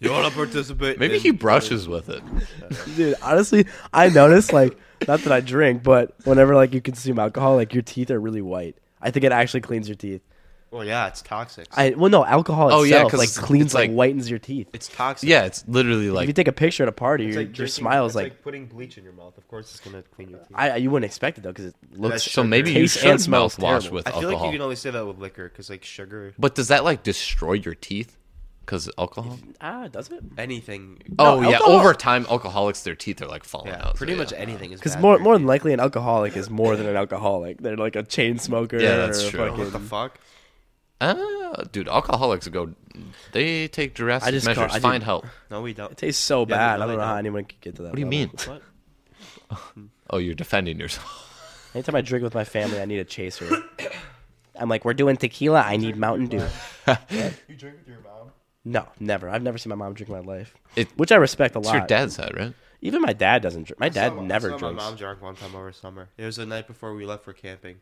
S3: you want to participate?
S2: Maybe
S3: in-
S2: he brushes with it.
S1: Dude, honestly, I noticed like not that I drink, but whenever like you consume alcohol, like your teeth are really white. I think it actually cleans your teeth.
S3: Well, yeah, it's toxic.
S1: I well no, alcohol
S2: Oh,
S1: itself
S2: yeah, 'cause
S1: like
S2: it's-
S1: cleans
S2: it's
S1: like,
S2: like-
S1: whitens your teeth.
S3: it's toxic.
S2: Yeah, it's literally
S1: if you
S2: like
S1: take a picture at a party,
S3: It's
S1: your,
S3: like
S1: your
S3: drinking-
S1: smile is
S3: it's
S1: like,
S3: putting bleach in your mouth. Of course, it's gonna clean your teeth.
S1: I you wouldn't expect it though because it looks.
S3: That's
S2: so. Maybe you
S1: Tastes
S2: should
S1: and smells
S2: mouthwash
S1: terrible.
S2: with
S3: I feel
S2: alcohol.
S3: like you can only say that with liquor because like sugar,
S2: But does that like destroy your teeth? Because alcohol.
S1: Ah, does it?
S3: anything.
S2: Oh yeah,
S1: alcohol-
S2: over time, alcoholics their teeth are like falling
S3: yeah,
S2: out.
S3: pretty
S2: so,
S3: much
S2: yeah.
S3: anything is
S1: Because
S3: bad
S1: more
S3: for
S1: more
S3: your
S1: than likely an alcoholic is more than an alcoholic. They're like a chain smoker.
S2: Yeah, that's
S1: or a
S2: true.
S3: teeth. What the
S1: fucking-
S3: fuck?
S2: Ah, dude, alcoholics go. They take drastic
S1: I just
S2: measures.
S1: can't- I
S2: Find
S1: didn't-
S2: help.
S3: No, we don't.
S1: It tastes so
S3: they
S1: bad. I
S3: really
S1: don't know how
S3: don't.
S1: anyone could get to that.
S2: What do you
S1: level.
S2: mean?
S3: What?
S2: Oh, you're defending yourself.
S1: Anytime I drink with my family, I need a chaser. I'm like, we're doing tequila. I need Mountain Dew.
S3: You drink with your mom?
S1: No, never. I've never seen my mom drink in my life,
S2: It-
S1: which I respect a
S2: It's
S1: lot.
S2: your dad's side, right?
S1: Even my dad doesn't drink. My dad never
S3: My
S1: drinks.
S3: mom drank one time over summer. It was the night before we left for camping,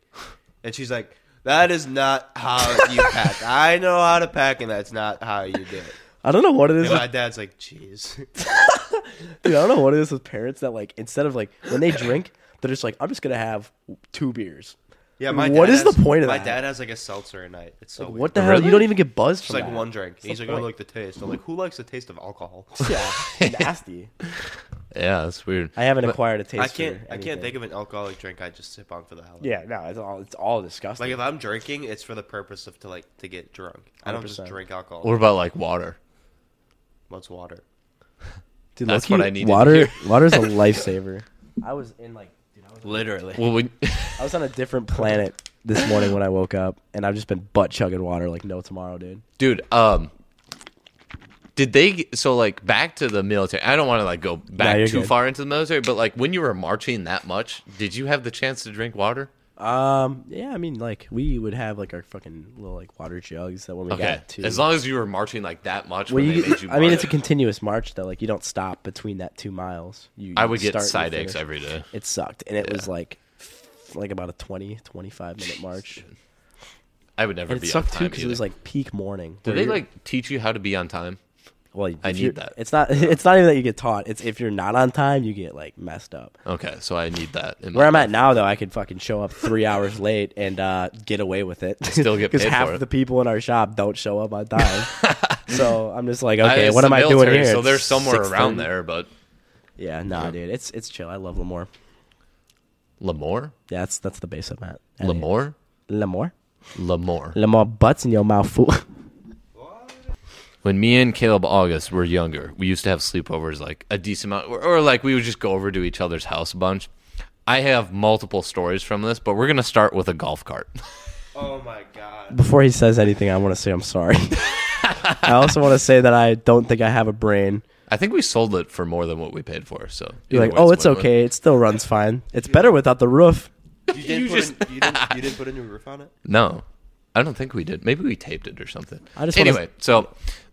S3: and she's like, "That is not how you pack. I know how to pack, and that's not how you do it."
S1: I don't know what it is.
S3: And
S1: With,
S3: my dad's like, "Jeez."
S1: dude, I don't know what it is with parents that like instead of like when they drink, they're just like, I'm just gonna have two beers.
S3: Yeah,
S1: Like, what is
S3: has-
S1: the point of
S3: my
S1: that?
S3: dad has like a seltzer a night. It's so weird.
S1: What the hell? You don't even get buzzed
S3: It's
S1: from
S3: like
S1: that.
S3: one drink. He's
S1: the
S3: like, "I
S1: point?
S3: like the taste." I'm like, "Who likes the taste of alcohol?"
S1: Yeah, nasty.
S2: Yeah, that's weird.
S1: I haven't
S2: But-
S1: acquired a taste.
S3: I can't.
S1: For
S3: I can't
S1: anything.
S3: think of an alcoholic drink I just sip on for the hell. of it.
S1: Yeah, no, it's all it's all disgusting.
S3: Like if I'm drinking, it's for the purpose of to like to get drunk. I don't just
S1: 100%.
S3: drink alcohol.
S2: What about like water?
S3: What's water?
S1: Dude,
S2: That's
S1: low-key,
S2: what I needed to
S1: Water,
S2: hear.
S1: water's a lifesaver. I was in like, dude, I was,
S3: Literally.
S2: Well, we,
S1: I was on a different planet this morning when I woke up, and I've just been butt chugging water like no tomorrow, dude.
S2: dude. Um, did they? So like back to the military. I don't want to like go back
S1: you're
S2: too
S1: good.
S2: far into the military, but like when you were marching that much, did you have the chance to drink water?
S1: Um, yeah, I mean, like we would have like our fucking little like water jugs that when we
S2: Okay,
S1: got to.
S2: as long as you were marching like that much,
S1: well,
S2: when
S1: you,
S2: they made you
S1: I mean, it's a
S2: march,
S1: continuous march though. Like you don't stop between that two miles. You,
S2: I
S1: you
S2: would get
S1: start and you
S2: side aches
S1: finish.
S2: every day.
S1: It sucked, and it was like, f- like about a 20, 25 minute march.
S2: I would never
S1: And it
S2: be on
S1: sucked too
S2: time.
S1: because it was like peak morning.
S2: do
S1: where
S2: they
S1: you're-
S2: like teach you how to be on time?
S1: Well,
S2: I
S1: if
S2: need
S1: you're-
S2: that.
S1: It's not. It's not even that you get taught. It's if you're not on time, you get like messed up.
S2: Okay, so I need that. In my
S1: Where I'm
S2: life.
S1: at now, though, I could fucking show up three hours late and uh, get away with it.
S2: Still get paid
S1: half
S2: for it.
S1: the people in our shop don't show up on time. so I'm just like,
S2: I-
S1: okay,
S2: it's
S1: what
S2: the
S1: am I doing
S2: military,
S1: here?
S2: So
S1: It's
S2: they're somewhere around
S1: 6:30.
S2: there, but
S1: Yeah, nah, dude, it's it's chill. I love Lemoore.
S2: Lamore,
S1: Yeah, that's that's the base I'm at. And-
S2: Lamore,
S1: Lemoore,
S2: Lamore.
S1: Lemoore butts in your mouth, fool.
S2: when me and Caleb August were younger, we used to have sleepovers like a decent amount, or, or like we would just go over to each other's house a bunch. I have multiple stories from this, but we're gonna start with a golf cart.
S3: Oh my god.
S1: Before he says anything, I want to say I'm sorry. I also want to say that I don't think I have a brain.
S2: I think we sold it for more than what we paid for. So
S1: You're
S2: either
S1: like,
S2: way,
S1: oh, it's
S2: a win-win.
S1: okay. It still runs fine. It's better without the roof.
S3: You didn't
S2: You
S3: put
S2: just-
S3: a, you didn't you didn't put a new roof on it?
S2: No, I don't think we did. Maybe we taped it or something.
S1: I just wanna-
S2: anyway. So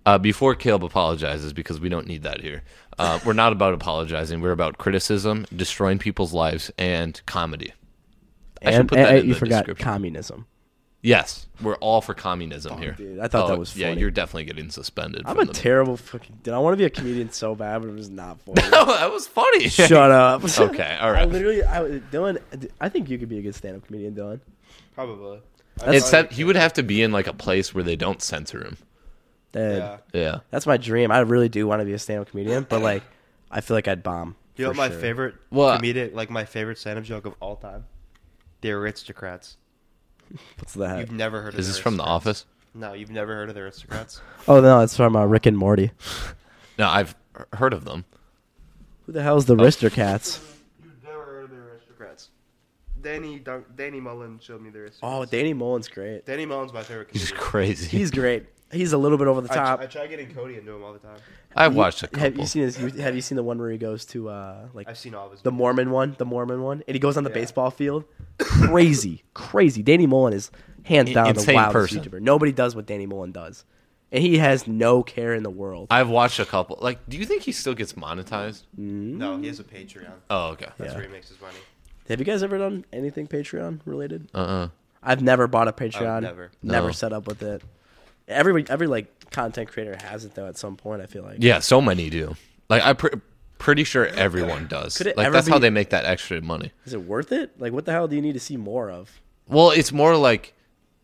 S2: uh, before Caleb apologizes, because we don't need that here, uh, we're not about apologizing. We're about criticism, destroying people's lives, and comedy. I should
S1: And,
S2: put
S1: and-
S2: that
S1: and
S2: in
S1: you
S2: the
S1: forgot
S2: description.
S1: communism.
S2: Yes, we're all for communism here.
S1: Oh,
S2: Oh,
S1: dude, I thought that was
S2: Yeah,
S1: funny.
S2: you're definitely getting suspended.
S1: I'm
S2: from
S1: a
S2: the-
S1: terrible fucking dude. I want to be a comedian so bad, but I'm just not funny.
S2: No, that was funny.
S1: Shut up.
S2: Okay, all
S1: I
S2: right.
S1: literally, I, was- Dylan, I think you could be a good stand-up comedian, Dylan.
S3: Probably.
S2: Except he would have to be in like a place where they don't censor him.
S1: Dude,
S3: Yeah.
S2: Yeah.
S1: That's my dream. I really do want to be a stand-up comedian, but like, I feel like I'd bomb.
S3: You know
S1: for
S3: what my
S1: sure.
S3: favorite
S2: What?
S3: comedic, like my favorite stand-up joke of all time? The Aristocrats.
S5: What's the heck?
S3: You've never heard of
S2: Uh, Is this from The Office?
S3: Aristocrats. No, you've never heard of the Aristocrats.
S5: Oh no, it's from uh, Rick and Morty.
S2: No, I've h- heard of them.
S5: Who the hell's
S2: Oh.
S5: the Rister Cats?
S3: you've never heard of the Aristocrats. Danny Dun- Danny Mullen showed me the
S1: Oh,
S3: Aristocrats.
S1: Danny Mullen's great.
S3: Danny Mullen's my favorite
S2: He's
S3: comedian.
S2: crazy.
S1: He's great. He's a little bit over the
S3: I,
S1: top.
S3: I try getting Cody into him all the time.
S2: I've watched a couple.
S1: Have you seen his? you- Have you seen the one where he goes to uh like
S3: I've seen all of his.
S1: the
S3: movies.
S1: Mormon one? The Mormon one, and he goes on the
S3: Yeah.
S1: baseball field. crazy, crazy. Danny Mullen is hands
S2: In-
S1: down the
S2: insane
S1: wildest
S2: person.
S1: YouTuber. Nobody does what Danny Mullen does, and he has no care in the world.
S2: I've watched a couple. Like, do you think he still gets monetized?
S3: No, he has a Patreon.
S2: Oh, okay.
S3: That's
S1: Yeah.
S3: where he makes his money.
S1: have you guys ever done anything Patreon related?
S2: Uh uh
S1: I've never bought a Patreon.
S3: never.
S1: Never
S2: No.
S1: set up with it. Every every like content creator has it though at some point. I feel like.
S2: Yeah, so many do. Like, I'm pre- pretty sure everyone does.
S1: Could it
S2: Like,
S1: ever
S2: that's how
S1: be-
S2: they make that extra money.
S1: Is it worth it? Like, what the hell do you need to see more of?
S2: Well, it's more like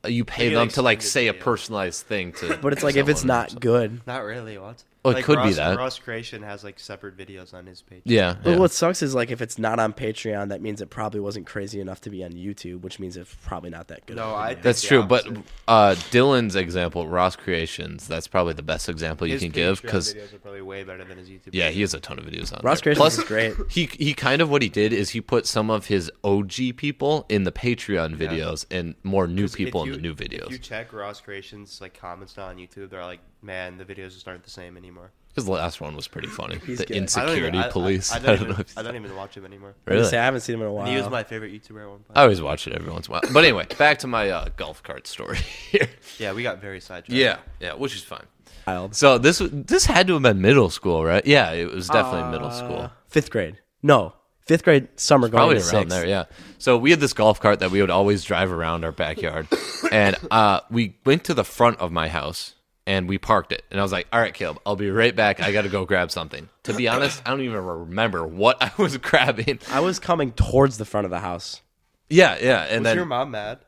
S2: you pay
S3: Maybe,
S2: them
S3: like,
S2: to like
S3: send it
S2: say
S3: to
S2: a
S3: you.
S2: personalized thing to.
S1: But it's like if it's
S2: someone or
S1: not
S2: something.
S1: good.
S3: Not really. What?
S2: Well, Oh, it could be
S3: Ross,
S2: that.
S3: Ross Creation has like separate videos on his Patreon.
S2: Yeah.
S1: But
S2: yeah.
S1: what sucks is like if it's not on Patreon, that means it probably wasn't crazy enough to be on YouTube, which means it's probably not that good.
S3: No, I. think
S2: that's
S3: the
S2: true. But
S3: opposite.
S2: uh, Dylan's example, Ross Creations, that's probably the best example you
S3: His
S2: can give
S3: Patreon
S2: because
S3: videos are probably way better than his YouTube.
S2: yeah,
S3: videos.
S2: he has a ton of videos on
S1: Ross
S2: there.
S1: Creations is great.
S2: He he kind of what he did is he put some of his OG people in the Patreon videos and more new
S3: If
S2: people in
S3: you-
S2: the new
S3: If
S2: videos.
S3: you check Ross Creation's like comments now on YouTube, they're like, "Man, the videos just aren't the same anymore."
S2: His last one was pretty funny. The
S1: good. I don't even-
S3: I don't
S2: insecurity
S3: even- I- I-
S2: police.
S3: I, don't, even,
S2: know. If, Uh,
S3: I don't even watch him anymore.
S1: I
S2: really.
S1: say I haven't seen him in a while.
S3: He was my favorite YouTuber at one point.
S2: I always watch it every once in a while. But anyway, back to my uh, golf cart story here.
S3: yeah, we got very sidetracked.
S2: Yeah, yeah, which is fine.
S1: Wild.
S2: So this this had to have been middle school, right? Yeah, it was definitely
S3: Uh,
S2: middle school.
S1: fifth grade. No, fifth grade summer going
S2: Probably
S1: to
S2: around
S1: sixth.
S2: there, yeah. So we had this golf cart that we would always drive around our backyard, and uh, we went to the front of my house and we parked it. And I was like, "All right, Caleb, I'll be right back. I got to go grab something." To be honest, I don't even remember what I was grabbing.
S1: I was coming towards the front of the house.
S2: Yeah, yeah, and
S3: Was
S2: then
S3: your mom mad?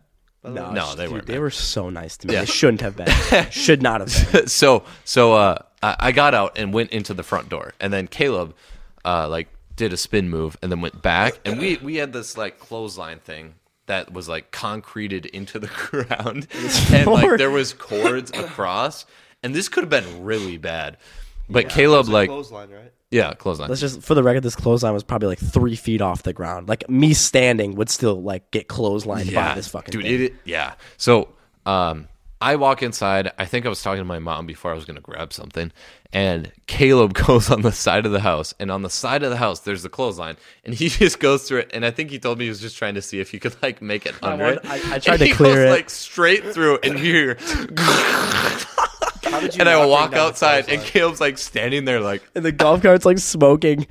S3: by the way?
S2: No, they
S1: dude,
S2: weren't
S1: They
S2: mad.
S1: were so nice to me.
S2: Yeah.
S1: They shouldn't have been. Should not have been.
S2: so so uh, I, I got out and went into the front door, and then Caleb uh, like did a spin move and then went back, and we we had this like clothesline thing that was like concreted into the ground, and like
S1: floor.
S2: there was cords across, and this could have been really bad, but Caleb like
S3: clothesline, right?
S2: yeah clothesline.
S1: Let's just, for the record, this clothesline was probably like three feet off the ground. Like me standing would still like get clotheslined by this fucking
S2: dude.
S1: thing.
S2: It, yeah. So, um, I walk inside. I think I was talking to my mom before I was gonna grab something, and Caleb goes on the side of the house, and on the side of the house there's the clothesline, and he just goes through it. And I think he told me he was just trying to see if he could like make it under
S1: wanted-
S2: it.
S1: I- I
S2: And
S1: tried to
S2: he
S1: clear
S2: goes,
S1: it.
S2: like straight through, and you hear,
S3: How did you
S2: and I
S3: not bring
S2: walk
S3: down the
S2: outside, and
S3: clothesline?
S2: Caleb's like standing there like.
S5: And the golf cart's like smoking.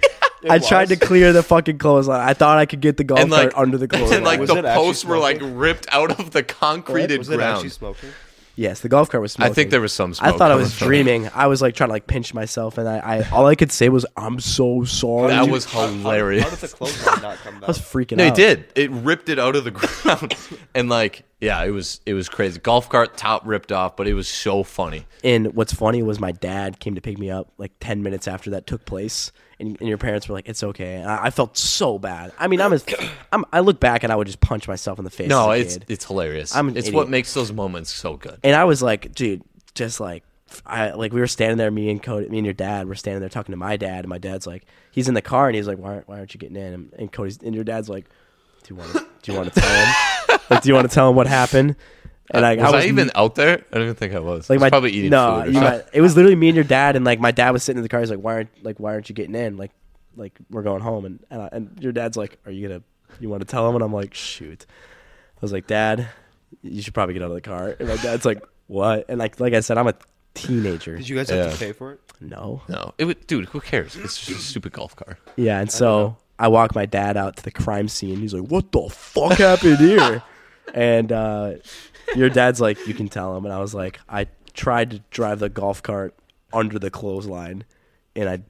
S5: I tried to
S3: was.
S5: clear the fucking clothesline. I thought I could get the golf
S2: And like
S5: cart under the clothesline.
S2: and like
S3: Was
S2: the
S3: it actually
S2: posts were like
S3: smoking?
S2: ripped out of the concreted
S3: was it actually
S2: ground.
S3: smoking?
S5: yes, the golf cart was
S2: I
S5: smoking.
S2: think there was some
S5: I
S2: smoke.
S5: thought I
S2: coming
S5: was
S2: from it.
S5: dreaming. I was like trying to like pinch myself, and I, I all I could say was, "I'm so sorry."
S2: That
S5: I
S2: was
S3: How- how-
S2: hilarious.
S3: How, did the clothesline not come down?
S5: was freaking
S2: No,
S5: out.
S2: it did. It ripped it out of the ground, and like, yeah, it was it was crazy. Golf cart top ripped off, but it was so funny.
S5: And what's funny was my dad came to pick me up like 10 minutes after that took place. And, and your parents were like, it's okay. And I, I felt so bad. I mean, I'm, as, I'm I look back and I would just punch myself in the face.
S2: No,
S5: as a
S2: it's
S5: kid.
S2: it's hilarious.
S5: I'm an
S2: it's what
S5: idiot.
S2: makes those moments so good.
S5: And I was like, dude, just like, I like we were standing there, me and Cody, me and your dad were standing there talking to my dad, and my dad's like, he's in the car, and he's like, why, why aren't you getting in? And, and Cody's and your dad's like, do you want to, do you want to tell him? like, do you want to tell him what happened? And like,
S2: Was I,
S5: was
S2: even out there? I don't even think I was. Like I was probably eating
S5: no,
S2: food. Or
S5: you
S2: something.
S5: might- it was literally me and your dad, and like my dad was sitting in the car. He's like, "Why aren't like Why aren't you getting in? Like, like we're going home." And and, I, and your dad's like, "Are you gonna you want to tell him?" And I'm like, "Shoot," I was like, "Dad, you should probably get out of the car." And my dad's like, "What?" And like like I said, I'm a teenager.
S3: Did you guys have
S2: Yeah.
S3: to pay for it?
S5: No,
S2: No, it would, dude. Who cares? It's just a stupid golf cart.
S5: yeah, and so I walk my dad out to the crime scene. He's like, "What the fuck happened here?" and uh, your dad's like, "You can tell him." And I was like, "I tried to drive the golf cart under the clothesline, and I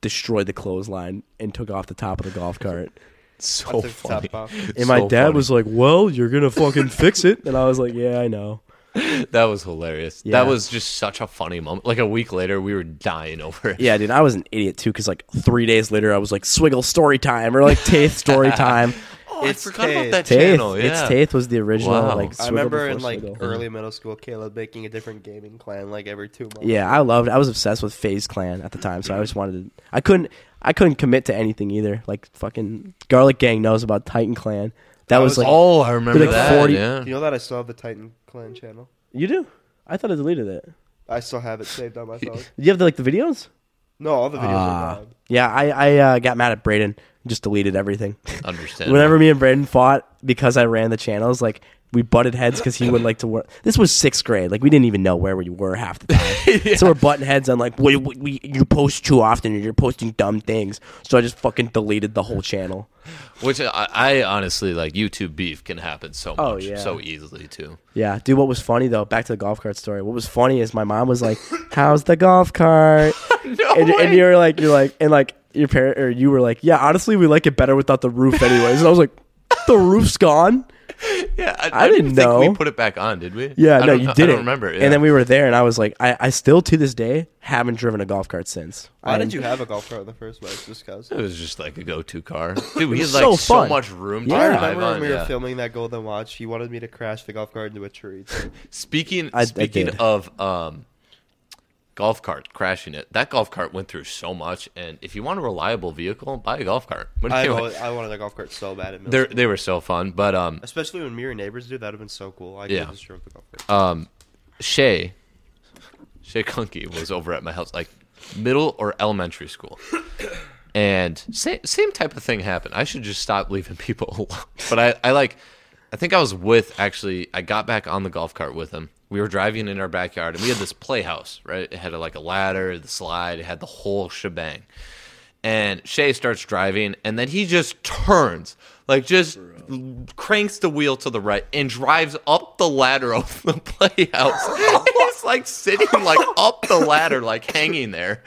S5: destroyed the clothesline and took off the top of the golf cart."
S2: It's so
S3: That's a
S2: funny.
S3: top off.
S5: And my
S2: So
S5: dad
S2: funny.
S5: was like, "Well, you're gonna fucking fix it," and I was like, "Yeah, I know."
S2: That was hilarious.
S1: Yeah.
S2: That was just such a funny moment. Like a week later, we were dying over it.
S1: Yeah, dude, I was an idiot too because like three days later I was like Swiggle story time or like Taith story time.
S2: Oh,
S3: It's
S2: I forgot
S3: Taith.
S2: about that
S1: Taith,
S2: channel. Yeah.
S1: it's Taith was the original.
S2: Wow.
S1: Like
S3: I
S1: Swiggle
S3: remember
S1: before
S3: in like
S1: Swiggle.
S3: early
S2: Mm-hmm.
S3: middle school, Caleb making a different gaming clan like every two months.
S1: Yeah, I loved. I was obsessed with Phase Clan at the time, so I just wanted to. I couldn't. I couldn't commit to anything either. Like fucking Garlic Gang knows about Titan Clan. That
S3: I
S1: was,
S3: was
S1: like
S2: Oh, I remember
S1: Like
S2: that.
S1: 40
S2: Yeah.
S3: You know that I still have the Titan clan channel.
S1: you do. I thought I deleted it.
S3: I still have it saved on my phone.
S1: You have the, like the videos. Oh,
S3: No, all the
S1: Uh,
S3: videos
S2: Ah,
S3: are gone.
S1: Yeah, I I uh, got mad at Braden. Just deleted everything.
S2: Understand.
S1: Whenever me and Braden fought because I ran the channels, like we butted heads because he would like to work. This was sixth grade. Like we didn't even know where we were half the time. So we're butting heads on like, we, we, we, you post too often and you're posting dumb things. So I just fucking deleted the whole channel.
S2: Which I, I honestly like. YouTube beef can happen so
S1: Oh,
S2: much,
S1: yeah.
S2: so easily too.
S1: Yeah, dude. What was funny though? Back to the golf cart story. What was funny is my mom was like, "How's the golf cart?" and, and you were like, "You're like," and like your parent or you were like, "Yeah, honestly, we like it better without the roof, anyways." And I was like, "The roof's gone."
S2: Yeah, I,
S1: I didn't
S2: think
S1: know.
S2: we put it back on, did we?
S1: Yeah,
S2: I
S1: no,
S2: don't
S1: you
S2: know-
S1: didn't.
S2: I don't remember. yeah.
S1: And then we were there, and I was like, I, I still to this day haven't driven a golf cart since.
S3: Why
S1: I-
S3: did you have a golf cart in the first place? Just cause.
S2: It was just like a go-to car. Dude, we had
S1: was
S2: like
S1: so
S2: so,
S1: fun.
S2: much room to
S1: Yeah.
S3: I
S1: Yeah.
S2: drive
S3: remember when
S2: on.
S3: we were
S2: yeah.
S3: filming that Golden Watch, he wanted me to crash the golf cart into a tree.
S2: Speaking
S1: I- I
S2: speaking
S1: did.
S2: of um, golf cart crashing it, that golf cart went through so much. And if you want a reliable vehicle, buy a golf cart. But
S3: I,
S2: anyway,
S3: always, I wanted a golf cart so bad. At middle
S2: they're-
S3: school.
S2: they were so fun. But um,
S3: Especially when me and neighbors do, that would have been so cool. I
S2: Yeah.
S3: could just drove the golf cart.
S2: um, Shay, Shay Kunke was over at my house, like middle or elementary school. And same, same type of thing happened. I should just stop leaving people alone. But I, I like, I think I was with actually, I got back on the golf cart with him. We were driving in our backyard and we had this playhouse, right? It had a, like a ladder, the slide, it had the whole shebang. And Shay starts driving and then he just turns, like just cranks the wheel to the right and drives up the ladder of the playhouse. He's like sitting like up the ladder, like hanging there.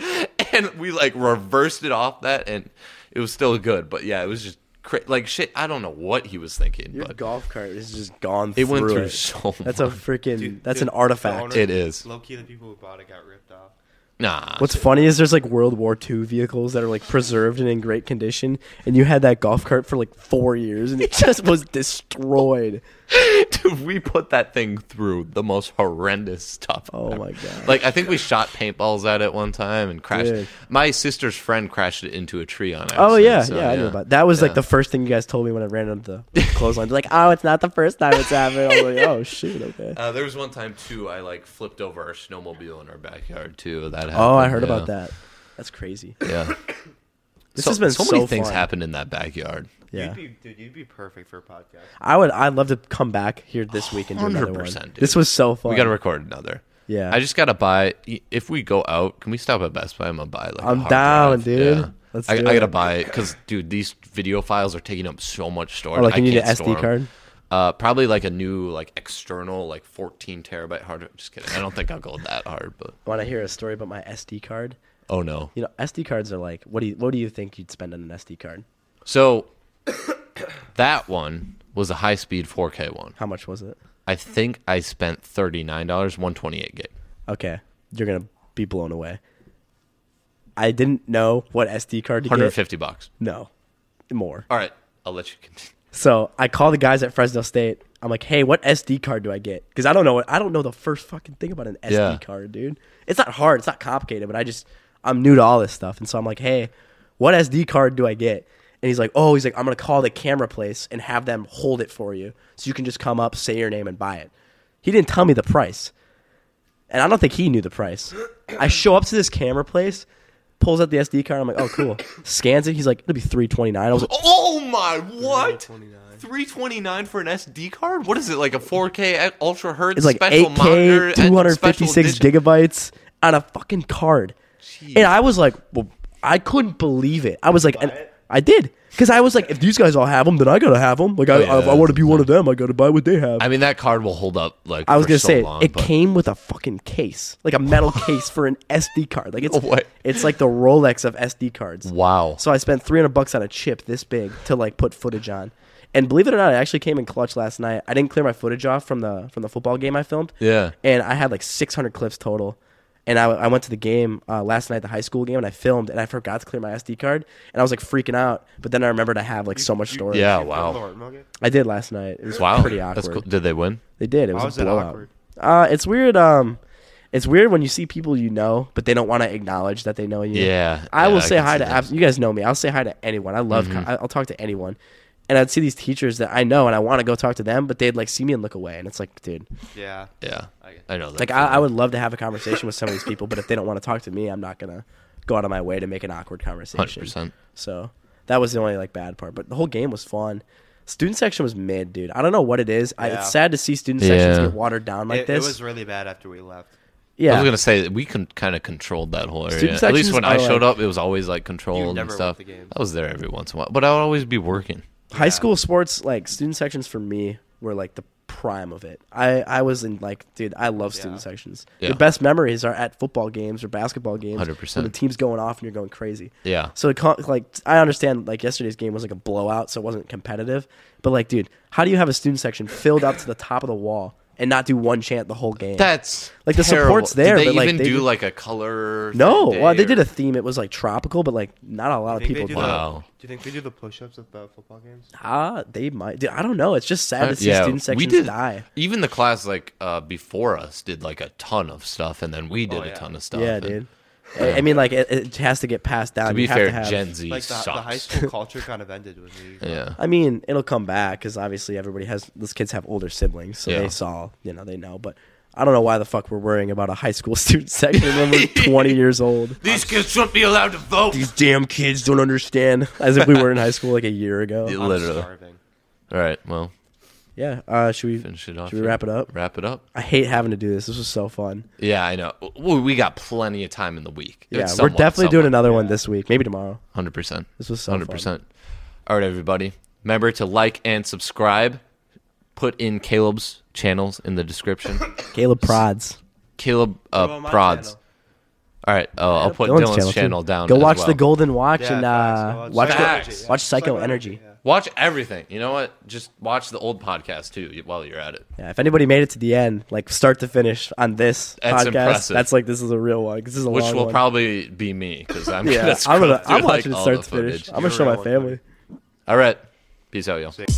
S2: And we like reversed it off that and it was still good. But yeah, it was just cra- like shit. I don't know what he was thinking,
S1: Your
S2: but
S1: golf cart is just gone.
S2: it went through
S1: it.
S2: so much.
S1: That's a freaking. that's
S3: Dude,
S1: an artifact.
S2: It is.
S3: Low key, the people who bought it got ripped off.
S2: nah.
S1: What's funny is there's like World War II vehicles that are like preserved and in great condition, and you had that golf cart for like four years, and it just was destroyed.
S2: Dude, we put that thing through the most horrendous stuff.
S1: Oh
S2: ever.
S1: my god!
S2: Like I think we shot paintballs at it one time and crashed.
S1: Dude.
S2: My sister's friend crashed it into a tree on accident.
S1: Oh yeah,
S2: so,
S1: yeah, I knew about that. Was like
S2: Yeah.
S1: the first thing you guys told me when I ran into the clothesline. They're like, oh, it's not the first time it's happened. I was like, oh shoot, okay.
S2: Uh, there was one time too. I like flipped over our snowmobile in our backyard too. That happened.
S1: Oh, I heard
S2: yeah.
S1: about that. That's crazy.
S2: Yeah,
S1: This
S2: so,
S1: has been
S2: so
S1: so,
S2: many things
S1: fun.
S2: happened in that backyard.
S1: Yeah,
S3: You'd be, dude, you'd be perfect for a podcast.
S1: I would. I'd love to come back here this week and do another one.
S2: 100%, dude.
S1: This was so fun.
S2: We got to record another.
S1: Yeah.
S2: I just gotta buy. If we go out, can we stop at Best Buy? I'm gonna buy like. a
S1: I'm
S2: hard
S1: down,
S2: drive.
S1: dude.
S2: Yeah.
S1: Let's
S2: I,
S1: do
S2: I gotta
S1: it.
S2: buy because dude, these video files are taking up so much storage.
S1: Or Oh, like
S2: I
S1: you need an
S2: can't store
S1: SD
S2: 'em.
S1: card.
S2: Uh, probably like a new like external like 14 terabyte hard drive. Just kidding. I don't think I'll go that hard, but
S1: Want to hear a story about my SD card?
S2: oh no.
S1: You know, SD cards are like what do you what do you think you'd spend on an SD card?
S2: So that one was a high speed 4K one.
S1: How much was it?
S2: I think I spent thirty nine dollars, one twenty eight gig.
S1: Okay, you're gonna be blown away. I didn't know what SD card to
S2: Hundred and
S1: get.
S2: fifty bucks.
S1: No, more.
S2: All right, I'll let you continue.
S1: So I call the guys at Fresno State. I'm like, hey, what SD card do I get? Because I don't know what I don't know the first fucking thing about an SD
S2: Yeah.
S1: card, dude. It's not hard. It's not complicated. But I just I'm new to all this stuff, and so I'm like, hey, what SD card do I get? And he's like, oh, he's like, I'm gonna call the camera place and have them hold it for you, so you can just come up, say your name, and buy it. He didn't tell me the price, and I don't think he knew the price. I show up to this camera place, pulls out the SD card. I'm like, oh, cool. Scans it. He's like, it'll be three twenty nine. I was like,
S2: Oh my what? Three twenty nine for an SD card? What is it like a four K ultra hertz?
S1: It's like
S2: special
S1: 8K,
S2: monitor,
S1: 256
S2: gigabytes.
S1: gigabytes on a fucking card. And I was like, well, I couldn't believe it. I was like, and
S3: it?
S1: I did. Because I was like, if these guys all have them, then I got to have them. Like, I,
S2: Oh, yeah,
S1: I, I want to
S2: that's
S1: be one of them. I got to buy what they have.
S2: I
S1: I,
S2: mean, that card will hold up. Like
S1: was
S2: for
S1: going to
S2: so
S1: say,
S2: long,
S1: it
S2: but-
S1: came with a fucking case, like a metal case for an SD card. Like, it's,
S2: No way.
S1: it's like the Rolex of SD cards.
S2: Wow.
S1: So I spent 300 bucks on a chip this big to like put footage on. And believe it or not, I actually came in clutch last night. I didn't clear my footage off from the from the football game I filmed.
S2: Yeah.
S1: And I had like 600 clips total. And I, I went to the game uh, last night, the high school game, and I filmed, and I forgot to clear my SD card, and I was like freaking out. But then I remembered I have like so much storage.
S2: Yeah,
S3: Good
S2: wow.
S3: Lord, okay.
S1: I did last night. It was
S2: Wow.
S1: pretty awkward.
S2: That's cool. Did they win?
S1: They did. It was
S3: How
S1: a
S3: is it
S1: blowout.
S3: awkward?
S1: Uh, it's weird. Um, it's weird when you see people you know, but they don't want to acknowledge that they know you.
S2: Yeah,
S1: I
S2: yeah,
S1: will
S2: I
S1: say
S2: can
S1: hi
S2: see
S1: to
S2: that. Mm-hmm.
S1: abs- you guys know me. I'll say hi to anyone. I love. co- I- I'll talk to anyone, and I'd see these teachers that I know, and I want to go talk to them, but they'd like see me and look away, and it's like, dude,
S3: Yeah.
S2: Yeah.
S3: I get-
S2: I know that.
S1: like I, I would love to have a conversation with some of these people, but if they don't want to talk to me, I'm not gonna go out of my way to make an awkward
S2: Hundred
S1: conversation.
S2: percent.
S1: So that was the only like bad part, but the whole game was fun. Student section was mid, dude. I don't know what it is. I,
S3: Yeah.
S1: it's sad to see student sections
S2: Yeah.
S1: get watered down like
S3: it,
S1: this.
S3: it was really bad after we left.
S1: yeah,
S2: I was gonna say that we can kind of controlled that whole area.
S1: Student
S2: At least
S1: sections
S2: when I
S1: are
S2: showed
S1: like-
S2: up, it was always like controlled
S3: never
S2: and
S3: went
S2: stuff.
S3: to games.
S2: I was there every once in a while, but I would always be working.
S1: high school sports like student sections for me were like the prime of it i i was in like dude i love student
S3: Yeah.
S1: sections
S2: Yeah.
S1: the best memories are at football games or basketball games
S2: 100%.
S1: when the team's going off and you're going crazy
S2: Yeah.
S1: so it con- like i understand like yesterday's game was like a blowout so it wasn't competitive but like dude how do you have a student section filled up to the top of the wall and not do one chant the whole game
S2: That's
S1: Like, the
S2: terrible.
S1: support's there,
S2: Did they
S1: but, like,
S2: even
S1: they
S2: do
S1: did-
S2: like a color?
S1: no
S2: thing
S1: well
S2: day
S1: they did
S2: or-
S1: a theme it was like tropical but like not a lot of
S3: Do you think
S1: people
S3: they
S1: did
S3: do the-
S1: it.
S2: Wow.
S3: Do you think they do the push-ups at the football games?
S1: ah they might dude, i don't know it's just
S2: Uh,
S1: sad to see student sections die
S2: Even the class like uh, before us did like a ton of stuff, and then we did a
S3: yeah.
S2: ton of stuff.
S1: Yeah,
S2: and
S1: dude. I I mean, like it, it has to get passed down.
S2: To be
S1: You have
S2: fair,
S1: to have-
S2: Gen Z
S3: Like the,
S2: sucks.
S3: the high school culture kind of ended when we.
S2: yeah,
S1: I mean, it'll come back because obviously everybody has those kids have older siblings, so
S2: Yeah.
S1: they saw, you know, they know. But I don't know why the fuck we're worrying about a high school student section when we're 20 years old.
S2: these kids shouldn't be allowed to vote.
S1: These damn kids don't understand. As if we were in high school like a year ago.
S3: I'm
S2: Literally.
S3: starving.
S2: All right, well,
S1: Yeah. Uh, should we
S2: finish it off.
S1: should we
S2: here.
S1: wrap it up?
S2: Wrap it up.
S1: I hate having to do this. This was so fun.
S2: Yeah, I know. Well, we got plenty of time in the week.
S1: Yeah, we're definitely doing another one this week, maybe tomorrow.
S2: Hundred percent. This
S1: was so fun.
S2: hundred percent. All right, everybody. Remember to like and subscribe. Put in Caleb's channels in the description.
S1: Caleb Prods.
S2: Caleb uh,
S3: Go on my
S2: Prods.
S3: channel.
S2: All right, uh, I'll put
S1: Dylan's
S2: Dylan's,
S1: channel,
S2: channel,
S1: too.
S2: down.
S1: Go
S2: as
S1: watch
S2: well.
S1: the Golden Watch
S3: Yeah,
S1: and
S3: facts.
S1: uh,
S3: Watch
S1: watch
S2: Facts.
S3: Psycho Energy, yeah.
S1: watch Psycho
S3: Psycho
S1: Energy.
S3: Energy, yeah.
S2: Watch everything. You know what? Just watch the old podcast too while you're at it.
S1: Yeah, if anybody made it to the end, like start to finish on this
S2: That's
S1: podcast,
S2: impressive.
S1: that's like this is a real one. 'cause This is a
S2: Which
S1: long
S2: will
S1: one.
S2: probably be me because I'm
S1: yeah.
S2: gonna
S1: I'm
S2: scroll
S1: gonna
S2: through,
S1: I'm
S2: like,
S1: watching it
S2: all
S1: start
S2: the
S1: to finish.
S2: footage.
S1: I'm gonna show my family.
S2: All right, peace out, y'all.
S3: Sick.